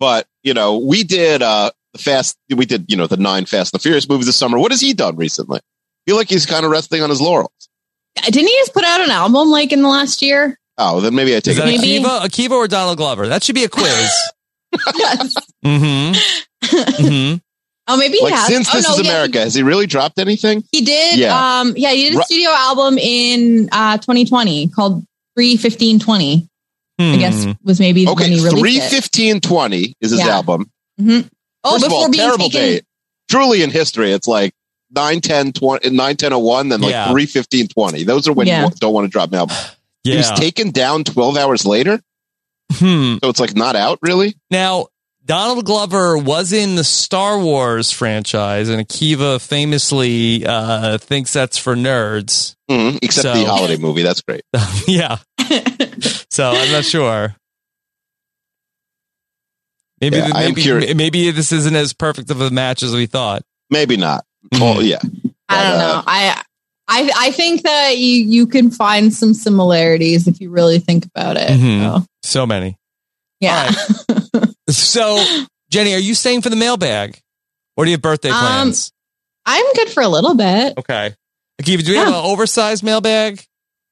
C: but you know, we did uh the fast, we did you know the nine Fast and the Furious movies this summer. What has he done recently? I feel like he's kind of resting on his laurels.
D: didn't he just put out an album like in the last year?
C: Oh, then maybe I
B: Is
C: take
B: that
C: it.
D: Maybe-
B: Akiva, Akiva or Donald Glover? That should be a quiz.
D: Yes.
B: mm-hmm. hmm
D: oh, maybe he
C: Like
D: has.
C: since
D: oh,
C: this
D: no,
C: is
D: yeah,
C: America, has he really dropped anything?
D: he did.
C: Yeah.
D: Um, yeah, he did a
C: Ru-
D: studio album in uh, 2020 called 31520.
B: Hmm.
D: I guess
B: Mm-hmm.
D: was maybe
C: Okay,
D: when he
C: three
D: released it.
C: fifteen twenty is his
D: Yeah.
C: album.
D: Mhm. Oh,
C: First of
D: before
C: all,
D: being
C: terrible
D: taken.
C: date. Truly in history, it's like 9, 10, 20, 9, 10, 01, then like
B: Yeah.
C: three fifteen twenty. Those are when
D: Yeah.
C: you wa- don't want to drop an album. He was
B: Yeah.
C: taken down 12 hours later.
B: Hmm.
C: So it's like not out really.
B: Now, Donald Glover was in the Star Wars franchise, and Akiva famously uh, thinks that's for nerds.
C: Mhm, Except
B: So-
C: the holiday movie. That's great.
B: yeah. so I'm not sure. Maybe
C: Yeah,
B: th-
C: I am
B: maybe,
C: curious.
B: m- maybe this isn't as perfect of a match as we thought.
C: Maybe not.
B: Mhm.
C: Oh, yeah.
D: I don't
C: But,
D: know.
C: uh,
D: I I I think that you you can find some similarities if you really think about it.
B: Mhm.
D: So,
B: So many.
D: yeah.
B: So Jenny, are you staying for the mailbag, or do you have birthday
D: Um,
B: plans?
D: I'm good for a little bit.
B: okay. Akiva, do we have
D: yeah.
B: an oversized mailbag?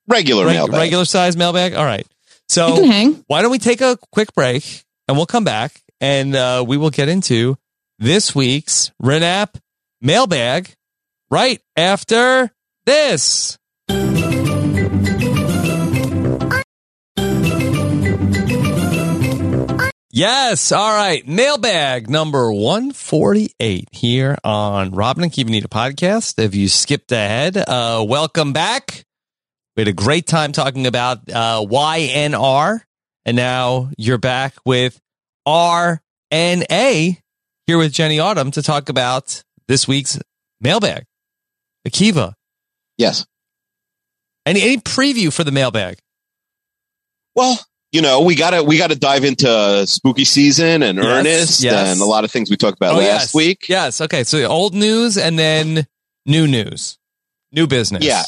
C: Regular
B: Reg-
C: mailbag.
B: Regular size mailbag. All right.
D: You can
B: So
D: hang.
B: why don't we take a quick break and we'll come back and uh, we will get into this week's Renap mailbag right after this. Yes. All right. Mailbag number 148 here on Robin and Kivanita podcast. If you skipped ahead, uh, welcome back. We had a great time talking about uh, YNR, and now you're back with RNA here with Jenny Autumn to talk about this week's mailbag. Akiva,
C: Yes.
B: any any preview for the
C: Uh,
B: mailbag?
C: Well, you know, we gotta we gotta dive into spooky season and
B: Yes,
C: earnest
B: yes.
C: and a lot of things we talked about last
B: Oh, yes.
C: week.
B: Yes. Okay. So old news and then new news, new business.
C: Yeah.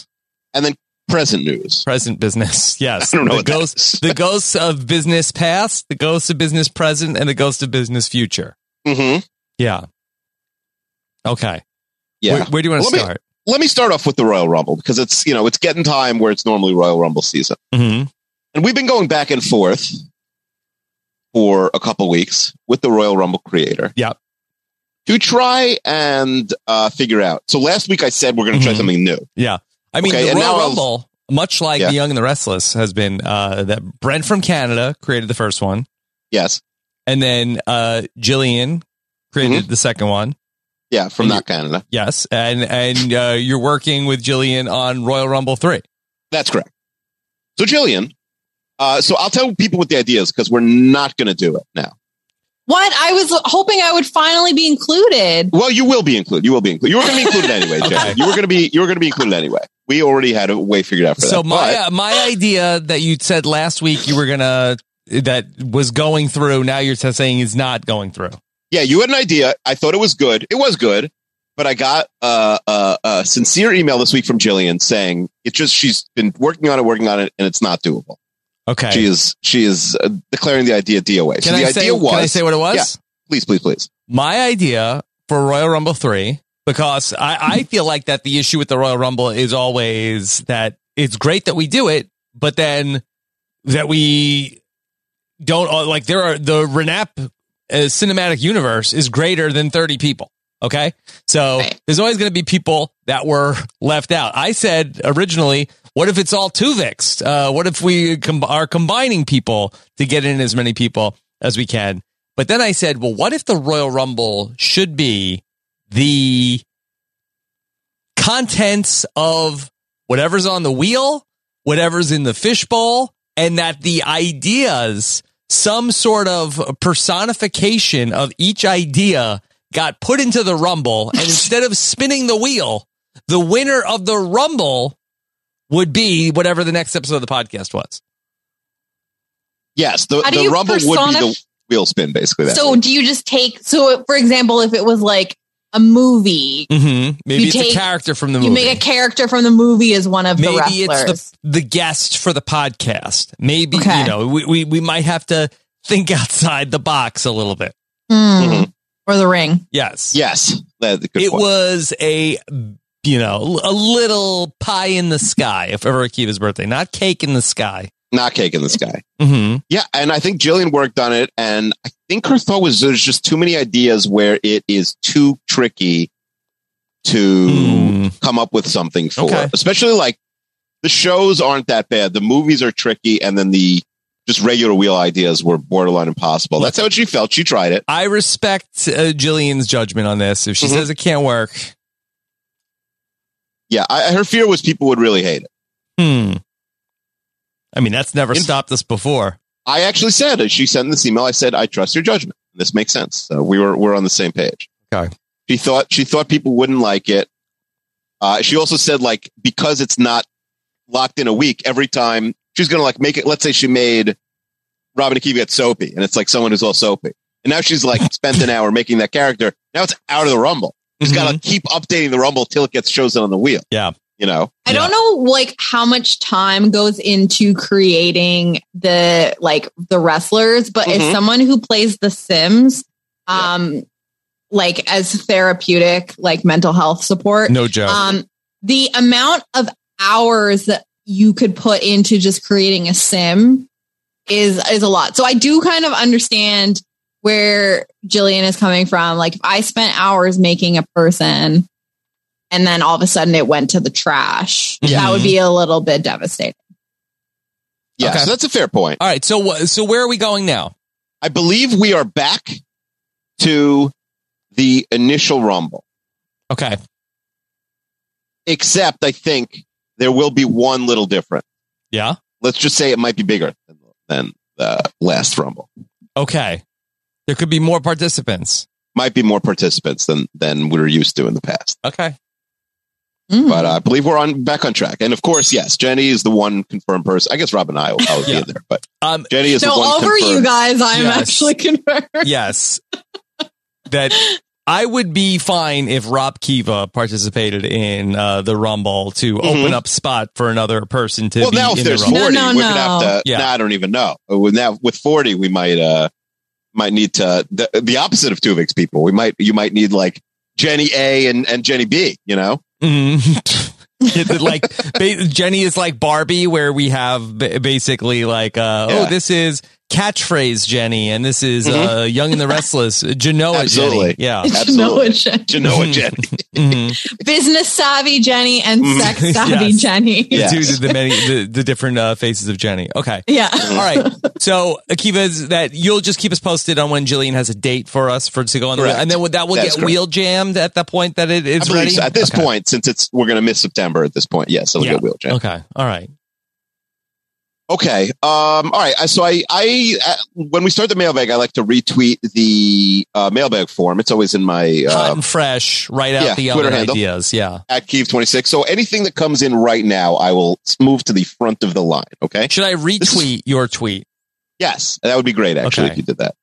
C: present news.
B: present business. Yes.
C: I don't know
B: the
C: what that
B: ghosts,
C: is.
B: the ghosts of business past, the ghosts of business present, and the ghost of business future.
C: Mm-hmm.
B: Yeah. Okay.
C: Yeah.
B: Where, where do you want to
C: Let me-
B: start?
C: Let me start off with the Royal Rumble because it's you know it's getting time where it's normally Royal Rumble season,
B: hmm
C: and we've been going back and forth for a couple weeks with the Royal Rumble creator.
B: Yep.
C: To try and uh, figure out. So last week I said we're going to try
B: Mhm.
C: something
B: I
C: new.
B: mean,
C: Okay,
B: the
C: and
B: Royal
C: now I'll-
B: Rumble, much like
C: Yeah.
B: The Young and the Restless, has been uh, that Brent from Canada created the first one,
C: Yes.
B: and then uh, Jillian
C: Mm-hmm.
B: created the second one.
C: Yeah. From
B: And
C: not Canada.
B: Yes, and and uh, you're working with Jillian on Royal Rumble three.
C: That's correct. So Jillian. Uh, so I'll tell people what the idea is because we're not going to do it now.
D: What? I was hoping I would finally be included.
C: Well, you will be included. You will be included. You were going to be included anyway,
B: Okay.
C: Jillian. You were going to be. You were going to be included anyway. We already had a way figured out for
B: So
C: that.
B: my
C: But-
B: uh, my idea that you said last week you were gonna that was going through. Now you're just saying is not going through.
C: yeah, you had an idea. I thought it was good. It was good, but I got uh, uh, a sincere email this week from Jillian saying it just she's been working on it, working on it, and it's not doable.
B: Okay.
C: She is she is uh, declaring the idea DOA. so
B: can
C: the
B: I
C: idea
B: say?
C: was
B: can I say what it was?
C: Yeah. please, please, please.
B: My idea for Royal Rumble three because I I feel like that the issue with the Royal Rumble is always that it's great that we do it, but then that we don't uh, like there are the Renap uh, cinematic universe is greater than 30 people. Okay. So
D: Right.
B: there's always going to be people that were left out. I said originally, what if it's all Tuvix? Uh, what if we com- are combining people to get in as many people as we can? But then I said, well, what if the Royal Rumble should be the contents of whatever's on the wheel, whatever's in the fishbowl, and that the ideas, some sort of personification of each idea got put into the rumble. And instead of spinning the wheel, the winner of the rumble would be whatever the next episode of the podcast was.
C: Yes, the,
D: How do
C: the
D: you
C: rumble would be
D: persona-
C: the wheel spin basically. That
D: So, do you just take? So, for example, if it was like a movie,
B: Mm-hmm. Maybe
D: You
B: it's a
D: take-
B: character from the
D: you
B: movie.
D: make a character from the movie as one of
B: maybe
D: the wrestlers.
B: it's the, the guest for the podcast. Maybe,
D: Okay.
B: you know, we, we, we might have to think outside the box a little bit.
D: Hmm.
C: Mhm.
D: Or the ring.
B: Yes.
C: yes, that's a good
B: it
C: point.
B: was a, you know, a little pie in the sky, if ever Akiva's birthday, not cake in the sky.
C: not cake in the sky.
B: Mm-hmm.
C: Yeah, and I think Jillian worked on it, and I think her thought was there's just too many ideas where it is too tricky to
B: Hmm.
C: come up with something for,
B: Okay.
C: especially like the shows aren't that bad. The movies are tricky, and then the just regular wheel ideas were borderline impossible. That's how she felt. She tried it.
B: I respect uh, Jillian's judgment on this. If she
C: Mhm.
B: says it can't work,
C: Yeah, I, her fear was people would really hate it.
B: hmm. I mean, that's never
C: In-
B: stopped us before.
C: I actually said as she sent this email, I said I trust your judgment. This makes sense. So we were we're on the same page.
B: Okay.
C: She thought she thought people wouldn't like it. Uh, she also said like because it's not locked in a week. Every time she's gonna like make it. Let's say she made Robin Akiva get soapy, and it's like someone who's all soapy. And now she's like spent an hour making that character. Now it's out of the rumble. She's got to keep updating the rumble till it gets chosen on the wheel.
B: Mm-hmm. Yeah.
C: you know.
D: I don't know like how much time goes into creating the like the wrestlers, but
C: Mhm.
D: as someone who plays The Sims, um like as therapeutic, like mental health support,
B: Mm-hmm. No joke.
D: um the amount of hours that you could put into just creating a sim is is a lot. So I do kind of understand where Jillian is coming from. Like if I spent hours making a person and then all of a sudden it went to the trash,
B: Yeah.
D: that
C: Mm-hmm.
D: would be a little bit devastating.
C: Yeah,
B: Okay.
C: so that's a fair point.
B: All right. So, wh- so where are we going now?
C: I believe we are back to the initial rumble,
B: Okay.
C: except I think there will be one little different.
B: Yeah.
C: Let's just say it might be bigger than, than the last rumble.
B: Okay. There could be more participants.
C: Might be more participants than than we were used to in the past.
B: Okay.
D: Mm.
C: But uh, I believe we're on back on track. And of course, yes, Jenny is the one confirmed person. I guess Rob and I will probably
B: Yeah.
C: be in there, but
B: Um,
C: Jenny is
D: so
C: the one
D: over
C: confirmed.
D: you guys, I'm
B: Yes.
D: actually confirmed.
B: yes. That I would be fine if Rob Kiva participated in uh, the Rumble to open up spot for another person to
C: Mm-hmm. well,
B: be
C: now if
B: in the
C: there's
B: Rumble.
D: No,
C: 40,
D: no,
C: we would have
D: no.
C: to.
B: Yeah.
C: Nah, I don't even know. Uh, With Now, with 40, we might uh might need to the, the opposite of Tuvik's people. We might you might need like Jenny A and and Jenny B. You know,
B: Mhm. It's like ba- Jenny is like Barbie, where we have ba- basically like, uh, oh,
C: Yeah.
B: this is catchphrase Jenny, and this is
C: Mhm.
B: uh, Young and the Restless, Genoa Jenny.
C: Absolutely.
B: Yeah.
D: Genoa
C: absolutely.
D: Jen-
C: Genoa Jenny.
B: Mhm.
D: business savvy Jenny and
C: Mm.
D: sex savvy
B: Yes.
D: Jenny.
C: Yeah.
B: Due to the many the, the different uh, faces of Jenny. Okay.
D: Yeah.
B: All right. So Akiva's that you'll just keep us posted on when Jillian has a date for us for to go on the
C: Correct.
B: and then that will
C: That's
B: get
C: correct.
B: wheel jammed at the point that it
C: I
B: is
C: believe
B: ready.
C: so. At this
B: Okay.
C: point, since it's we're going to miss September at this point, yes, it'll
B: Yeah.
C: get wheelchair.
B: Okay. All right.
C: Okay. Um, all right. I- So I, I, uh, when we start the mailbag, I like to retweet the uh, mailbag form. It's always in my
B: Hot
C: uh,
B: and fresh, right out
C: yeah,
B: the
C: Twitter
B: oven
C: handle.
B: ideas. Yeah.
C: at Keeve twenty six. So anything that comes in right now, I will s- move to the front of the line. Okay.
B: Should I retweet your tweet?
C: Yes, that would be great. Actually,
B: Okay.
C: if you did that.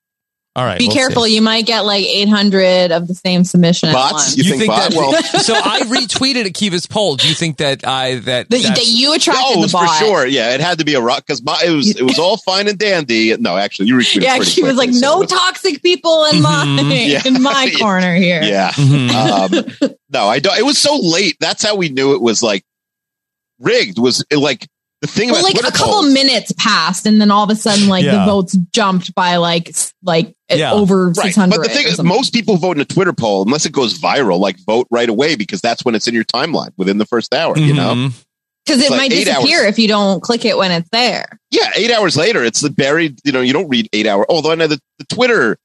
B: All right.
D: Be
B: we'll see.
D: careful. You might get like 800 of the same submission. at
C: Bots?
D: once.
C: You think bot-
B: that?
C: well-
B: so I retweeted Akiva's poll. Do you think that I that,
D: That,
B: that-
D: that you attracted
C: No,
D: the
C: for
D: bot.
C: sure. Yeah, it had to be a rock because it was it was all fine and dandy. No, actually, you retweeted.
D: Yeah,
C: pretty
D: he was like,
C: quickly, so
D: no
C: it
D: toxic people in my
B: Mhm.
C: Yeah.
D: in my corner here.
C: Yeah.
B: Mhm.
C: um, no, I don't. It was so late. That's how we knew it was like rigged. Was it, like the thing
D: Well,
C: about
D: like
C: Twitter
D: a couple
C: polls-
D: minutes passed, and then all of a sudden, like
B: Yeah.
D: the votes jumped by like s- like uh,
B: Yeah.
D: over
C: Right,
D: six hundred.
C: but the thing is, most people vote in a Twitter poll unless it goes viral. Like vote right away because that's when it's in your timeline within the first hour. You know,
B: Mhm.
D: because it
C: like
D: might
C: eight hours.
D: disappear if you don't click it when it's there.
C: yeah, eight hours later, it's the buried. You know, you don't read eight hour. Although I know the, the Twitter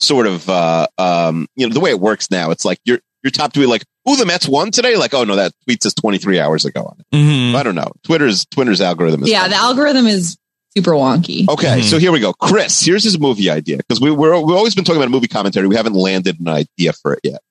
C: sort of, uh, um, you know, the way it works now, it's like your your top tweet, like, "Ooh, the Mets won today." Like, oh no, that tweet says twenty three hours ago on it.
B: Mhm.
C: I don't know. Twitter's Twitter's algorithm is
D: yeah, the algorithm is super wonky.
C: Okay,
B: Mhm.
C: so here we go. Chris, here's his movie idea because we, we're, we've always been talking about a movie commentary. We haven't landed an idea for it yet.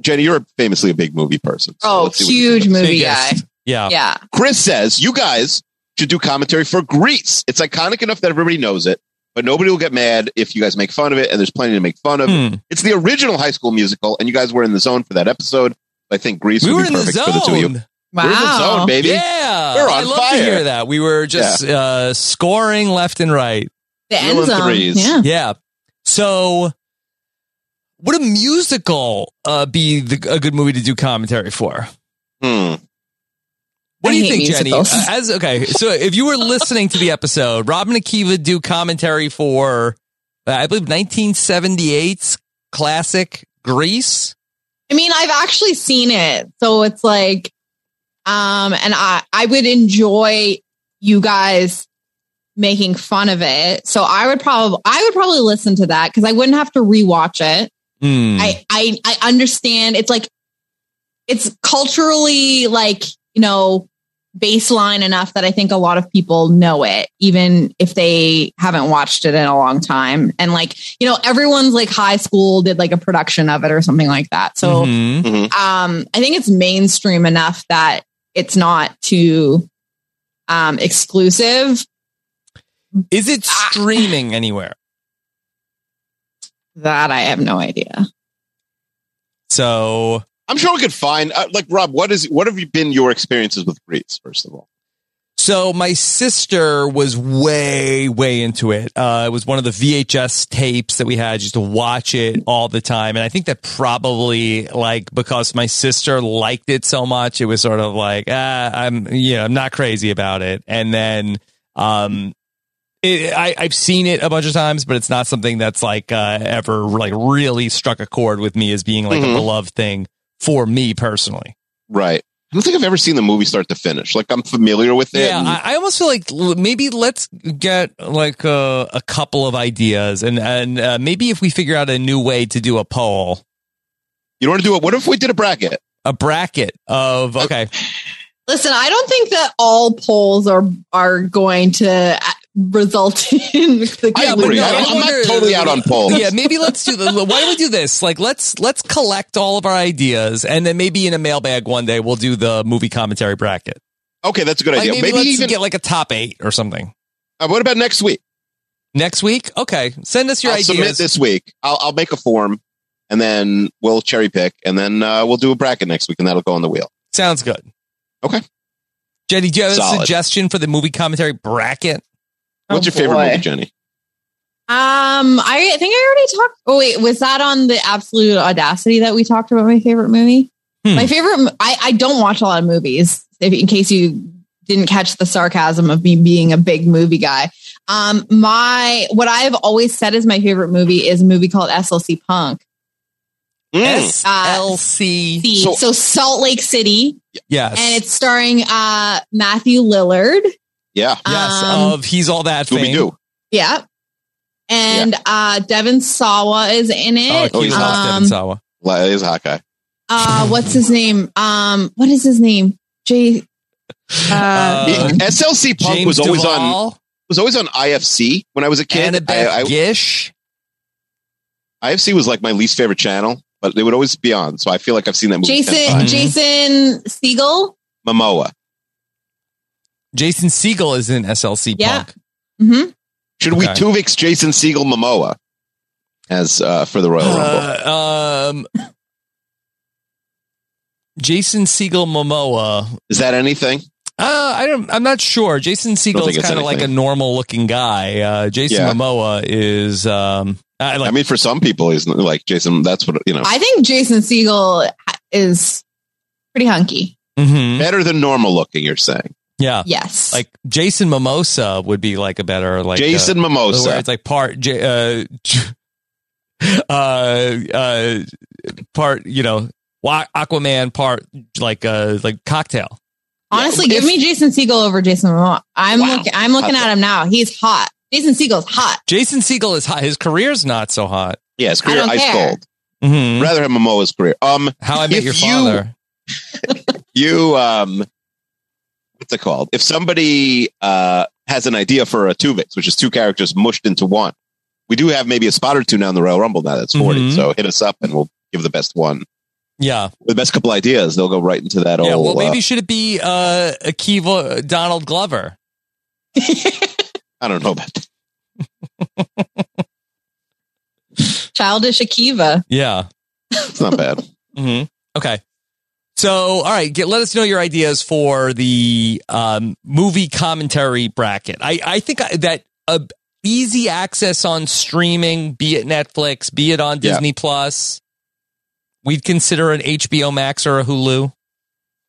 C: Jenny, you're famously a big movie person. so
D: Oh,
C: let's see what you
D: huge
C: think.
D: movie guy.
B: Biggest. Yeah.
D: Yeah,
C: Chris says, you guys should do commentary for Grease. It's iconic enough that everybody knows it, but nobody will get mad if you guys make fun of it, and there's plenty to make fun of.
B: Hmm.
C: It's the original high school musical, and you guys were in the zone for that episode. I think Grease
B: We
C: would
B: were
C: be
B: in the
C: perfect for the two of you.
B: zone.
D: wow.
C: We're in the zone, baby.
B: Yeah,
C: We're on
B: I love to
C: fire.
B: hear that. We were just uh, scoring left and right.
D: The
C: Zero
D: end
C: and
D: zone.
C: threes.
D: Yeah.
B: Yeah. So, would a musical uh, be the, a good movie to do commentary for?
C: Hmm.
B: What
D: I
B: do you
D: hate
B: think,
D: musicals.
B: Jenny? Uh, As okay, so if you were listening to the episode, Robin Akiva do commentary for, uh, I believe, 1978's classic Grease.
D: I mean, I've actually seen it. So it's like, um, and I, I would enjoy you guys making fun of it. So I would probably, I would probably listen to that because I wouldn't have to rewatch it.
B: Hmm.
D: I, I, I understand it's like, it's culturally like, you know, baseline enough that I think a lot of people know it, even if they haven't watched it in a long time. And like, you know, everyone's like high school did like a production of it or something like that. So,
B: Mhm.
D: um, I think it's mainstream enough that it's not too um, exclusive.
B: is it streaming anywhere?
D: That I have no idea.
B: So
C: I'm sure we could find, uh, like, Rob, what is what have you been your experiences with Grease, first of all?
B: So my sister was way, way into it. Uh, it was one of the VHS tapes that we had just to watch it all the time. And I think that probably like because my sister liked it so much, it was sort of like, ah, I'm, you know, I'm not crazy about it. And then, um, it, I, I've seen it a bunch of times, but it's not something that's like uh, ever like really struck a chord with me as being like
C: Mhm.
B: a beloved thing for me personally.
C: Right. I don't think I've ever seen the movie start to finish. Like I'm familiar with it.
B: Yeah,
C: and-
B: I, I almost feel like l- maybe let's get like a, a couple of ideas, and and uh, maybe if we figure out a new way to do a poll,
C: you don't want to do it. What if we did a bracket?
B: a bracket of okay,
D: Listen, I don't think that all polls are are going to uh, result in the
C: I
B: Yeah, but
C: agree.
B: no,
C: I
B: I
C: don't- I'm
B: wonder-
C: not totally out on polls.
B: yeah, maybe let's do the. Why don't we do this? Like let's let's collect all of our ideas, and then maybe in a mailbag one day we'll do the movie commentary bracket.
C: Okay, that's a good
B: Like,
C: idea.
B: maybe,
C: maybe
B: let's
C: even.
B: get like a top eight or something
C: uh, what about next week?
B: next week. Okay, send us your
C: I'll
B: ideas.
C: submit this week. I'll, I'll make a form, and then we'll cherry pick, and then uh, we'll do a bracket next week, and that'll go on the wheel.
B: Sounds good.
C: Okay.
B: Jenny, do you have a
C: Solid.
B: suggestion for the movie commentary bracket?
C: What's
D: Oh,
C: your favorite
D: boy.
C: movie, Jenny?
D: Um, I think I already talked. Oh wait, was that on the Absolute Audacity that we talked about my favorite movie?
B: Hmm.
D: My favorite. m- I I don't watch a lot of movies. If, in case you didn't catch the sarcasm of me being a big movie guy. Um, my what I've always said is my favorite movie is a movie called SLC Punk.
C: Mm.
B: SLC.
D: See,
C: So-
D: so Salt Lake City,
B: Yes.
D: and it's starring uh Matthew Lillard.
C: Yeah.
B: yes,
D: um,
B: of He's All That
C: Scooby
B: Fame.
C: Doo.
D: Yeah. And uh Devin Sawa is in
B: Oh,
D: it.
C: Oh,
B: he's
C: yeah.
B: lost Devin
D: Um,
B: Sawa.
C: That is Hawkeye.
D: uh what's his name? Um what is his name? Jay uh,
B: Uh,
C: SLC Punk
B: James
C: was always on
B: Duvall,
C: was always on IFC when I was a kid.
B: Annabeth
C: I, I,
B: Gish.
C: IFC was like my least favorite channel, but they would always be on. So I feel like I've seen that movie. 10
D: Jason
C: times.
D: Jason Siegel.
C: Momoa.
B: Jason Siegel is in SLC
D: Yeah.
B: Punk.
D: hmm
C: Should we
B: Okay.
C: Tuvix Jason Siegel Momoa as uh, for the Royal Rumble?
B: Uh, um, Jason Siegel Momoa.
C: Is that anything?
B: Uh, I don't. I'm not sure. Jason Siegel
C: think
B: is
C: it's
B: kind of like a
C: anything.
B: normal looking guy. Uh, Jason
C: Yeah.
B: Momoa is. Um, I like.
C: I mean, for some people, he's not- like Jason. That's what you know.
D: I think Jason Siegel is pretty hunky.
B: Mhm.
C: better than normal looking. You're saying
B: Yeah.
D: Yes.
B: Like Jason Mimosa would be like a better like
C: Jason
B: uh, where
C: Mimosa.
B: it's like part J, uh, j- uh, uh, part you know Wa- Aquaman part like uh like cocktail.
D: Honestly,
C: Yeah,
D: give
C: if-
D: me Jason Siegel over Jason Momoa. I'm
C: Wow.
D: looking I'm looking
C: Hot
D: at him now. He's hot. Jason Siegel's hot.
B: Jason Siegel is hot. His career's not so hot.
C: Yeah, his
D: I
C: career
D: don't
C: ice
D: care.
C: cold.
B: Mhm.
C: Rather have Momoa's career. Um,
B: How I Met
C: Mm-hmm. If
B: Your
C: you-
B: Father.
C: you um, what's it called? If somebody uh has an idea for a Tuvix, which is two characters mushed into one, we do have maybe a spot or two now in the Royal Rumble. Now that's 40
B: Mhm.
C: So hit us up and we'll give the best one,
B: Yeah.
C: the best couple ideas. They'll go right into that
B: Yeah.
C: old.
B: Well,
C: uh,
B: maybe should it be uh Akiva Donald Glover?
C: uh, I don't know about that.
D: Childish Akiva.
B: Yeah.
C: It's not bad.
B: Mm-hmm. Okay. So, all right, get, let us know your ideas for the um, movie commentary bracket. I, I think I- that uh, easy access on streaming, be it Netflix, be it on
C: Yeah.
B: Disney Plus, we'd consider an HBO Max or a Hulu,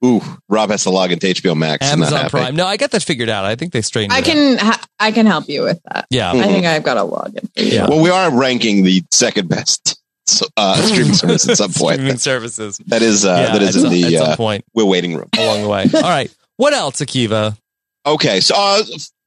C: Ooh, Rob has to log into HBO Max. I'm not
B: Amazon
C: happy.
B: Prime. No, I got that figured out. I think they straightened.
D: I
B: it
D: can ha- I can help you with that.
B: out. Yeah.
C: Hmm. Mm-hmm.
D: I think I've got a login. for you.
B: Yeah.
C: Well, we are ranking the second best so, uh, streaming service at some
B: Streaming
C: point.
B: services.
C: That is uh,
B: Yeah,
C: that
B: at
C: is in
B: some- at
C: the
B: some
C: uh,
B: point
C: we're waiting room.
B: along the way. All right. What else, Akiva?
C: Okay, so uh,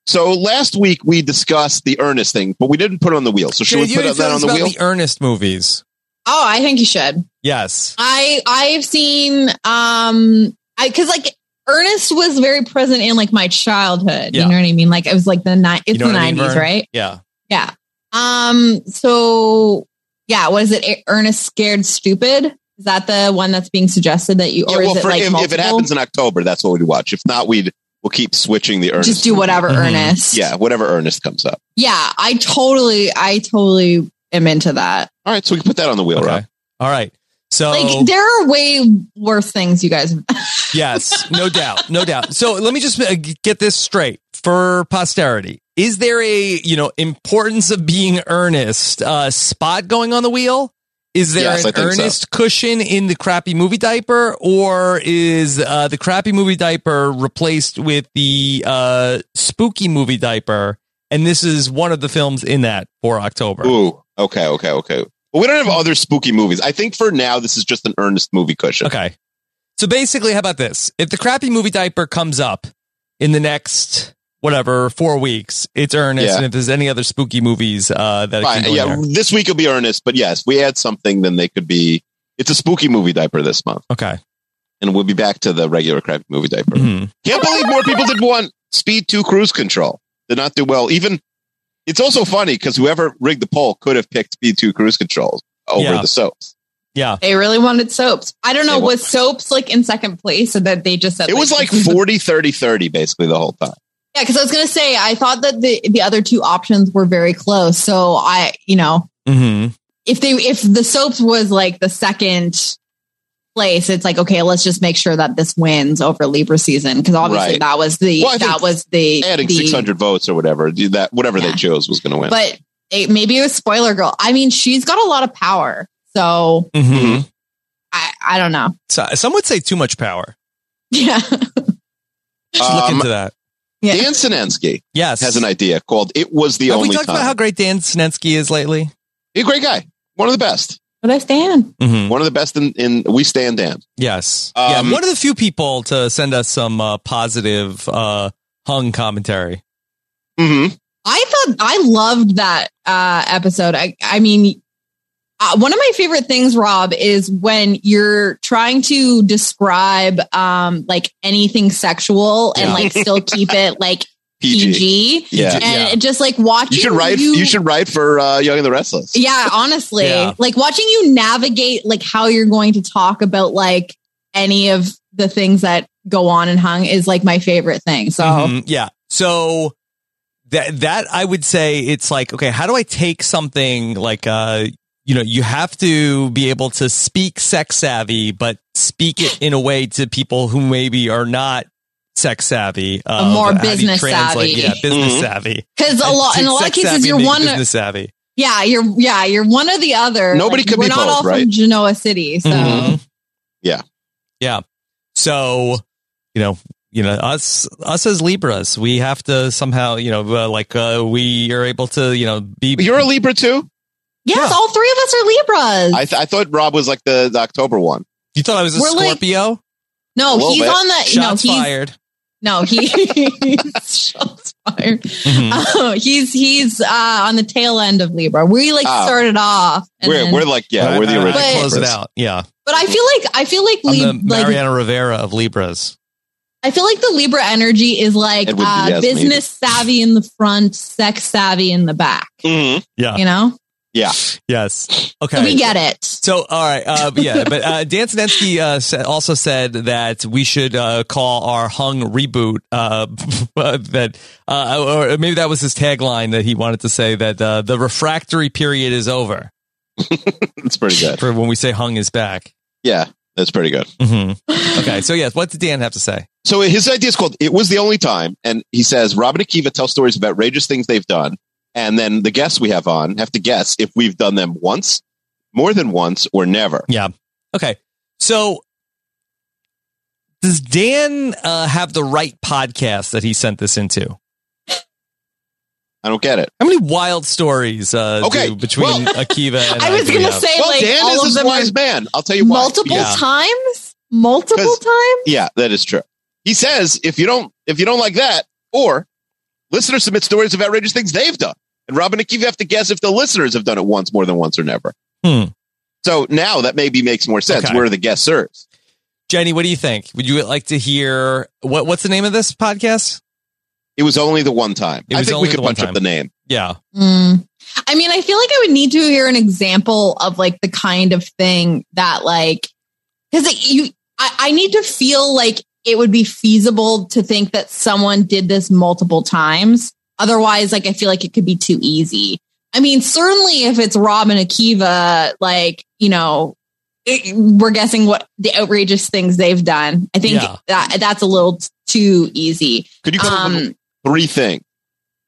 C: so last week we discussed the Ernest thing, but we didn't put it on the wheel. So should
B: Jay,
C: we
B: you
C: put
B: had
C: that
B: feelings
C: on the
B: about
C: wheel?
B: the Ernest movies.
D: Oh, I think you should.
B: Yes.
D: I I've seen um I cuz like Ernest was very present in like my childhood.
B: Yeah.
D: You know what I mean? Like it was like the ni- it's
B: know
D: the
B: what I mean,
D: 90s,
B: Vern?
D: right?
B: Yeah.
D: Yeah. Um so yeah, what is it? E- Ernest scared stupid? Is that the one that's being suggested that you
C: Yeah,
D: or
C: well,
D: is it
C: for,
D: like
C: if, if
D: multiple?
C: it happens in October, that's what we'd watch. If not, we'd we'll keep switching the Ernest.
D: just do
C: movie.
D: whatever
B: Mhm.
D: Ernest.
C: Yeah, whatever Ernest comes up.
D: Yeah, I totally I totally am into that.
C: All right, so we can put that on the wheel, Rob.
B: Okay. All right. So
D: Like there are way worse things you guys
B: yes, no doubt, no doubt. So let me just uh, g- get this straight for posterity. Is there a you know importance of being earnest uh, spot going on the wheel? Is there
C: Yes, I
B: an
C: think so.
B: earnest cushion in the crappy movie diaper, or is uh, the crappy movie diaper replaced with the uh, spooky movie diaper? And this is one of the films in that for October.
C: Ooh, okay, okay, okay. But we don't have other spooky movies. I think for now, this is just an Ernest movie cushion.
B: Okay. So basically, how about this? If the crappy movie diaper comes up in the next whatever four weeks, it's Ernest.
C: Yeah.
B: And if there's any other spooky movies uh, that it can
C: Fine.
B: go in
C: Yeah,
B: there.
C: this week will be Ernest, but yes, if we add something, then they could be. It's a spooky movie diaper this month,
B: Okay.
C: and we'll be back to the regular crappy movie diaper.
B: Mhm.
C: Can't believe more people did one. Speed 2 Cruise Control did not do well. Even it's also funny because whoever rigged the poll could have picked Speed 2 Cruise Control over
B: Yeah.
C: the soaps.
B: Yeah.
D: They really wanted soaps. I don't know,
C: They wa-
D: was soaps like in second place and that they just said
C: It was like 40, 30, 30 basically the whole time.
D: Yeah, because I was gonna say I thought that the the other two options were very close. So I, you know,
B: Mm-hmm.
D: if they if the soaps was like the second place, it's like okay, let's just make sure that this wins over Libra season because obviously
C: Right.
D: that was the
C: Well, I
D: that
C: think
D: was the
C: Adding
D: the-
C: 600 votes or whatever, that whatever they
D: Yeah.
C: chose was going to win.
D: But it, maybe it was spoiler girl. I mean, she's got a lot of power, so
C: Mm-hmm.
B: Mhm.
D: I I don't know.
B: So, some would say too much power.
D: Yeah,
B: Should look
C: Um,
B: into that.
D: yeah.
C: Dan Sinensky
B: Yes.
C: has an idea called "It Was the
B: Have we
C: Only
B: talked
C: Time."
B: about how great Dan Snensky is lately?
C: He's a great guy, one of the best,
D: But I stand.
B: Mm-hmm.
C: one of the best in, in We Stand Dan.
B: Yes.
C: Um,
B: yeah. One of the few people to send us some uh, positive uh, hung commentary.
C: Mm-hmm.
D: I thought I loved that uh, episode. I, I mean, uh, one of my favorite things, Rob, is when you're trying to describe um, like anything sexual and
C: Yeah.
D: like still keep it like
C: PG.
D: PG,
C: Yeah.
D: and it just like watching
C: You should write. You, should write for uh, Young and the Restless.
D: yeah, honestly,
B: Yeah.
D: like watching you navigate like how you're going to talk about like any of the things that go on and hung is like my favorite thing. So
B: Mhm, yeah. So that that I would say it's like okay, how do I take something like uh you know you have to be able to speak sex savvy, but speak it in a way to people who maybe are not sex savvy, uh,
D: more
B: how do you
D: business
B: translate-
D: savvy.
B: Yeah, business
C: Mhm.
B: savvy.
D: because a lot in a lot of
B: Sex
D: cases
B: savvy
D: you're
B: and
D: one
B: business savvy.
D: Yeah, you're yeah, you're one or the other.
C: Nobody
D: Like,
C: could
D: we're
C: be
D: not
C: both,
D: all
C: right?
D: from Genoa City, so
B: Mhm.
C: Yeah.
B: yeah. So you know, you know, us us as Libras, we have to somehow, you know, uh, like uh, we are able to, you know, be
C: You're a Libra too.
D: yes,
B: Yeah.
D: all three of us are Libras.
C: I, th- I thought Rob was like the, the October one.
B: You thought I was a
D: We're like-
B: Scorpio?
D: no,
C: A little
D: he's
C: bit.
D: on the
B: Shots
D: no, he's
B: fired.
D: no, he shots fired.
B: Mm-hmm.
D: Oh, he's he's uh, on the tail end of Libra. We like
C: Oh.
D: started off, and
C: We're,
D: then-
C: we're like yeah, we're the
B: I- I- I
C: original.
D: But-
B: close it
C: Libras.
B: out. Yeah.
D: but I feel like I feel like
B: I'm the
D: Lib- like
B: Mariana Rivera of Libras.
D: I feel like the Libra energy is like
C: Edwin
D: uh,
C: Diaz, maybe.
D: business savvy in the front, sex savvy in the back.
C: Mhm.
B: Yeah.
D: You know,
B: Yes. Mm-hmm. Okay.
D: So we get it.
B: So, all right. Uh, but yeah. But uh, Dan Sinensky uh, sa- also said that we should uh, call our hung reboot uh, that, uh, or maybe that was his tagline that he wanted to say that uh, the refractory period is over
C: It's pretty good.
B: for when we say hung is back.
C: Yeah, that's pretty good.
B: hmm Okay. So, yes. What did Dan have to say?
C: So his idea is called "It Was the Only Time," and he says Robin and Kiva tell stories about outrageous things they've done, and then the guests we have on have to guess if we've done them once, more than once, or never.
B: Okay. So does Dan uh, have the right podcast that he sent this into?
C: I don't get it.
B: How many wild stories uh,
C: Okay,
B: do between
C: well-
B: Akiva and
D: I was
B: do we
D: gonna
B: have?
D: say
C: well,
D: like
C: Dan
D: all of
C: is a
D: them are
C: wise man. I'll tell you why.
D: multiple
B: Yeah.
D: times multiple
C: 'Cause-
D: times
C: Yeah, that is true. He says if you don't if you don't like that, or listeners submit stories of outrageous things they've done, and Robin and Keefe have to guess if the listeners have done it once, more than once, or never.
B: Hmm.
C: So now that maybe makes more sense.
B: Okay.
C: Where are the guessers?
B: Jenny, what do you think? Would you like to hear what? What's the name of this podcast?
C: It was only the one time.
B: It
C: I
B: was
C: think
B: only
C: we could
B: the one
C: punch up
B: time.
C: the name.
B: Yeah,
D: Mm. i mean i feel like i would need to hear an example of like the kind of thing that like because you I, I need to feel like it would be feasible to think that someone did this multiple times otherwise like i feel like it could be too easy i mean certainly if it's rob and akiva like you know it, we're guessing what the outrageous things they've done i think
B: Yeah.
D: that that's a little t- too easy
C: Could you come up with
D: um
C: three things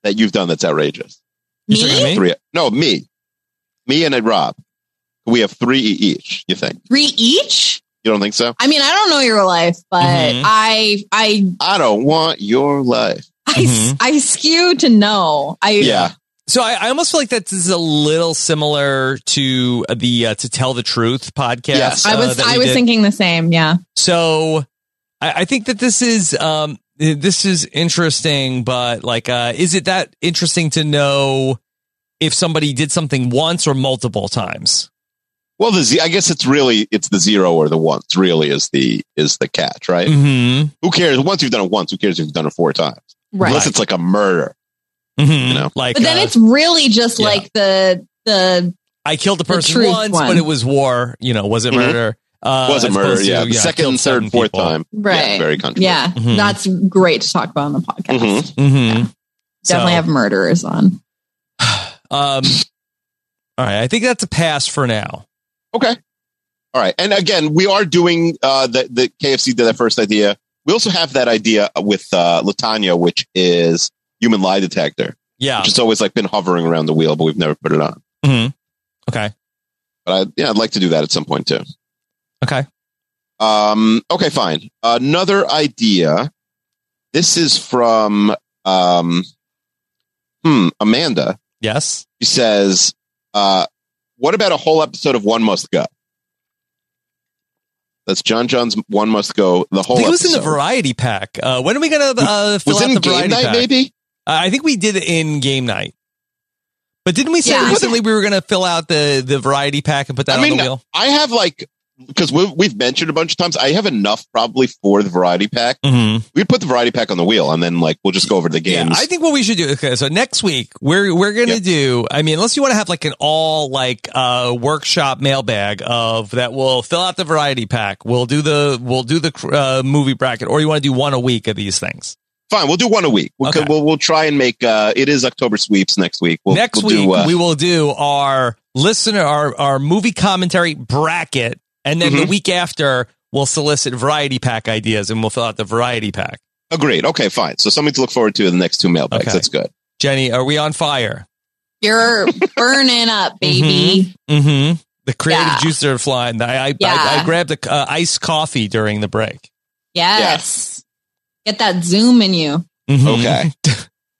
C: that you've done that's outrageous?
B: You talking to
D: me
B: me?
C: Three. No, me, me and Rob. We have three e each. You think?
D: three each
C: You don't think so?
D: I mean, I don't know your life, but
B: Mhm.
D: I, I,
C: I don't want your life.
D: I,
B: Mhm.
D: I skew to know. I,
C: Yeah.
B: So I, I almost feel like that this is a little similar to the uh, "To Tell the Truth" podcast.
C: Yes.
D: I
B: uh,
D: was,
B: that we
D: I was
B: did.
D: thinking the same. Yeah.
B: So I, I think that this is um this is interesting, but like uh is it that interesting to know if somebody did something once or multiple times?
C: Well, the z- I guess it's really it's the zero or the ones really is the is the catch, right?
B: Mm-hmm.
C: Who cares? Once you've done it once, who cares if you've done it four times?
D: Right.
C: Unless it's like a murder.
B: Mm-hmm.
C: You know.
B: Like
D: but then
B: uh,
D: it's really just
B: yeah.
D: like the, the,
B: I killed a
D: The
B: person
D: truth
B: once,
D: one.
B: but it was war. You know, was it
C: Mhm.
B: murder? Uh,
C: was it
B: as
C: murder?
B: opposed to,
C: Yeah. The
B: I
C: second,
B: killed
C: third,
B: seven
C: fourth
B: people.
C: time.
D: right.
C: Yeah,
D: Yeah.
C: very controversial.
B: Mhm.
D: That's great to talk about on the podcast.
C: Mhm.
B: Mhm.
D: Definitely have murderers on.
B: So, um, All right. I think that's a pass for now.
C: Okay. All right. And again, we are doing uh, the the KFC did that first idea. We also have that idea with uh, Latanya, which is human lie detector,
B: Yeah.
C: which has always like been hovering around the wheel, but we've never put it on.
B: Mhm. Okay.
C: But I, yeah, I'd like to do that at some point too.
B: Okay.
C: Um, okay, fine. Another idea. This is from um, hmm, Amanda.
B: Yes.
C: She says, uh, "What about a whole episode of One Must Go?" That's John John's One Must Go. The
B: I
C: whole
B: think it was
C: episode
B: in the variety pack. Uh, when are we going to uh, fill
C: was
B: out
C: it in
B: the
C: game
B: variety
C: night,
B: pack?
C: maybe.
B: Uh, I think we did it in game night. But didn't we say
D: Yeah.
B: recently we were going to fill out the, the variety pack and put that
C: I
B: on
C: mean,
B: the wheel?
C: I have like because we've, we've mentioned a bunch of times. I have enough probably for the variety pack.
B: Mm-hmm.
C: We put the variety pack on the wheel, and then like we'll just go over the games.
B: Yeah, I think what we should do. Okay, so next week we're we're gonna
C: Yeah.
B: do. I mean, unless you want to have like an all like uh workshop mailbag of that, we'll fill out the variety pack. We'll do the we'll do the uh, movie bracket, or you want to do one a week of these things.
C: Fine, we'll do one a week. We'll,
B: Okay.
C: we'll we'll try and make. Uh, it is October sweeps next week. We'll,
B: next
C: we'll
B: week
C: do, uh,
B: we will do our listener our our movie commentary bracket, and then the
C: Mhm.
B: week after we'll solicit variety pack ideas, and we'll fill out the variety pack.
C: agreed. Okay, fine. So something to look forward to in the next two mailbags.
B: Okay.
C: That's good.
B: Jenny, are we on fire?
D: You're burning up, baby.
B: Mm-hmm. The creative
D: Yeah.
B: juices are flying. I I, I,
D: Yeah.
B: I grabbed a uh, iced coffee during the break.
D: Yes. Get that Zoom in you.
B: Mhm.
C: Okay.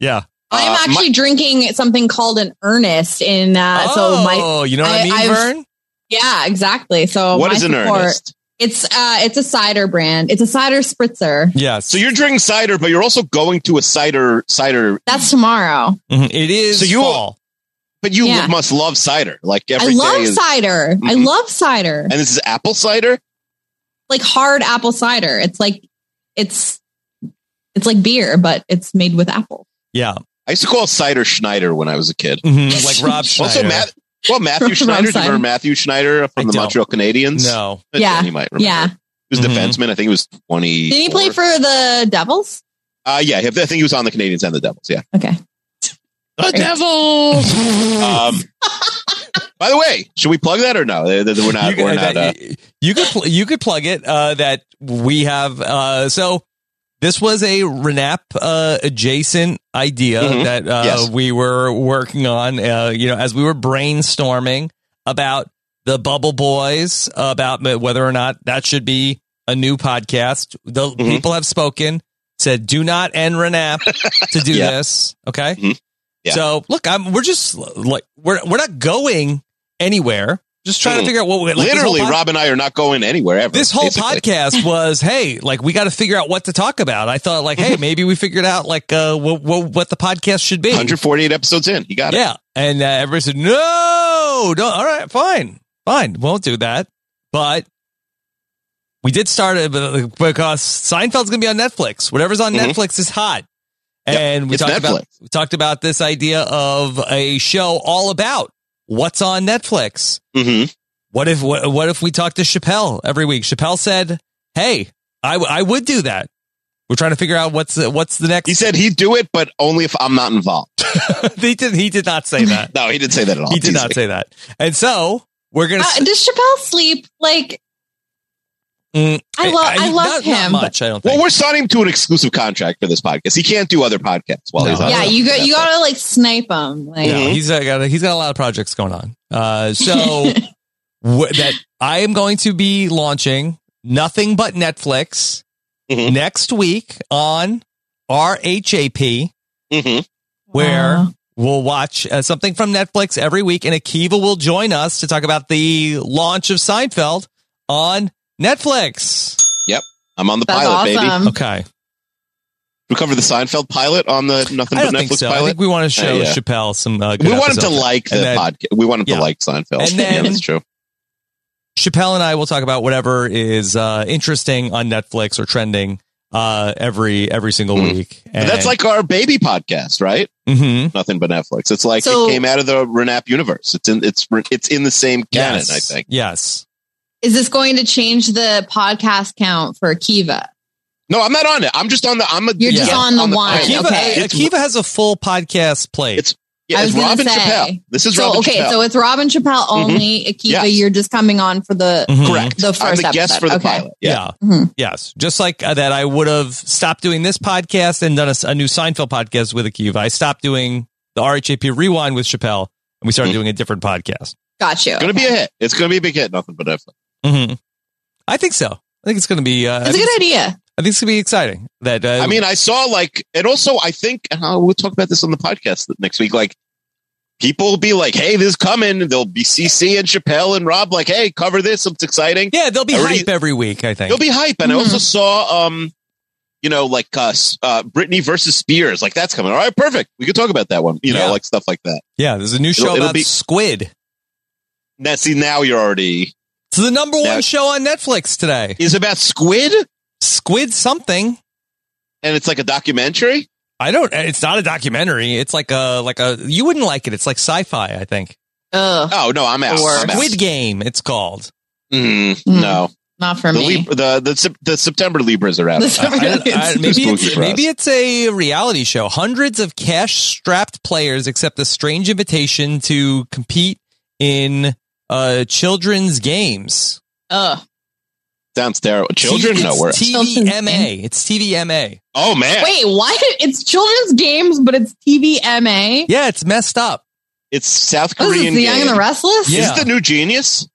B: Yeah.
D: I'm
C: Uh,
D: actually drinking something called an earnest in uh so my
B: oh, you know what I,
D: I-
B: mean,
D: I've-
B: Vern?
D: yeah, exactly. So
C: what
D: my
C: is an
D: support-
C: earnest?
D: It's uh it's a cider brand. It's a cider spritzer.
B: Yes.
C: So you're drinking cider, but you're also going to a cider cider.
D: That's tomorrow.
B: Mhm. It is
C: So you-
B: fall.
C: But you
D: Yeah.
C: must love cider. Like
D: I
C: every day
D: love
C: is,
D: cider. I
C: Mhm.
D: love cider.
C: and this is apple cider.
D: like hard apple cider. It's like it's it's like beer, but it's made with apple.
B: Yeah.
C: I used to call cider Schneider when I was a kid.
B: Mhm. Like Rob Schneider.
C: Also, Matt. Well, Matthew
D: Rob
C: Schneider. Do you
D: Schneider.
C: remember Matthew Schneider from
B: I
C: the
B: don't.
C: Montreal Canadiens?
B: No.
C: But
D: Yeah.
C: you might remember.
D: Yeah.
C: he was a
B: Mhm.
C: defenseman. I think he was twenty.
D: Did he play for the Devils?
C: Uh, yeah, I think he was on the Canadians and the Devils. Yeah,
D: Okay.
C: the Devils. um, by the way, should we plug that or no? They- they- We're not.
B: you,
C: we're
B: that-
C: not. Uh,
B: you- you could pl- you could plug it uh, that we have. Uh, so this was a Renap uh, adjacent idea
C: Mhm.
B: that uh,
C: Yes.
B: we were working on. Uh, you know, as we were brainstorming about the Bubble Boys, about m- whether or not that should be a new podcast. The
C: Mhm.
B: people have spoken. Said, do not end Renap to do
C: Yeah.
B: this. Okay.
C: Mhm. Yeah.
B: So look, I'm, we're just like we're we're not going anywhere. Just trying to
C: Mhm.
B: figure out what we like, this whole
C: literally,
B: pod-
C: Rob and I are not going anywhere ever.
B: This whole
C: basically.
B: podcast was, hey, like we got to figure out what to talk about. I thought, like, hey,
C: Mm-hmm.
B: maybe we figured out like uh, what, what what the podcast should be.
C: 148 episodes in. You got it.
B: Yeah, and uh, everybody said, no, don't. All right, fine, fine, won't do that. But we did start it b- because Seinfeld's going to be on Netflix. Whatever's on
C: Mhm.
B: Netflix is hot,
C: Yep,
B: and we
C: it's
B: talked about
C: Netflix.
B: we talked about this idea of a show all about what's on Netflix.
C: hmm
B: What if what, what if we talked to Chappelle every week? Chappelle said, "Hey, I, w- I would do that." We're trying to figure out what's the, what's the next.
C: He said he'd do it, but only if I'm not involved.
B: he did he did not say that.
C: No, he didn't say that at all.
B: he did not say that. And so we're gonna.
D: Uh, does Chappelle sleep? Like
B: Mm,
D: I love I, love
B: not-
D: him.
B: Not
D: but-
B: much, I don't think.
C: Well, we're signing him to an exclusive contract for this podcast. He can't do other podcasts while
B: No.
C: he's on.
D: yeah,
C: it.
D: you got you gotta like snipe him. Like
B: Yeah,
C: Mhm.
B: he's uh, got a, he's got a lot of projects going on. Uh, so wh- that I am going to be launching nothing but Netflix
C: Mhm.
B: next week on RHAP, Mm-hmm.
C: Mhm.
B: where
D: Wow.
B: we'll watch uh, something from Netflix every week, and Akiva will join us to talk about the launch of Seinfeld on Netflix.
C: I'm on the
D: that's
C: pilot, baby.
D: awesome.
B: Okay,
C: We cover the Seinfeld pilot on the Nothing
B: I
C: But
B: don't think
C: Netflix
B: so. I
C: pilot.
B: think we want to show
C: Uh, yeah.
B: Chappelle some. Uh, good
C: we want him to
B: episodes.
C: like the
B: And then-
C: podcast. We want him
B: Yeah.
C: to like Seinfeld.
B: And then-
C: yeah, that's true.
B: Chappelle and I will talk about whatever is uh, interesting on Netflix or trending uh, every every single
C: Mhm.
B: week.
C: But
B: And-
C: that's like our baby podcast, right?
B: Mhm.
C: Nothing but Netflix. It's like
D: So-
C: it came out of the Renap universe. It's in it's it's in the same canon,
B: yes.
C: I think.
B: yes.
D: Is this going to change the podcast count for Kiva?
C: No, I'm not on it. I'm just on the I'm a
D: You're
B: just
D: on the one.
C: pilot.
B: Akiva,
D: okay.
C: It's-
B: Akiva has a full podcast plate.
C: It's Yeah,
D: I
C: it's
D: was gonna
C: Robin
D: say.
C: Chappelle. This is
D: so
C: Robin
D: okay,
C: Chappelle. Mm-hmm.
D: so it's Robin Chappelle only. Akiva,
C: Yes. Mm-hmm.
D: you're just coming on for the
B: Mhm.
C: Correct.
D: the 1st
C: I'm the
D: episode.
C: guest for the
D: okay.
C: pilot. Yeah.
B: Yeah.
D: Mhm.
B: Yes. Just like uh, that, I would have stopped doing this podcast and done a, s- a new Seinfeld podcast with Akiva. I stopped doing the RHAP Rewind with Chappelle, and we started
C: Mhm.
B: doing a different podcast.
D: Got you.
C: It's gonna be a hit. It's gonna be a big hit. Nothing but if.
B: hmm I think so. I think it's going to be. Uh, I,
D: It's a
B: think
D: good idea.
B: I think it's going to be exciting. That uh,
C: I mean, I saw like, and also I think, and I'll- we'll talk about this on the podcast next week. Like, people will be like, "Hey, this is coming." They'll be CC and Chappelle and Rob like, "Hey, cover this. It's exciting."
B: yeah, Mm-hmm. there'll be
C: I already-
B: hype every week. I think.
C: They'll be hype. And
D: Mhm.
C: I also saw, um, you know, like uh, s- uh, Brittany versus Spears. Like that's coming. All right, perfect. We could talk about that one. You know,
B: Yeah.
C: like stuff like that.
B: yeah, there's a new show
C: It'll- it'll
B: about
C: be-
B: squid.
C: Now, see, now you're already
B: It's the number
C: Now-
B: one show on Netflix today.
C: is about squid,
B: Squid something.
C: and it's like a documentary.
B: I don't. It's not a documentary. It's like a like a. You wouldn't like it. It's like sci-fi. I think.
D: Ugh,
C: Oh no, I'm out.
D: Or-
C: I'm out.
B: Squid Hmm. Game. It's called.
C: Mm,
D: Mm.
C: No,
D: not for
C: the,
D: me.
C: Lib- the the Sep- the September Libras are out.
D: The
B: I- I- I- maybe,
C: Spooky
B: it's,
C: for us.
B: maybe it's a reality show. Hundreds of cash strapped players accept a strange invitation to compete in uh, children's games.
D: Ugh.
C: Sounds terrible. Children,
B: T-
C: no,
B: it's
C: we're
B: TVMA. It's TVMA.
C: oh man,
D: Wait, what? It's children's games, but it's TVMA.
B: Yeah, it's messed up.
C: it's South
D: This is
C: Korean.
D: the Young and
C: game.
D: the Restless.
B: Yeah.
C: Is it the new genius?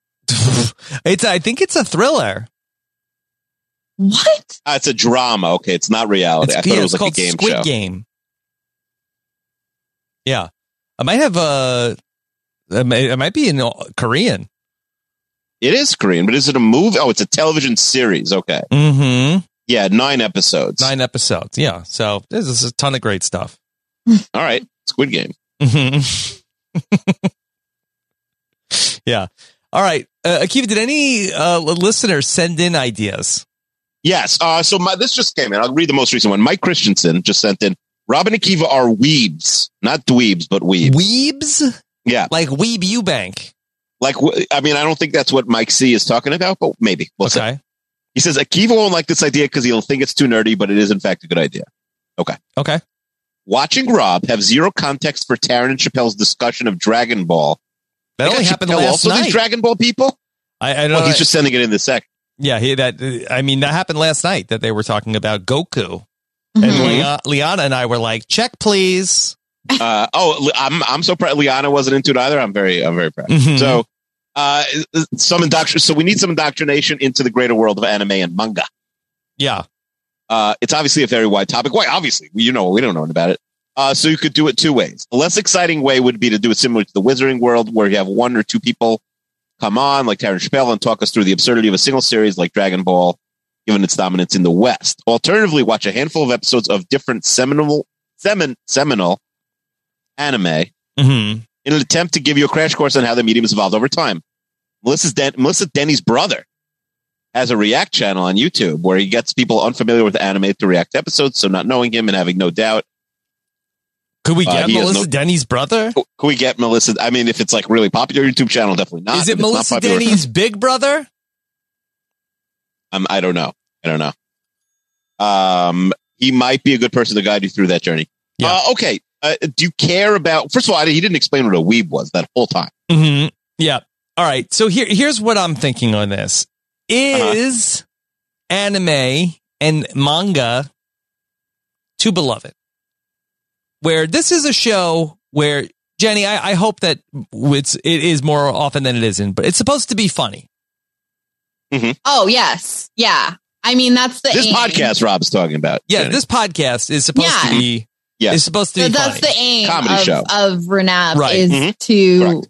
B: it's. I think it's a thriller.
D: What?
C: Uh, it's a drama. Okay, it's not reality.
B: It's,
C: Oh, I thought
B: yeah,
C: it
B: it's
C: was like a
B: called
C: game
B: Squid
C: show.
B: Game. Yeah, I might have uh I might, I might be in Korean.
C: It is Korean, but is it a movie? Oh, it's a television series. Okay,
B: Mm-hmm.
C: yeah, nine episodes.
B: Nine episodes. Yeah, so this is a ton of great stuff.
C: All right, Squid Game.
B: Mm-hmm. yeah. All right, uh, Akiva. Did any uh, l- listeners send in ideas?
C: Yes. Uh, so my, this just came in. I'll read the most recent one. Mike Christensen just sent in. Robin and Akiva are weebs, not dweebs, but weebs.
B: Weebs,
C: Yeah.
B: like Weeb Eubank.
C: Like, w- I mean, I don't think that's what Mike C is talking about, but maybe. We'll see.
B: okay.
C: He says Akiva won't like this idea because he'll think it's too nerdy, but it is in fact a good idea.
B: Okay.
C: Watching Rob have zero context for Taryn and Chappelle's discussion of Dragon Ball.
B: That
C: Like,
B: only
C: Chappelle
B: happened last
C: also
B: night.
C: these Dragon Ball people.
B: I, I don't.
C: Well, he's just sending it in the sec.
B: yeah. He, that. uh, I mean, that happened last night. That they were talking about Goku. And
D: Mhm.
B: Lea- Liana and I were like, check, please.
C: Uh, oh, Li- I'm I'm so proud. Liana wasn't into it either. I'm very I'm very proud.
B: Mhm.
C: So, uh, some indoctr- So we need some indoctrination into the greater world of anime and manga.
B: yeah.
C: Uh, it's obviously a very wide topic. Why? Obviously, you know we don't know about it. Uh, so you could do it two ways. A less exciting way would be to do it similar to the Wizarding World, where you have one or two people come on, like Taryn Chappelle, and talk us through the absurdity of a single series like Dragon Ball, given its dominance in the West. Alternatively, watch a handful of episodes of different seminal semin, seminal anime
B: hmm
C: in an attempt to give you a crash course on how the medium has evolved over time. Melissa's Den- Melissa Denny's brother has a React channel on YouTube where he gets people unfamiliar with anime to react to episodes, so not knowing him and having no doubt.
B: Could we
C: Uh,
B: get
C: he has
B: Melissa
C: no-
B: Denny's brother?
C: Can we get Melissa? I mean, if it's like really popular YouTube channel, definitely not.
B: Is
C: If
B: it
C: it's not
B: Melissa
C: popular,
B: Denny's big brother?
C: Um, I don't know. I don't know. Um, he might be a good person to guide you through that journey.
B: Yeah.
C: Uh, okay. Uh, do you care about? First of all, I, he didn't explain what a weeb was that whole time.
B: hmm Yeah. All right. So here, here's what I'm thinking on this
D: Uh-huh.
B: is anime and manga to beloved, where this is a show where Jenny, I, I hope that it's it is more often than it isn't, but it's supposed to be funny.
D: Oh yes, yeah. I mean, that's the
C: This
D: aim.
C: podcast Rob's talking about.
B: Yeah,
C: Jenny.
B: this podcast is supposed to
D: Yeah.
B: be
C: Yes.
B: is supposed to be
D: So
B: funny.
D: that's the aim
C: Comedy
D: of,
C: show.
D: of Renab
B: Right.
D: is
C: Mhm.
D: to
C: Correct.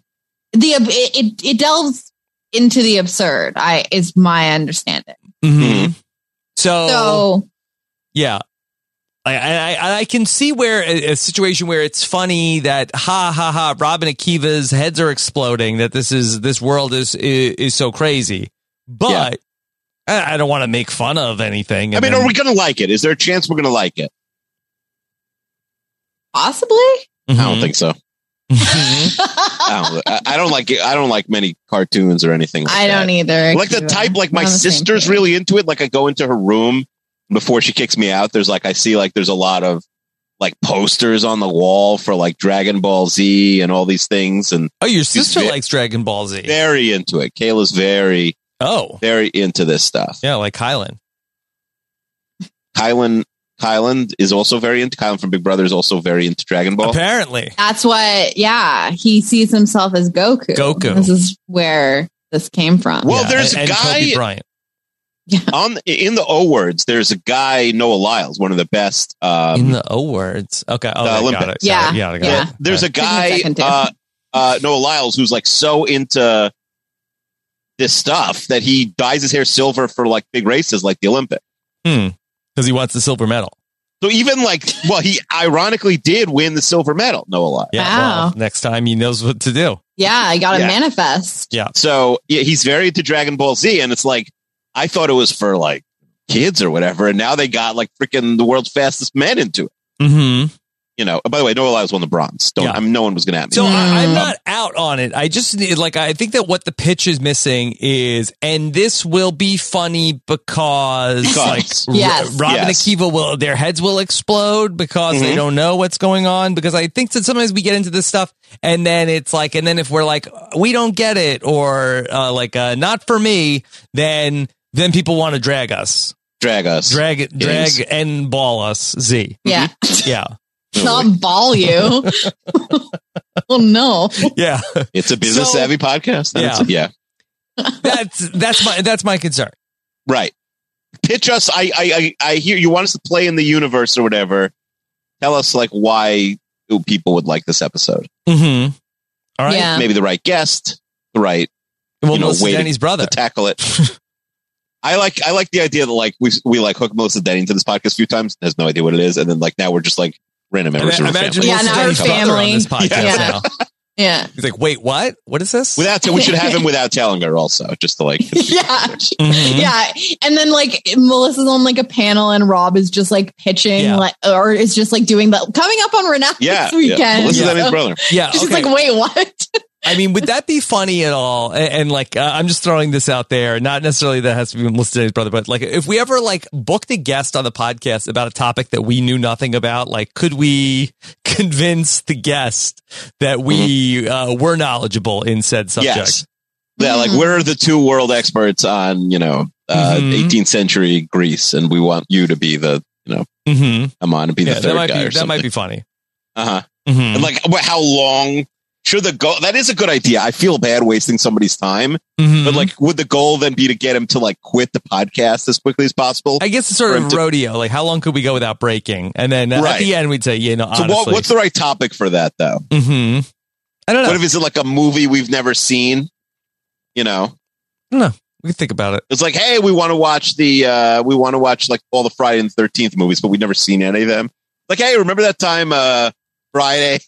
D: the ab- it, it it delves into the absurd. I is my understanding. Mm-hmm.
B: Mhm.
C: Oh.
B: So,
D: So
B: yeah, I, I I- I can see where a, a situation where it's funny that ha ha ha Robin Akiva's heads are exploding that this is this world is is, is so crazy, but I, I don't want to make fun of anything.
C: I
B: and
C: mean,
B: then-
C: are we going to like it? Is there a chance we're going to like it?
D: possibly,
B: Mm-hmm.
C: I don't think so.
B: Mhm.
C: I don't, I- I don't like it. I don't like many cartoons or anything. Like
D: I don't
C: that.
D: either.
C: like the
D: Akiva.
C: type. Like my
D: We're on the same
C: sister's
D: page.
C: really into it. Like I go into her room before she kicks me out. There's like I see like there's a lot of like posters on the wall for like Dragon Ball Z and all these things. And
B: Oh, your sister
C: ve-
B: likes Dragon Ball Z.
C: very into it. Kayla's very,
B: Oh,
C: very into this stuff.
B: yeah, like Kylan.
C: Kylan, Kylan is also very into Kylan from Big Brother is also very into Dragon Ball.
B: Apparently,
D: That's what, yeah, he sees himself as Goku.
B: Goku.
D: This is where this came from.
C: Well,
B: Yeah,
C: there's
B: and,
C: a
B: and
C: guy-
B: Kobe Bryant.
C: on in the O words, there's a guy Noah Lyles, one of the best. Um,
B: in the O words. Okay. Oh,
C: The
B: I got
C: Olympics.
B: it. Got it.
D: Yeah,
B: Yeah. I got
D: yeah.
B: it.
C: there's a guy
D: second, too.
C: uh, uh, Noah Lyles who's like so into this stuff that he dyes his hair silver for like big races like the Olympics.
B: because hmm. he wants the silver medal.
C: So even like, well, he ironically did win the silver medal, Noah Lyles.
B: Yeah.
D: Wow.
B: Well, next time he knows what to do.
D: Yeah, I got to
C: Yeah.
D: manifest.
C: So yeah, he's very into Dragon Ball Z, and it's like I thought it was for like kids or whatever, and now they got like freaking the world's fastest men into it.
B: Mm-hmm.
C: You know. By the way, Noah Lyles won the bronze. Don't.
B: Yeah.
C: I mean, no one was going to have me.
B: So I, I'm
D: Mm.
B: not out on it. I just need- like I think that what the pitch is missing is, and this will be funny because,
C: Because.
B: like
D: Yes.
B: Ro- Rob
C: Yes.
B: and Akiva will their heads will explode because they
C: Mhm.
B: don't know what's going on. Because I think that sometimes we get into this stuff and then it's like, and then if we're like we don't get it or uh, like uh, not for me, then then people want to drag us.
C: drag us.
B: drag drag
C: Yes.
B: and ball us z
D: Yeah.
B: yeah
D: Not ball you. well, no.
B: yeah
C: It's a business
B: So-
C: savvy podcast. That's, yeah.
B: that's that's my that's my concern
C: Right. Pitch us. I, I, I, I hear you want us to play in the universe or whatever. Tell us like why people would like this episode.
B: mm-hmm. all right
D: Yeah.
C: Maybe the right guest, the right
B: well
C: You know,
B: Melissa
C: waiting
B: Denny's brother
C: to tackle it. I like, I like the idea that like we, we like hook Melissa Denny into this podcast a few times, has no idea what it is. And then like now we're just like random members
B: Ima-
C: of her
B: imagine
C: family.
B: Melissa
D: Yeah, now
B: Denny's
D: her
B: brother on
D: family.
B: this podcast
C: Yeah.
B: now
D: Yeah.
B: he's like wait what what is this
C: Without, we should have him without telling her also, just to like,
D: Yeah.
C: Mm-hmm.
B: Mhm.
D: Yeah. And then like Melissa's on like a panel and Rob is just like pitching
B: Yeah.
D: like or is just like doing the coming up on Renee
C: yeah,
D: this weekend.
C: yeah. Melissa
D: So
C: Denny's brother.
B: yeah
D: She's
B: okay.
D: like, wait, what?
B: I mean, would that be funny at all? And, and, like, uh, I'm just throwing this out there. Not necessarily that has to be Melissa Denny's brother, but like, if we ever like booked a guest on the podcast about a topic that we knew nothing about, like, could we convince the guest that we uh, were knowledgeable in said subject?
C: Mm-hmm. Yes. Yeah, like we're the two world experts on, you know, uh,
B: Mhm.
C: 18th century Greece, and we want you to be the
B: Mm-hmm.
C: Amon and be
B: Yeah,
C: the
B: that
C: third
B: might
C: guy
B: be
C: or
B: that might
C: something.
B: be funny.
C: uh-huh.
B: Mhm.
C: And like, wh- how long should the goal? That is a good idea. I feel bad wasting somebody's time,
B: Mhm.
C: but like, would the goal then be to get him to like quit the podcast as quickly as possible?
B: I guess it's sort
C: for
B: of
C: him to-
B: rodeo. Like, how long could we go without breaking? And then uh, at
C: Right.
B: the end, we'd say, you know,
C: so,
B: honestly,
C: what, what's the right topic for that though?
B: Mhm. I don't know.
C: What if is it like a movie we've never seen? You know,
B: we can think about it.
C: it's like, hey, we want to watch the, uh, we want to watch like all the Friday and Thirteenth movies, but we've never seen any of them. Like, hey, remember that time uh, Friday?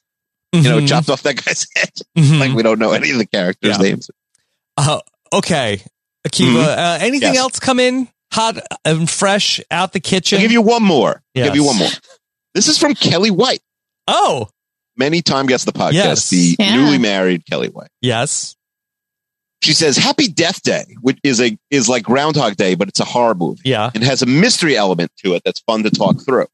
C: You know,
B: Mhm.
C: chopped off that guy's head.
B: Mhm.
C: like, we don't know any of the characters'
B: Yeah.
C: names.
B: Uh, okay, Akiva. Uh, anything
C: Mm-hmm. Yes.
B: else come in hot and fresh out the kitchen?
C: I'll give you one more.
B: Yes.
C: Give you one more. This is from Kelly White,
B: oh,
C: many time guest of the podcast,
B: Yes.
C: the
D: Yeah.
C: newly married Kelly White.
B: yes.
C: She says, "Happy Death Day," which is a is like Groundhog Day, but it's a horror movie
B: Yeah.
C: and has a mystery element to it that's fun to talk through.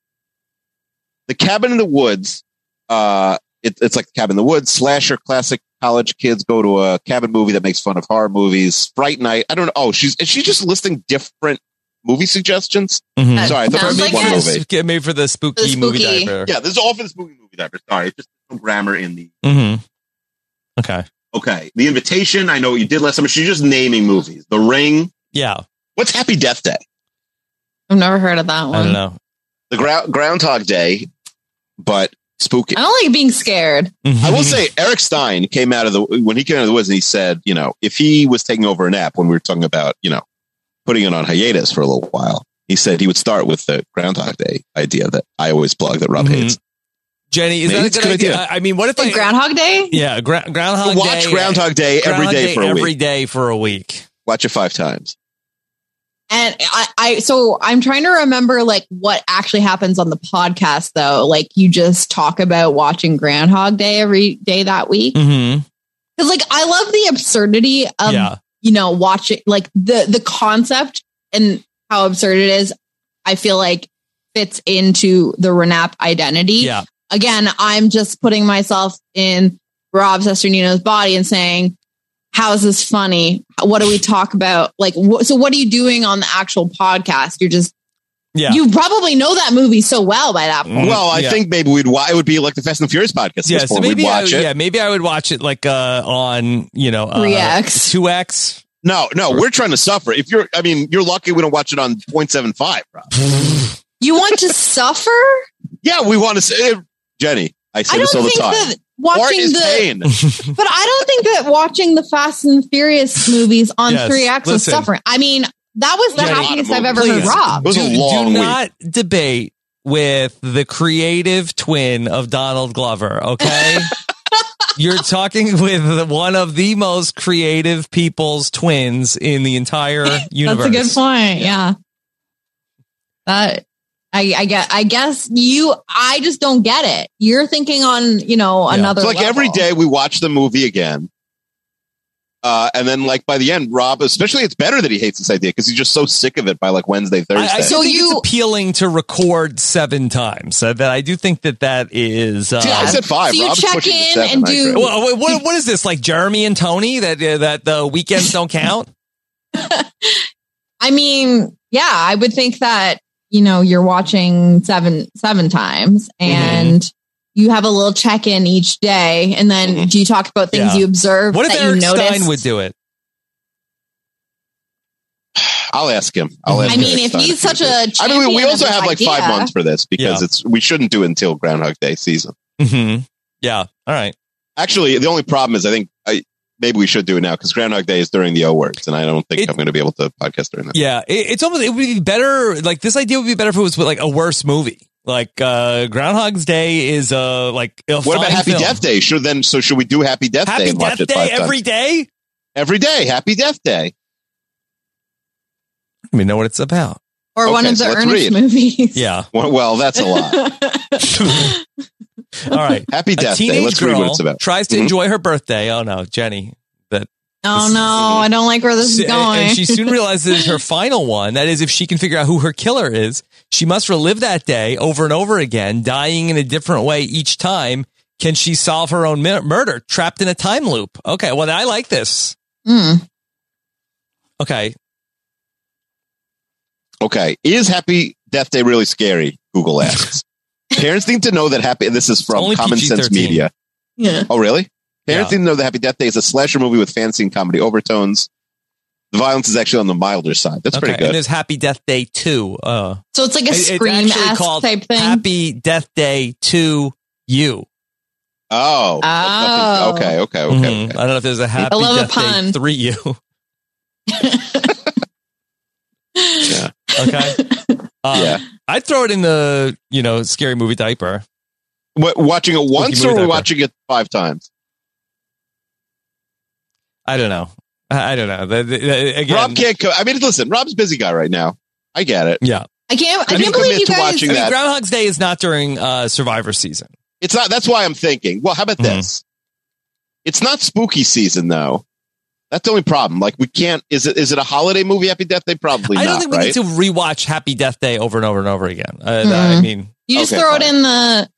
C: The Cabin in the Woods, uh, it, it's like the Cabin in the Woods slasher classic. College kids go to a cabin movie that makes fun of horror movies. Fright Night. I don't know. Oh, she's is she just listing different movie suggestions?
B: Mhm.
C: Sorry, I thought there was
D: Sounds Uh, like
C: one
D: it.
C: movie.
B: Get made for the spooky,
D: The
B: movie
D: spooky.
B: diaper.
C: Yeah, this is all for this movie. Movie diver. Sorry, it's just no grammar in the.
B: Mm-hmm. Okay.
C: Okay, the invitation. I know what you did last summer. She's just naming movies. The Ring.
B: Yeah.
C: What's Happy Death Day?
D: I've never heard of that one.
B: I don't know.
C: The grou- Groundhog Day, but spooky.
D: I don't like being scared.
C: I will
B: Mhm.
C: say, Eric Stein came out of the when he came out of the woods, and he said, you know, if he was taking over an app when we were talking about, you know, putting it on hiatus for a little while, he said he would start with the Groundhog Day idea that I always plug that Rob
B: Mhm.
C: hates.
B: Jenny, is
C: Maybe
B: that a
C: it's
B: good,
C: a good
B: idea?
C: idea.
B: I I mean, what if I
D: Like Groundhog Day?
B: yeah gra- groundhog
C: Watch
B: Day,
C: Groundhog Day every
B: Groundhog
C: day for a
B: every
C: week.
B: day for a week.
C: Watch it five times.
D: And I, I, so I'm trying to remember like what actually happens on the podcast though. Like you just talk about watching Groundhog Day every day that week.
B: Mm-hmm.
D: Cause like I love the absurdity of,
B: yeah.
D: you know, watching like the, the concept and how absurd it is. I feel like fits into the Renap identity.
B: Yeah.
D: Again, I'm just putting myself in Rob Sesternino's body and saying, how is this funny? What do we talk about? Like, wh- so what are you doing on the actual podcast? You're just,
B: Yeah.
D: you probably know that movie so well by that point.
C: Well, I
B: Mm-hmm. Yeah.
C: think maybe we'd. wa- It would be like the Fast and the Furious podcast.
B: yeah,
C: Yes,
B: so maybe
C: we'd
B: I,
C: watch it.
B: yeah, maybe I would watch it like uh on, you know, uh,
D: 3X.
B: 2X.
C: No, no, we're trying to suffer. If you're, I mean, you're lucky we don't watch it on 0.75, Rob.
D: You want to suffer?
C: Yeah, we want to say, Jenny. I say
D: I
C: this all
D: don't
C: the
D: think
C: time.
D: that watching
C: Art is
D: the,
C: pain.
D: But I don't think that watching the Fast and Furious movies on
B: Yes,
D: 3X was
B: listen.
D: suffering. I mean, that was the
C: Yeah, a lot
D: happiest
C: of
D: I've ever
C: movies.
D: heard
C: Please.
D: Rob.
C: It was a
B: do,
C: long
B: do
C: week.
B: not debate with the creative twin of Donald Glover, okay? You're talking with one of the most creative people's twins in the entire universe.
D: That's a good point. Yeah. That I, I get I guess you I just don't get it. You're thinking on, you know,
B: Yeah.
D: another
C: It's like
D: level.
C: every day we watch the movie again. Uh, and then, like by the end, Rob, especially, it's better that he hates this idea because he's just so sick of it by like Wednesday, Thursday.
B: I, I
D: So
B: so think
D: you-
B: it's appealing to record seven times. Uh, that I do think that that is. Uh,
C: See, I said five.
D: So you
C: Rob's
D: check
C: pushing
D: in
C: to seven,
D: and
C: I
D: do-
C: agree.
B: Well, what, what, what is this like, Jeremy and Tony? That uh, that the weekends don't count.
D: I mean, yeah, I would think that, you know, you're watching seven seven times
B: Mm-hmm.
D: and you have a little check in each day and then do you talk about things
B: Mm-hmm. Yeah.
D: you observe
B: What if
D: that you
B: Eric
D: noticed?
B: Stein would do it?
C: I'll ask him. I'll ask
D: I
C: him
D: mean,
C: next
D: if
C: time
D: he's
C: he
D: such
C: does
D: a
C: it. I mean, we- we
D: champion of
C: also
D: this
C: have like
D: idea-
C: five months for this because
B: Yeah.
C: it's we shouldn't do it until Groundhog Day season.
B: hmm Yeah. All right.
C: Actually, the only problem is I think I maybe we should do it now because Groundhog Day is during the O words, and I don't think
B: It-
C: I'm going to be able to podcast during that.
B: Yeah. It, it's almost it would be better. Like this idea would be better if it was like a worse movie. Like uh Groundhog's Day is uh, like a
C: What about
B: fine
C: Happy
B: film.
C: Death Day? Should then so should we do Happy Death Day?
B: Happy
C: and watch
B: Death
C: it five
B: Day
C: times?
B: every day.
C: every day. Happy Death Day.
B: I don't even know what it's about.
D: or one
C: Okay,
D: of the
C: so let's
D: Ernest
C: read.
D: movies.
B: Yeah.
C: Well, well that's a lot.
B: All right.
C: Happy
B: A
C: Death Day.
B: teenage
C: Let's read what
B: girl
C: it's about.
B: tries to
C: Mhm.
B: enjoy her birthday. Oh no, Jenny,
D: Oh no, I don't like where this
B: So- and-
D: is going.
B: And she soon realizes her final one. That is, if she can figure out who her killer is, she must relive that day over and over again, dying in a different way each time. Can she solve her own mur- murder trapped in a time loop? Okay. Well, I like this.
D: Mm.
B: Okay.
C: Okay. Is Happy Death Day really scary? Google asks. Parents need to know that happy. This is from
B: only
C: Common Sense
B: PG-13.
C: Media.
D: Yeah.
C: Oh, really?
B: Yeah.
C: Parents didn't know that Happy Death Day is a slasher movie with fancy and comedy overtones. The violence is actually on the milder side. That's
B: okay.
C: pretty
B: And
C: good.
B: there's Happy Death Day 2. Uh,
D: So it's like a
B: it- it's
D: scream
B: actually
D: esque
B: called
D: type thing.
B: Happy Death Day to You.
C: Oh,
D: Oh.
C: okay, okay, okay.
B: Mhm.
C: okay.
B: I don't know if there's a Happy
D: I love the
B: Death Day
D: pun.
B: 3 You.
C: Yeah.
B: Okay. Uh,
C: Yeah.
B: I'd throw it in the, you know, scary movie diaper.
C: What, watching it once
B: movie
C: or
B: diaper.
C: watching it five times?
B: I don't know. I I don't know. The- the- the- again,
C: Rob can't. Co- I mean, listen, Rob's a busy guy right now. I get it.
B: Yeah.
D: I can't I
C: Can you
D: can't believe
C: commit
D: you
C: to
D: guys
C: watching
B: I mean,
C: that?
B: Groundhog's Day is not during uh, Survivor season.
C: It's not. That's why I'm thinking. Well, how about
B: Mhm.
C: this? It's not spooky season though. That's the only problem. Like we can't. Is it? Is it a holiday movie? Happy Death Day? Probably
B: I don't
C: not.
B: think we
C: right? Mm-hmm.
B: need to rewatch Happy Death Day over and over and over again. Uh,
D: Mhm.
B: I mean,
D: you just
C: Okay,
D: throw it
C: fine.
D: in the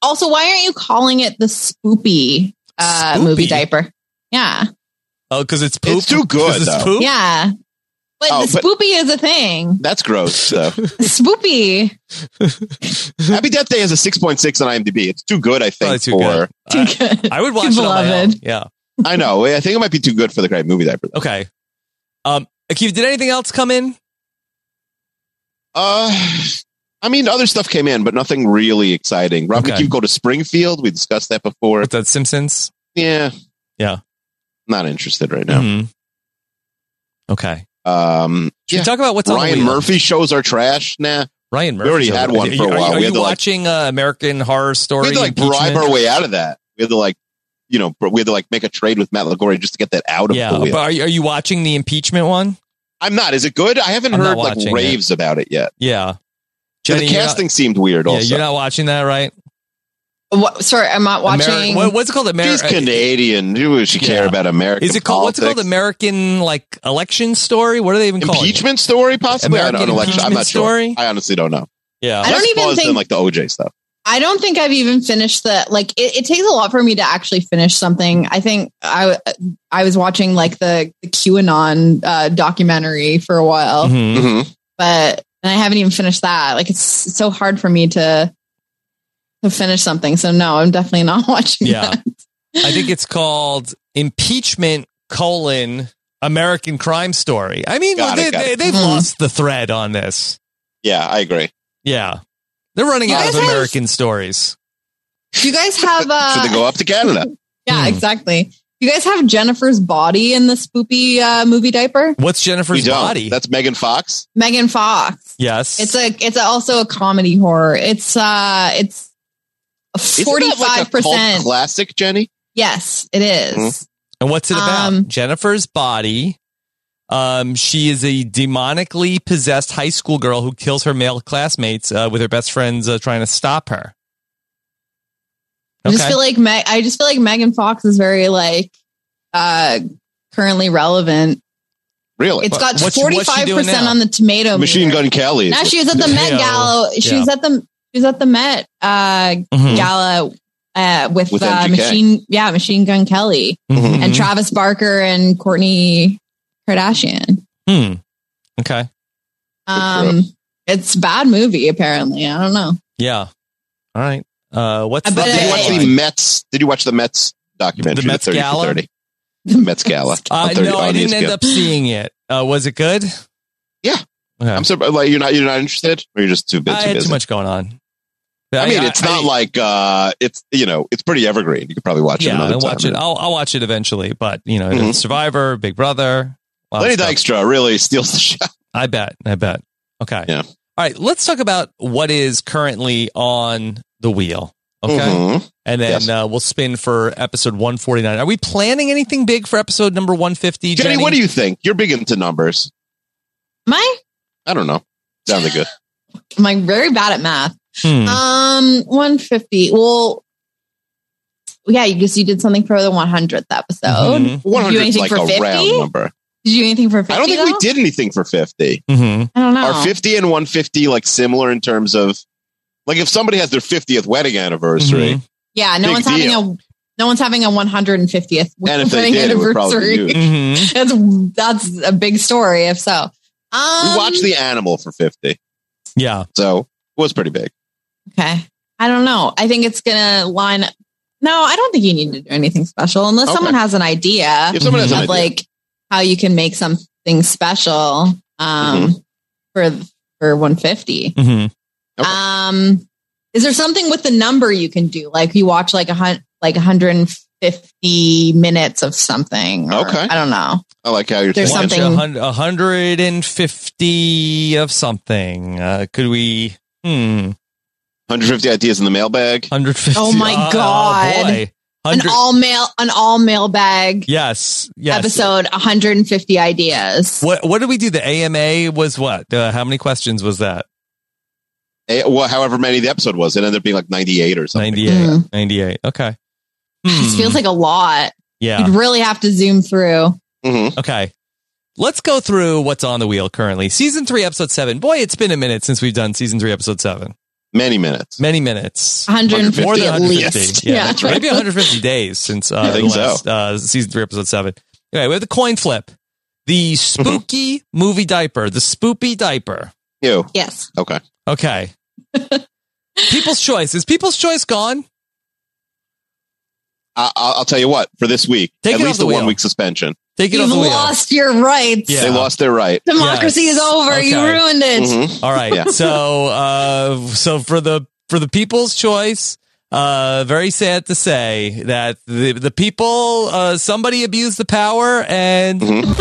D: also why aren't you calling it the spoopy uh
B: Spoopy?
D: movie diaper? Yeah.
B: oh, because it's poop.
C: It's too good,
B: 'Cause It's
C: though.
B: poop?
D: Yeah. But
C: Oh,
D: the
C: but-
D: spoopy is a thing.
C: That's gross. Though.
D: spoopy.
C: Happy Death Day has a 6.6 on IMDb. It's too good, I
B: Probably
C: think.
B: too
C: for
B: good. I, I would watch it on my own.
D: Beloved.
B: Yeah.
C: I know. I think it might be too good for the great movie diaper.
B: Okay. Um, Akiva, did anything else come in?
C: Uh, I mean, other stuff came in, but nothing really exciting. Rob,
B: Okay.
C: could you go to Springfield? We discussed that before.
B: With the Simpsons?
C: Yeah,
B: Yeah.
C: Not interested right now.
B: Mhm. Okay.
C: Um,
B: Should
C: yeah.
B: we talk about what's on the
C: Ryan
B: wheel?
C: Murphy shows are trash. Nah,
B: Ryan Murphy.
C: already had one for a
B: Are-
C: while.
B: Are,
C: We
B: you
C: had to, like-
B: watching uh, American Horror Story?
C: we had to like bribe
B: Impeachment?
C: our way out of that. We had to like, you know, we had to like make a trade with Matt Lagoria just to get that out of
B: Yeah,
C: the
B: but
C: wheel.
B: are you, are you watching the impeachment one?
C: I'm not. Is it good? I haven't
B: I'm not
C: heard like
B: watching it.
C: raves about it yet.
B: Yeah.
C: the
B: Jenny, you're not-
C: casting seemed weird.
B: Yeah,
C: Also,
B: you're not watching that, right?
D: What, sorry, I'm not watching
B: Ameri- what, what's it called?
C: She's
B: American.
C: Canadian. Who would she care
B: Yeah.
C: about American?
B: Is it called? What's it called?
C: politics?
B: American like election story? What are they even called?
C: impeachment story? Possibly. I
B: American
C: don't know. Election. I'm
B: impeachment
C: not
B: story?
C: sure. I honestly don't know.
B: Yeah.
D: I don't
C: Less
D: even
C: flaws than
D: think-
C: like the OJ stuff.
D: I don't think I've even finished the like. It, it takes a lot for me to actually finish something. I think I I was watching like the, the QAnon uh, documentary for a while,
B: Mhm.
C: Mhm.
D: but and I haven't even finished that. Like it's, it's so hard for me to to finish something. So no, I'm definitely not watching.
B: Yeah.
D: that.
B: I think it's called impeachment colon American crime story. I mean,
C: Got
B: they,
C: it, got
B: they,
C: it.
B: they've
D: Hmm.
B: lost the thread on this.
C: Yeah, I agree.
B: Yeah. They're running
D: You
B: out
D: guys
B: of
D: have-
B: American stories.
D: Do you guys have? Uh,
C: Should they go up to Canada?
D: yeah,
B: Hmm.
D: exactly. Do you guys have Jennifer's body in the spoopy uh, movie diaper?
B: What's
C: We
B: Jennifer's
C: don't.
B: body?
C: That's Megan Fox.
D: Megan Fox.
B: yes.
D: It's a it's also a comedy horror. It's uh it's
C: Isn't
D: forty
C: that like
D: five
C: a cult
D: percent.
C: classic, Hmm. Jenny.
D: Yes, it is.
B: and what's it about?
D: um,
B: Jennifer's body. Um, she is a demonically possessed high school girl who kills her male classmates uh, with her best friends uh, trying to stop her.
D: I just feel like Meg. I just feel like Megan Fox is very like uh currently relevant.
C: Really?
D: It's got
B: what's-
D: forty
B: what's she
D: five
B: doing
D: percent
B: now?
D: on the tomato.
C: Machine
D: meter.
C: Gun Kelly.
D: Now she was at the Met
B: Yeah.
D: Gala. She
B: Yeah.
D: was at the she was at the Met uh
B: Mhm.
D: Gala uh with,
C: With
D: uh,
C: MGK.
D: machine yeah Machine Gun Kelly
B: Mhm.
D: and Travis Barker and Courtney Kardashian.
B: Hmm. Okay.
D: Um, it's a bad movie. Apparently, I don't know.
B: Yeah. All right. Uh, what's
D: I
B: the
D: bet
C: did you
D: Yeah,
C: watch
D: yeah,
C: the Mets? Did you watch the Mets documentary?
B: The Mets
C: 30 for
B: Gala?
C: 30? The Mets Gala.
B: Uh,
C: on 30
B: no,
C: on
B: I didn't
C: ESPN.
B: end up seeing it. Uh, was it good?
C: Yeah.
B: Okay.
C: I'm sorry. Like you're not you're not interested, or you're just too busy.
B: I had
C: busy?
B: Uh, too much going on.
C: I mean, it's not like uh, it's you know, it's pretty evergreen. You could probably watch it
B: yeah.
C: another
B: I'll
C: time.
B: watch it. I'll, I'll watch it eventually. But you know,
C: Mhm.
B: Survivor, Big Brother. a lot of
C: Lenny
B: stuff.
C: Dykstra really steals the show.
B: I bet. I bet. Okay.
C: Yeah.
B: All right. Let's talk about what is currently on the wheel. Okay.
C: Mhm.
B: And then
C: Yes.
B: uh, we'll spin for episode 149. Are we planning anything big for episode number 150?
C: Jenny, what do you think? You're big into numbers.
D: My,
C: I don't know. Sounded good.
D: am I very bad at math?
B: Hmm.
C: Uh,
D: Um, one fifty. Well, yeah, you just you did something for the one hundredth episode.
B: Mhm.
D: Did you do
C: 100 is
D: anything
C: like
D: for
C: a
D: 50?
C: round number.
D: Did you do anything for fifty?
C: I don't think we
D: though? Oh.
C: did anything for 50.
B: Mhm.
D: I don't know.
C: Are 50 and 150 like similar in terms of like if somebody has their 50th wedding
B: Mm-hmm.
C: anniversary,
D: yeah, no
C: Big
D: one's having
C: deal.
D: a no one's having a one hundred and fiftieth
C: and if they did, it would probably be huge.
B: Mhm.
D: That's that's a big story. If so, um,
C: we watched The Animal for 50,
B: Yeah.
C: so it was pretty big.
D: Okay. I don't know. I think it's gonna line. No, I don't think you need to do anything special unless
C: Okay.
D: someone has an idea.
C: If someone has an
D: of
B: Uh-huh.
C: idea,
D: like how you can make something special
C: Mm-hmm.
D: um for for 150
B: hmm
C: Okay.
D: um is there something with the number you can do like you watch like a hun- like 150 minutes of something or-
C: Okay.
D: i don't know
C: I like how you're
D: There's
C: thinking.
D: something-
B: A hundred and fifty of something. Uh, could we? Hmm.
C: 150 ideas in the mailbag.
B: Hundred fifty. Uh,
D: Oh my God. an all male an all mail bag
B: yes. Yes.
D: episode 150 ideas
B: What What did we do? The AMA was what? Uh, how many questions was that?
C: Eh, well, however many the episode was, it ended up being like 98 or something.
B: Ninety eight. Ninety eight. Okay.
D: this
B: Hmm.
D: Mm-hmm. feels like a lot
B: yeah.
D: you'd really have to zoom through
C: Mhm.
B: Okay. Let's go through what's on the wheel currently. Season three, episode seven. Boy, it's been a minute since we've done season three, episode seven.
C: Many minutes.
B: Many minutes.
D: 150
B: More than
D: at
B: 150.
D: least
B: Yeah, that's right. Maybe 150 days since uh,
C: I think
B: the
C: so.
B: last, uh, season three, episode seven. Anyway, we have the coin flip, the spooky movie diaper, the spoopy diaper.
C: You.
D: yes
C: Okay.
B: Okay. People's choice is People's choice gone?
C: I, I'll, I'll tell you what, for this week,
B: Take
C: at
B: it off
C: least
B: the
C: a
B: wheel.
C: one week suspension.
B: Take it
D: you've
B: off the wheel.
D: lost your rights
B: Yeah.
C: They lost their right.
D: democracy
B: Yes.
D: is over you
B: Okay.
D: ruined it
C: Mhm.
B: All right.
C: Yeah.
B: So, uh, so for the for the people's choice, uh, very sad to say that the the people, uh, somebody abused the power, and
C: Mm-hmm.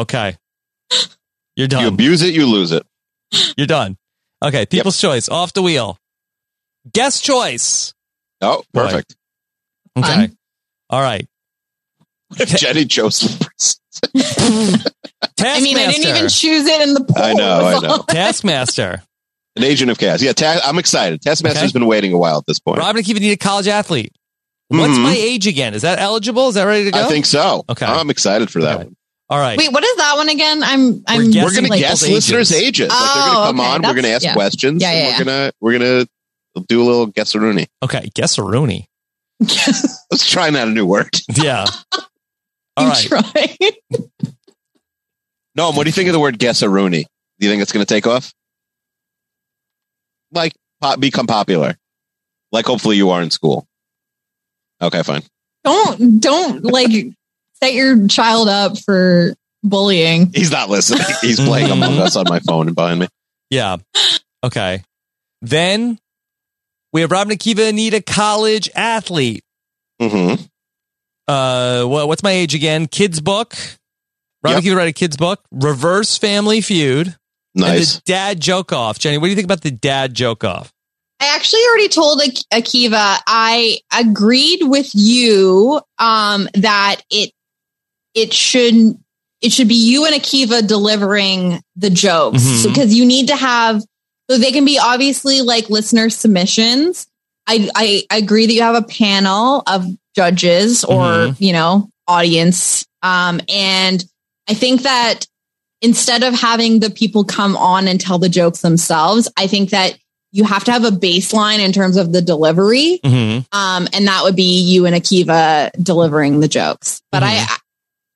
B: okay, you're
C: You
B: done.
C: abuse it, you lose it.
B: You're done. Okay, people's choice off the wheel. Guest choice.
C: Oh,
B: Boy.
C: perfect.
B: Okay.
D: Fun.
B: All right.
C: If Jenny chose the president.
D: I
B: Taskmaster.
D: mean, I didn't even choose it in the poll.
C: I know, I know.
B: Taskmaster.
C: An agent of chaos. Yeah, ta- I'm excited. Taskmaster's
B: Okay.
C: been waiting a while at this point.
B: Robin Akiva need a college athlete. What's
C: Mhm.
B: my age again? Is that eligible? Is that ready to go?
C: I think so.
B: Okay.
C: I'm excited for that
B: Okay.
C: one.
B: All right.
D: Wait, what is that one again? I'm I'm
B: guessing
C: we're gonna
B: like
C: guess
B: people's
C: listeners'
B: ages.
C: ages. Like they're
D: Oh,
C: gonna come
D: okay.
C: on. we're
D: That's-
C: gonna ask
D: yeah.
C: questions.
D: Yeah,
C: and
D: yeah,
C: We're gonna we're gonna do a little guess or rooney.
B: Okay. Guess a Rooney.
C: Let's try not a new word.
B: Yeah. All
D: I'm
B: right.
D: trying.
C: No, what do you think of the word guess a rooney? Do you think it's gonna take off? Like pop, become popular. Like hopefully you are in school. Okay, fine.
D: don't don't like set your child up for bullying.
C: He's not listening. He's playing
D: Mm-hmm.
C: Among Us on my phone and behind me.
B: Yeah. Okay. Then we have Robin Akiva Anita, college athlete.
C: Mm-hmm.
B: Uh, wha- what's my age again? Kids book. Robin Akiva read a kids book. Reverse Family Feud.
C: Nice.
B: And the dad joke off. Jenny, what do you think about the dad joke off?
D: I actually already told Ak- Akiva I agreed with you um that it it should it should be you and Akiva delivering the jokes
B: Mhm.
D: because you need to have so they can be obviously like listener submissions. I I I agree that you have a panel of judges or
B: Mhm.
D: you know audience um and I think that instead of having the people come on and tell the jokes themselves, I think that you have to have a baseline in terms of the delivery.
B: Mm-hmm.
D: Um, and that would be you and Akiva delivering the jokes. But I,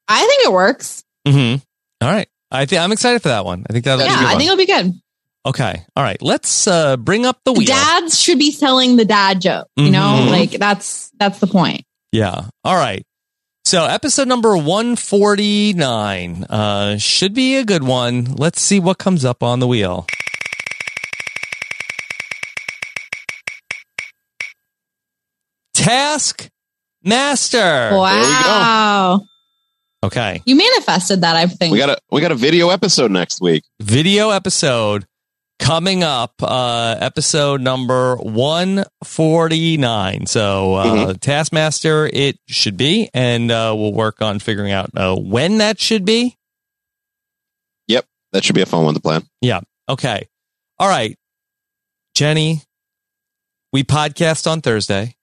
D: I think it works.
B: Mm-hmm. All right. I think I'm excited for that one. I think that'll
D: yeah,
B: be a good
D: I
B: one.
D: think it'll be good.
B: okay. All right. Let's uh, bring up the wheel.
D: Dads should be selling the dad joke. You know,
B: Mhm.
D: like that's that's the point.
B: Yeah. All right. So episode number 149 uh, should be a good one. Let's see what comes up on the wheel. Task Master.
D: Wow,
B: Okay.
D: you manifested that. I think.
C: We got a we got a video episode next week.
B: Video episode coming up, uh, episode number 149. So uh, Taskmaster it should be, and uh, we'll work on figuring out uh, when that should be.
C: That should be a fun one to plan.
B: Okay. All right. Jenny, we podcast on Thursday,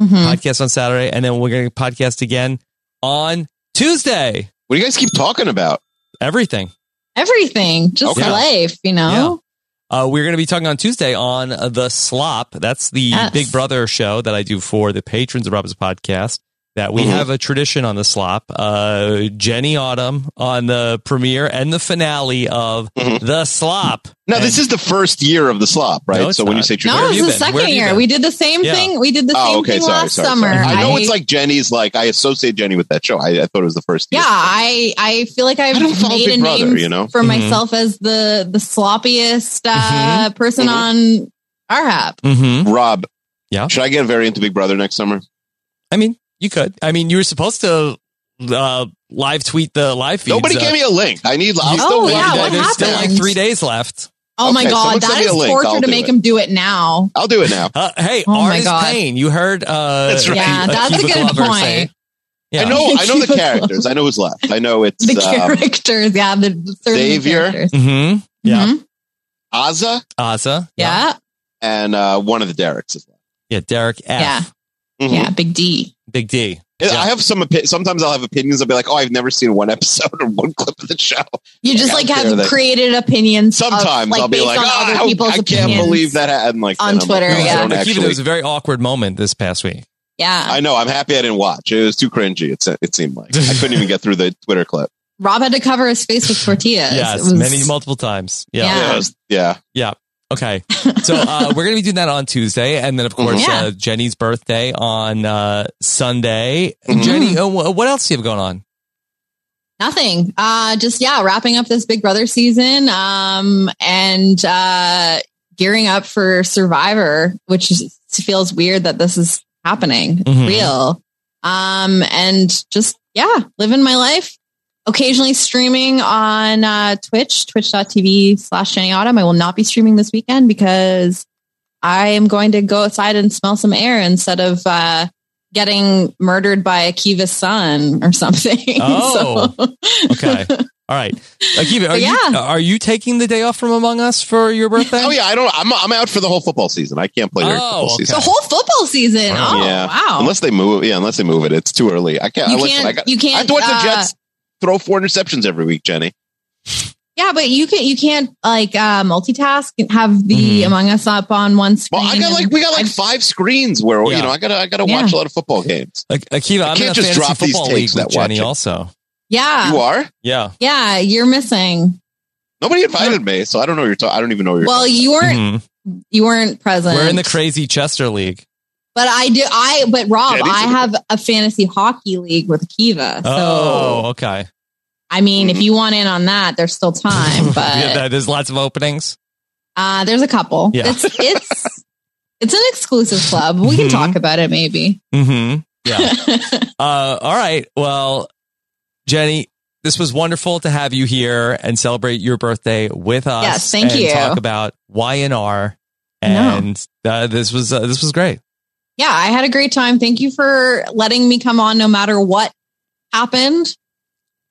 D: Mhm.
B: podcast on Saturday, and then we're going to podcast again on Tuesday.
C: What do you guys keep talking about?
B: Everything.
D: everything, just
C: Okay.
D: life. You know,
B: Uh, we're going to be talking on Tuesday on uh, The Slop. That's the
D: Yes.
B: Big Brother show that I do for the patrons of Robert's podcast. That we
C: Mhm.
B: have a tradition on The Slop. Uh, Jenny Autumn on the premiere and the finale of
C: Mhm.
B: The Slop.
C: No, this
B: And-
C: is the first year of the slop, right?
B: No, it's
C: so when you
B: not.
C: say
B: Where
D: no,
B: have
D: it's
B: you
D: the
B: been? Where
D: second
B: have you
D: year.
B: been?
D: We did the same
B: Yeah.
D: thing. We
C: Oh,
D: did the same thing last summer.
C: I know it's like Jenny's like I associate Jenny with that show. I, I thought it was the first.
D: yeah
C: year.
D: i i feel like i've
C: I don't follow
D: made
C: Big
D: a
C: Brother,
D: name
C: you know?
D: for
B: Mhm.
D: myself as the the sloppiest
B: Mm-hmm.
D: uh person
C: Mhm.
D: on our app
B: Mhm.
C: Rob.
B: Yeah.
C: Should I get very into Big Brother next summer?
B: I mean, you could. I mean, you were supposed to uh, live tweet the live feeds.
C: Nobody
B: uh,
C: gave me a link. I need. I'm
D: Oh,
C: still waiting.
D: yeah,
B: there-
D: what
B: There's still like
D: happened?
B: three days left.
D: oh my
C: Okay,
D: god
C: someone send
D: that
C: me
D: is
C: a link. I'll
D: torture to
C: do
D: make
C: it.
D: him do it now
C: I'll do it now.
B: Uh, hey,
D: Oh
B: R
D: my
B: is
D: God.
B: pain. You heard? Uh,
C: That's right.
D: yeah that's a
B: Akiva
D: good
B: Glover
D: point
B: say- yeah.
C: I know. I know
D: Keep
C: the
D: us
C: characters. I know who's left. I know it's
D: the
C: um,
D: characters yeah the the certain
C: Xavier?
D: characters.
B: Mm-hmm. Yeah.
D: Mhm.
C: Aza
B: Asa.
D: yeah
C: and uh, one of the Derek's. Is left.
B: Yeah. Derek F.
D: Yeah.
C: Mhm.
D: yeah big d
B: Big D.
C: Yeah,
B: Yeah.
C: I have some. Opi- sometimes I'll have opinions. I'll be like, "Oh, I've never seen one episode or one clip of the show."
D: you just
C: Yeah,
D: like
C: out there
D: have
C: that-
D: created opinions of,
C: Sometimes I'll be
D: based
C: like,
D: on
C: "Oh,
D: other
C: I,
D: people's
C: I can't
D: opinions."
C: believe that happened." Like
D: On
C: then I'm like,
D: Twitter,
C: "No, I
D: yeah.
C: don't
B: Akiva, there
C: actually-
B: was a very awkward moment this past week.
D: yeah
C: I know. I'm happy I didn't watch. It was too cringy. It, se- it seemed like I couldn't even get through the Twitter clip.
D: rob had to cover his face with tortillas
B: Yes,
D: It was-
B: many multiple times. Yeah.
D: Yeah.
C: Yeah, it was- yeah.
B: Okay. So uh, we're going to be doing that on Tuesday. And
C: Mm-hmm.
B: then, of course,
D: Mhm. Yeah.
B: uh, Jenny's birthday on uh, Sunday.
D: Mm-hmm.
C: Mhm.
B: Jenny, uh, wh- what else do you have going on?
D: Nothing. Uh just yeah, wrapping up this Big Brother season um and uh gearing up for Survivor, which is, feels weird that this is happening. It's
B: Mhm.
D: real. Um and just yeah, living my life. Occasionally streaming on uh Twitch, twitch.tv slash Jenny Autumn. I will not be streaming this weekend because I am going to go outside and smell some air instead of uh getting murdered by Akiva's son or something.
B: Oh. Okay. All right. Akiva, are,
D: But
B: you, uh,
D: yeah.
B: are you taking the day off from Among Us for your birthday?
C: Oh yeah. I don't. I'm I'm out for the whole football season. I can't play during
B: Oh,
C: football
B: okay.
C: season
D: the whole football season.
B: Wow.
D: Oh
C: Yeah.
D: wow!
C: unless they move. Yeah, unless they move it. It's too early. I can't.
D: you
C: I, listen,
D: can't.
C: I, got,
D: you
C: I
D: can't.
C: have to watch
D: uh,
C: the Jets. throw four interceptions every week, Jenny.
D: Yeah, but you can you can't like uh, multitask and have the
B: Mhm.
D: Among Us up on one screen.
C: Well, I got
D: and-
C: like we got like
D: and-
C: five screens where
B: Yeah.
C: you know I gotta I gotta
D: Yeah.
C: watch a lot of football games.
B: A- Akiva, I'm in
C: can't
B: a
C: just
B: fantasy
C: drop these
B: football league
C: takes
B: with
C: that watch
B: Jenny
C: it.
B: also.
D: yeah,
C: You are
B: Yeah.
D: yeah, you're missing.
C: nobody invited me, so I don't know what you're talking. I don't even know what you're.
D: Well, you weren't
B: Mhm.
D: you weren't present.
B: We're in the crazy Chester League.
D: but I do. I but Rob,
C: Yeah, these
D: I
C: are-
D: have a fantasy hockey league with Kiva. So
B: Oh, okay.
D: I mean,
C: Mm-hmm.
D: if you want in on that, there's still time. But
B: yeah, that, there's lots of openings.
D: uh, there's a couple.
B: Yeah.
D: It's it's it's an exclusive club. We can
B: Mhm.
D: talk about it maybe.
B: hmm Yeah. uh, all right. Well, Jenny, this was wonderful to have you here and celebrate your birthday with us.
D: Yes, thank
B: and
D: you.
B: Talk about YNR, and uh, this was uh, this was great.
D: yeah, I had a great time. Thank you for letting me come on no matter what happened.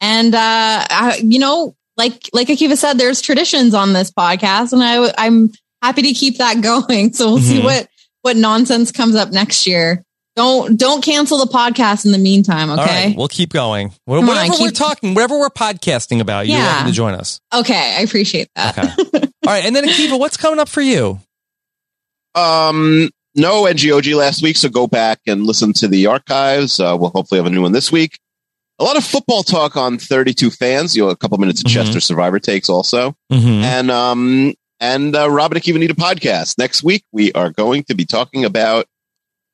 D: And uh I, you know, like like Akiva said, there's traditions on this podcast, and I I'm happy to keep that going. So we'll see
B: Mhm.
D: what what nonsense comes up next year. Don't don't cancel the podcast in the meantime,
B: All
D: okay?
B: right, we'll keep going. Wh-
D: on,
B: Whatever we're
D: keep-
B: talking, whatever we're podcasting about, you're
D: Yeah.
B: welcome to join us.
D: okay, I appreciate that.
B: Okay. All right, and then Akiva, what's coming up for you?
C: Um, no NGOG last week, so go back and listen to the archives. Uh, we'll hopefully have a new one this week. A lot of football talk on 32 fans. You know, a couple minutes of
B: Mhm.
C: Chester Survivor takes also,
B: Mm-hmm.
C: and um, and uh, Robin and Akiva need a podcast next week. We are going to be talking about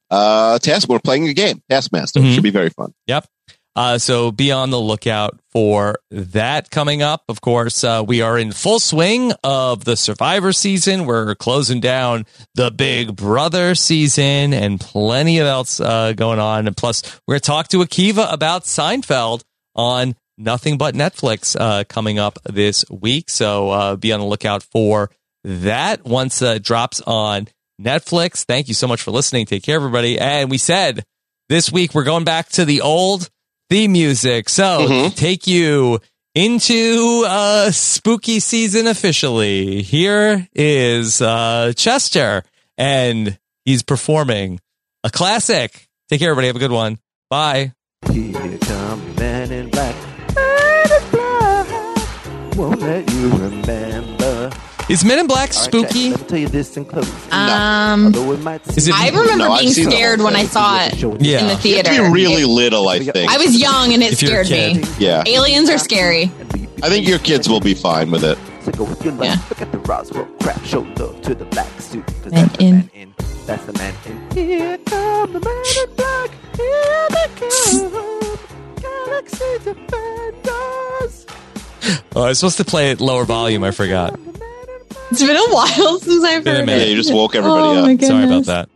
C: uh task. We're playing a game, Taskmaster.
B: Mhm.
C: Should be very fun.
B: Uh, so be on the lookout for that coming up. Of course, uh, we are in full swing of the Survivor season. We're closing down the Big Brother season and plenty of else uh, going on. And plus, we're going to talk to Akiva about Seinfeld on Nothing But Netflix uh, coming up this week. So uh, be on the lookout for that once uh, it drops on Netflix. Thank you so much for listening. Take care, everybody. And we said this week we're going back to the old theme music. So
G: Mm-hmm.
C: Mhm.
B: take you into uh, spooky season officially. Here is uh, Chester, and he's performing a classic. Take care, everybody. Have a good one. Bye.
G: Here come men in black. Men in black. Won't let you remember.
B: Is Men in Black
G: All right,
B: spooky?
G: Jack, let me tell you this in close.
D: Um
G: Although it might
B: Is it-
G: seem-
D: I remember
C: No, I've
D: being
C: seen the whole
D: scared when I saw it in the
B: Yeah.
C: You have
D: theater.
C: to be really little, I
G: I
C: think.
D: I was young and it
B: If you're a
D: scared me.
C: yeah,
D: Aliens are scary.
C: I think your kids will be fine with it.
G: So go with your love.
D: Yeah.
G: Look at the Roswell crap. Show love to the black suit. 'Cause
D: Men
G: that's the
D: in.
G: man in. That's the man in. Here come the man in black. Here they come. Galaxy defenders.
B: Oh, I was supposed to play it lower volume. I forgot.
D: It's been a while since I've
B: Been a
D: heard
B: minute.
C: Yeah,
D: it. Oh,
C: you just woke everybody up.
B: Sorry about that.